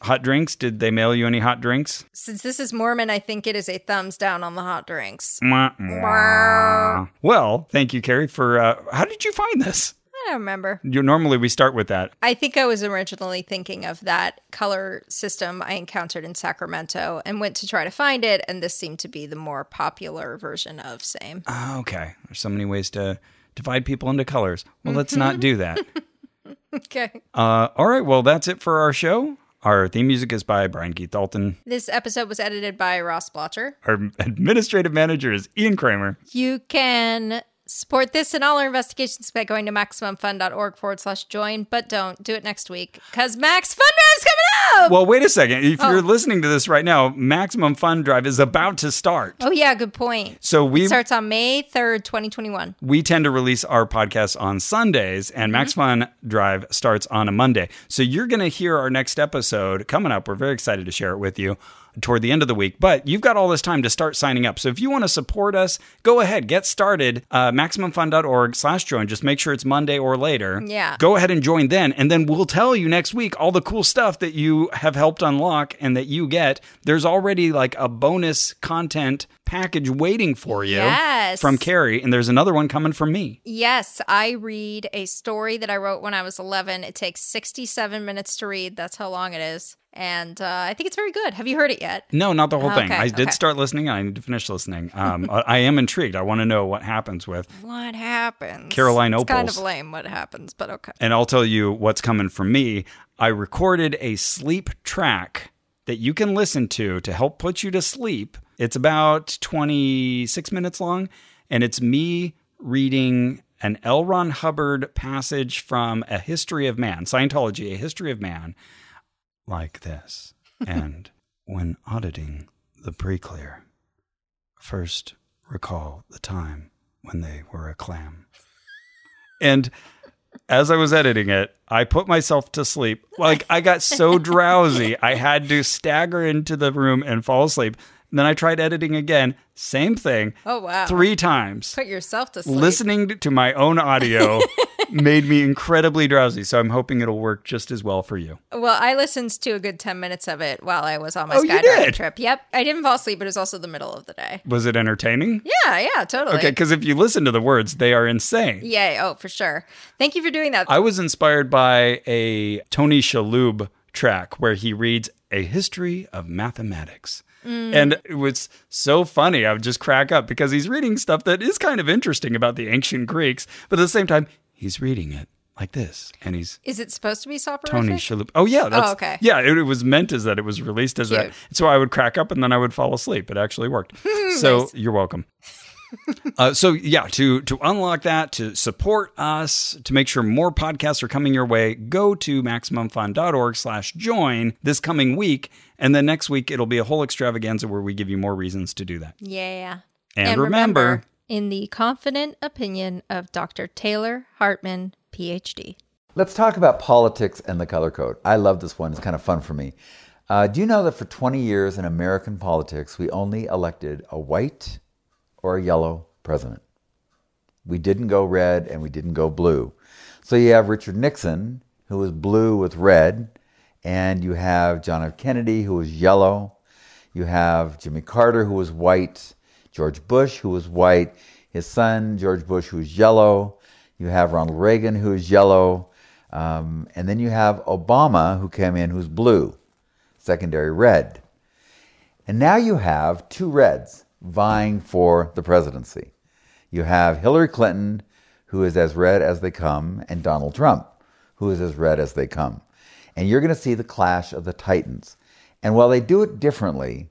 hot drinks. Did they mail you any hot drinks?
Since this is Mormon, I think it is a thumbs down on the hot drinks.
Mwah, mwah. Well, thank you, Carrie, for uh, how did you find this?
I don't remember.
You normally we start with that.
I think I was originally thinking of that color system I encountered in Sacramento and went to try to find it, and this seemed to be the more popular version of same.
Oh, okay, there's so many ways to divide people into colors. Well, let's not do that.
Okay.
Uh, all right. Well, that's it for our show. Our theme music is by Brian Keith Dalton.
This episode was edited by Ross Blotcher.
Our administrative manager is Ian Kramer.
You can support this and all our investigations by going to MaximumFun.org forward slash join, but don't do it next week because Max Fun Drive's coming up!
Well, wait a second. If you're listening to this right now, Maximum Fun Drive is about to start.
oh, yeah, good point.
So we
Starts on May 3rd, 2021.
we tend to release our podcast on Sundays, and Max Fun Drive starts on a Monday. So you're going to hear our next episode coming up. We're very excited to share it with you toward the end of the week. But you've got all this time to start signing up. So if you want to support us, go ahead, get started. Uh, MaximumFun.org slash join. Just make sure it's Monday or later.
Yeah.
Go ahead and join then. And then we'll tell you next week all the cool stuff that you have helped unlock and that you get. There's already like a bonus content package waiting for you
Yes.
from Carrie. And there's another one coming from me.
Yes, I read a story that I wrote when I was 11. It takes 67 minutes to read. That's how long it is. And uh, I think it's very good. Have you heard it yet?
No, not the whole thing.
Oh, Okay,
I did
okay.
start listening. and I need to finish listening. Um, I, I am intrigued. I want to know what happens with,
What happens?
Caroline
It's kind of
Opals.
lame what happens, but okay.
and I'll tell you what's coming from me. I recorded a sleep track that you can listen to to help put you to sleep. It's about 26 minutes long, and it's me reading an L. Ron Hubbard passage from A History of Man, Scientology, A History of Man, like this. and when auditing the pre-clear, first recall the time when they were a clam. And as I was editing it, I put myself to sleep. Like I got so drowsy, I had to stagger into the room and fall asleep. And then I tried editing again, same thing,
Oh, wow.
three times
Put yourself to sleep.
listening to my own audio made me incredibly drowsy. So I'm hoping it'll work just as well for you.
Well, I listened to a good 10 minutes of it while I was on my
Oh, you
skydiving
did?
trip. Yep. I didn't fall asleep, but it was also the middle of the day.
Was it entertaining?
Yeah, yeah, totally.
Okay, because if you listen to the words, they are insane.
Yay. Oh, for sure. Thank you for doing that.
I was inspired by a Tony Shalhoub track where he reads A History of Mathematics. And it was so funny. I would just crack up because he's reading stuff that is kind of interesting about the ancient Greeks, but at the same time, he's reading it like this. And he's
Is it supposed to be soporific?
Tony Shalhoub. Oh yeah, that's,
okay.
Yeah, it, it was meant as that. It was released as that.
Cute.
So I would crack up and then I would fall asleep. It actually worked. so you're welcome. uh, so yeah, to to unlock that, to support us, to make sure more podcasts are coming your way, go to maximumfun.org/join this coming week, and then next week it'll be a whole extravaganza where we give you more reasons to do that.
Yeah.
And remember-
in the confident opinion of Dr. Taylor Hartman, PhD.
Let's talk about politics and the color code. I love this one, it's kind of fun for me. Uh, do you know that for 20 years in American politics, we only elected a white or a yellow president? We didn't go red and we didn't go blue. So you have Richard Nixon, who was blue with red, and you have John F. Kennedy, who was yellow. You have Jimmy Carter, who was white, George Bush, who was white, his son, George Bush, who was yellow. You have Ronald Reagan, who is yellow. Um, and then you have Obama, who came in, who's blue, secondary red. And now you have two reds vying for the presidency. You have Hillary Clinton, who is as red as they come, and Donald Trump, who is as red as they come. And you're going to see the clash of the titans. And while they do it differently,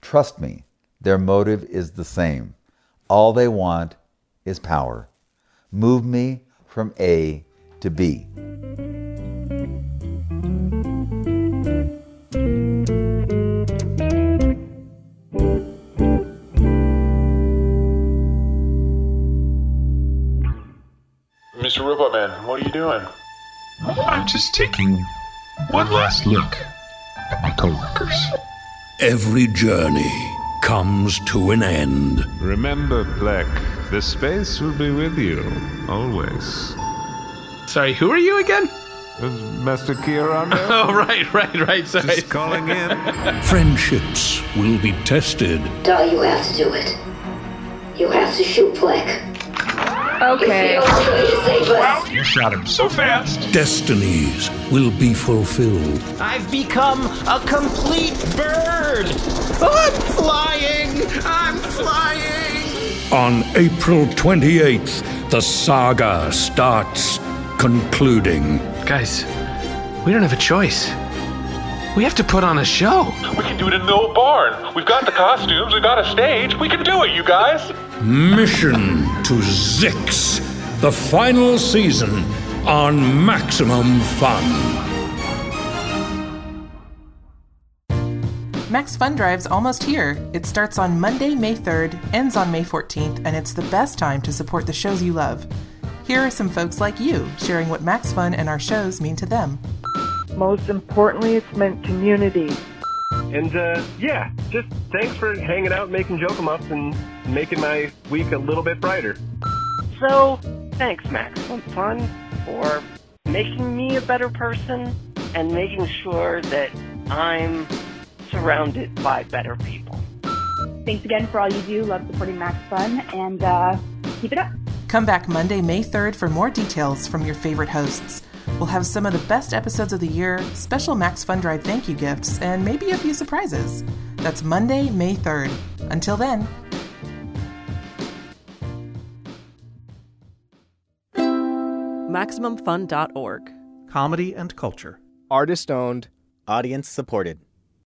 trust me, their motive is the same. All they want is power. Move me from A to B.
Mr. Robot Man, what are you doing?
I'm just taking one last look at my coworkers.
Every journey comes to an end.
Remember, Black, the space will be with you, always.
Sorry, who are you again?
Is Master Kier on there?
Oh, right, right, right. Sorry.
Just calling in.
Friendships will be tested.
Doll, you have to do it. You have to shoot Black.
Okay.
It's the only way to save us.
You shot him so fast.
Destinies will be fulfilled.
I've become a complete bird. I'm flying. I'm flying.
On April 28th, the saga starts, concluding.
Guys, we don't have a choice. We have to put on a show.
We can do it in the old barn. We've got the costumes, we've got a stage. We can do it, you guys.
Mission to Zix, the final season on Maximum Fun.
Oh. Max Fun Drive's almost here. It starts on Monday, May 3rd, ends on May 14th, and it's the best time to support the shows you love. Here are some folks like you sharing what Max Fun and our shows mean to them.
Most importantly, it's meant community.
And uh, yeah, just thanks for hanging out, making joke 'em ups, and making my week a little bit brighter.
So, thanks, Max. It was fun for making me a better person and making sure that I'm surrounded by better people.
Thanks again for all you do. Love supporting Max Fun and uh, keep it up.
Come back Monday, May 3rd for more details from your favorite hosts. We'll have some of the best episodes of the year, special Max Fun Drive thank you gifts, and maybe a few surprises. That's Monday, May 3rd. Until then,
MaximumFun.org.
Comedy and culture.
Artist owned. Audience supported.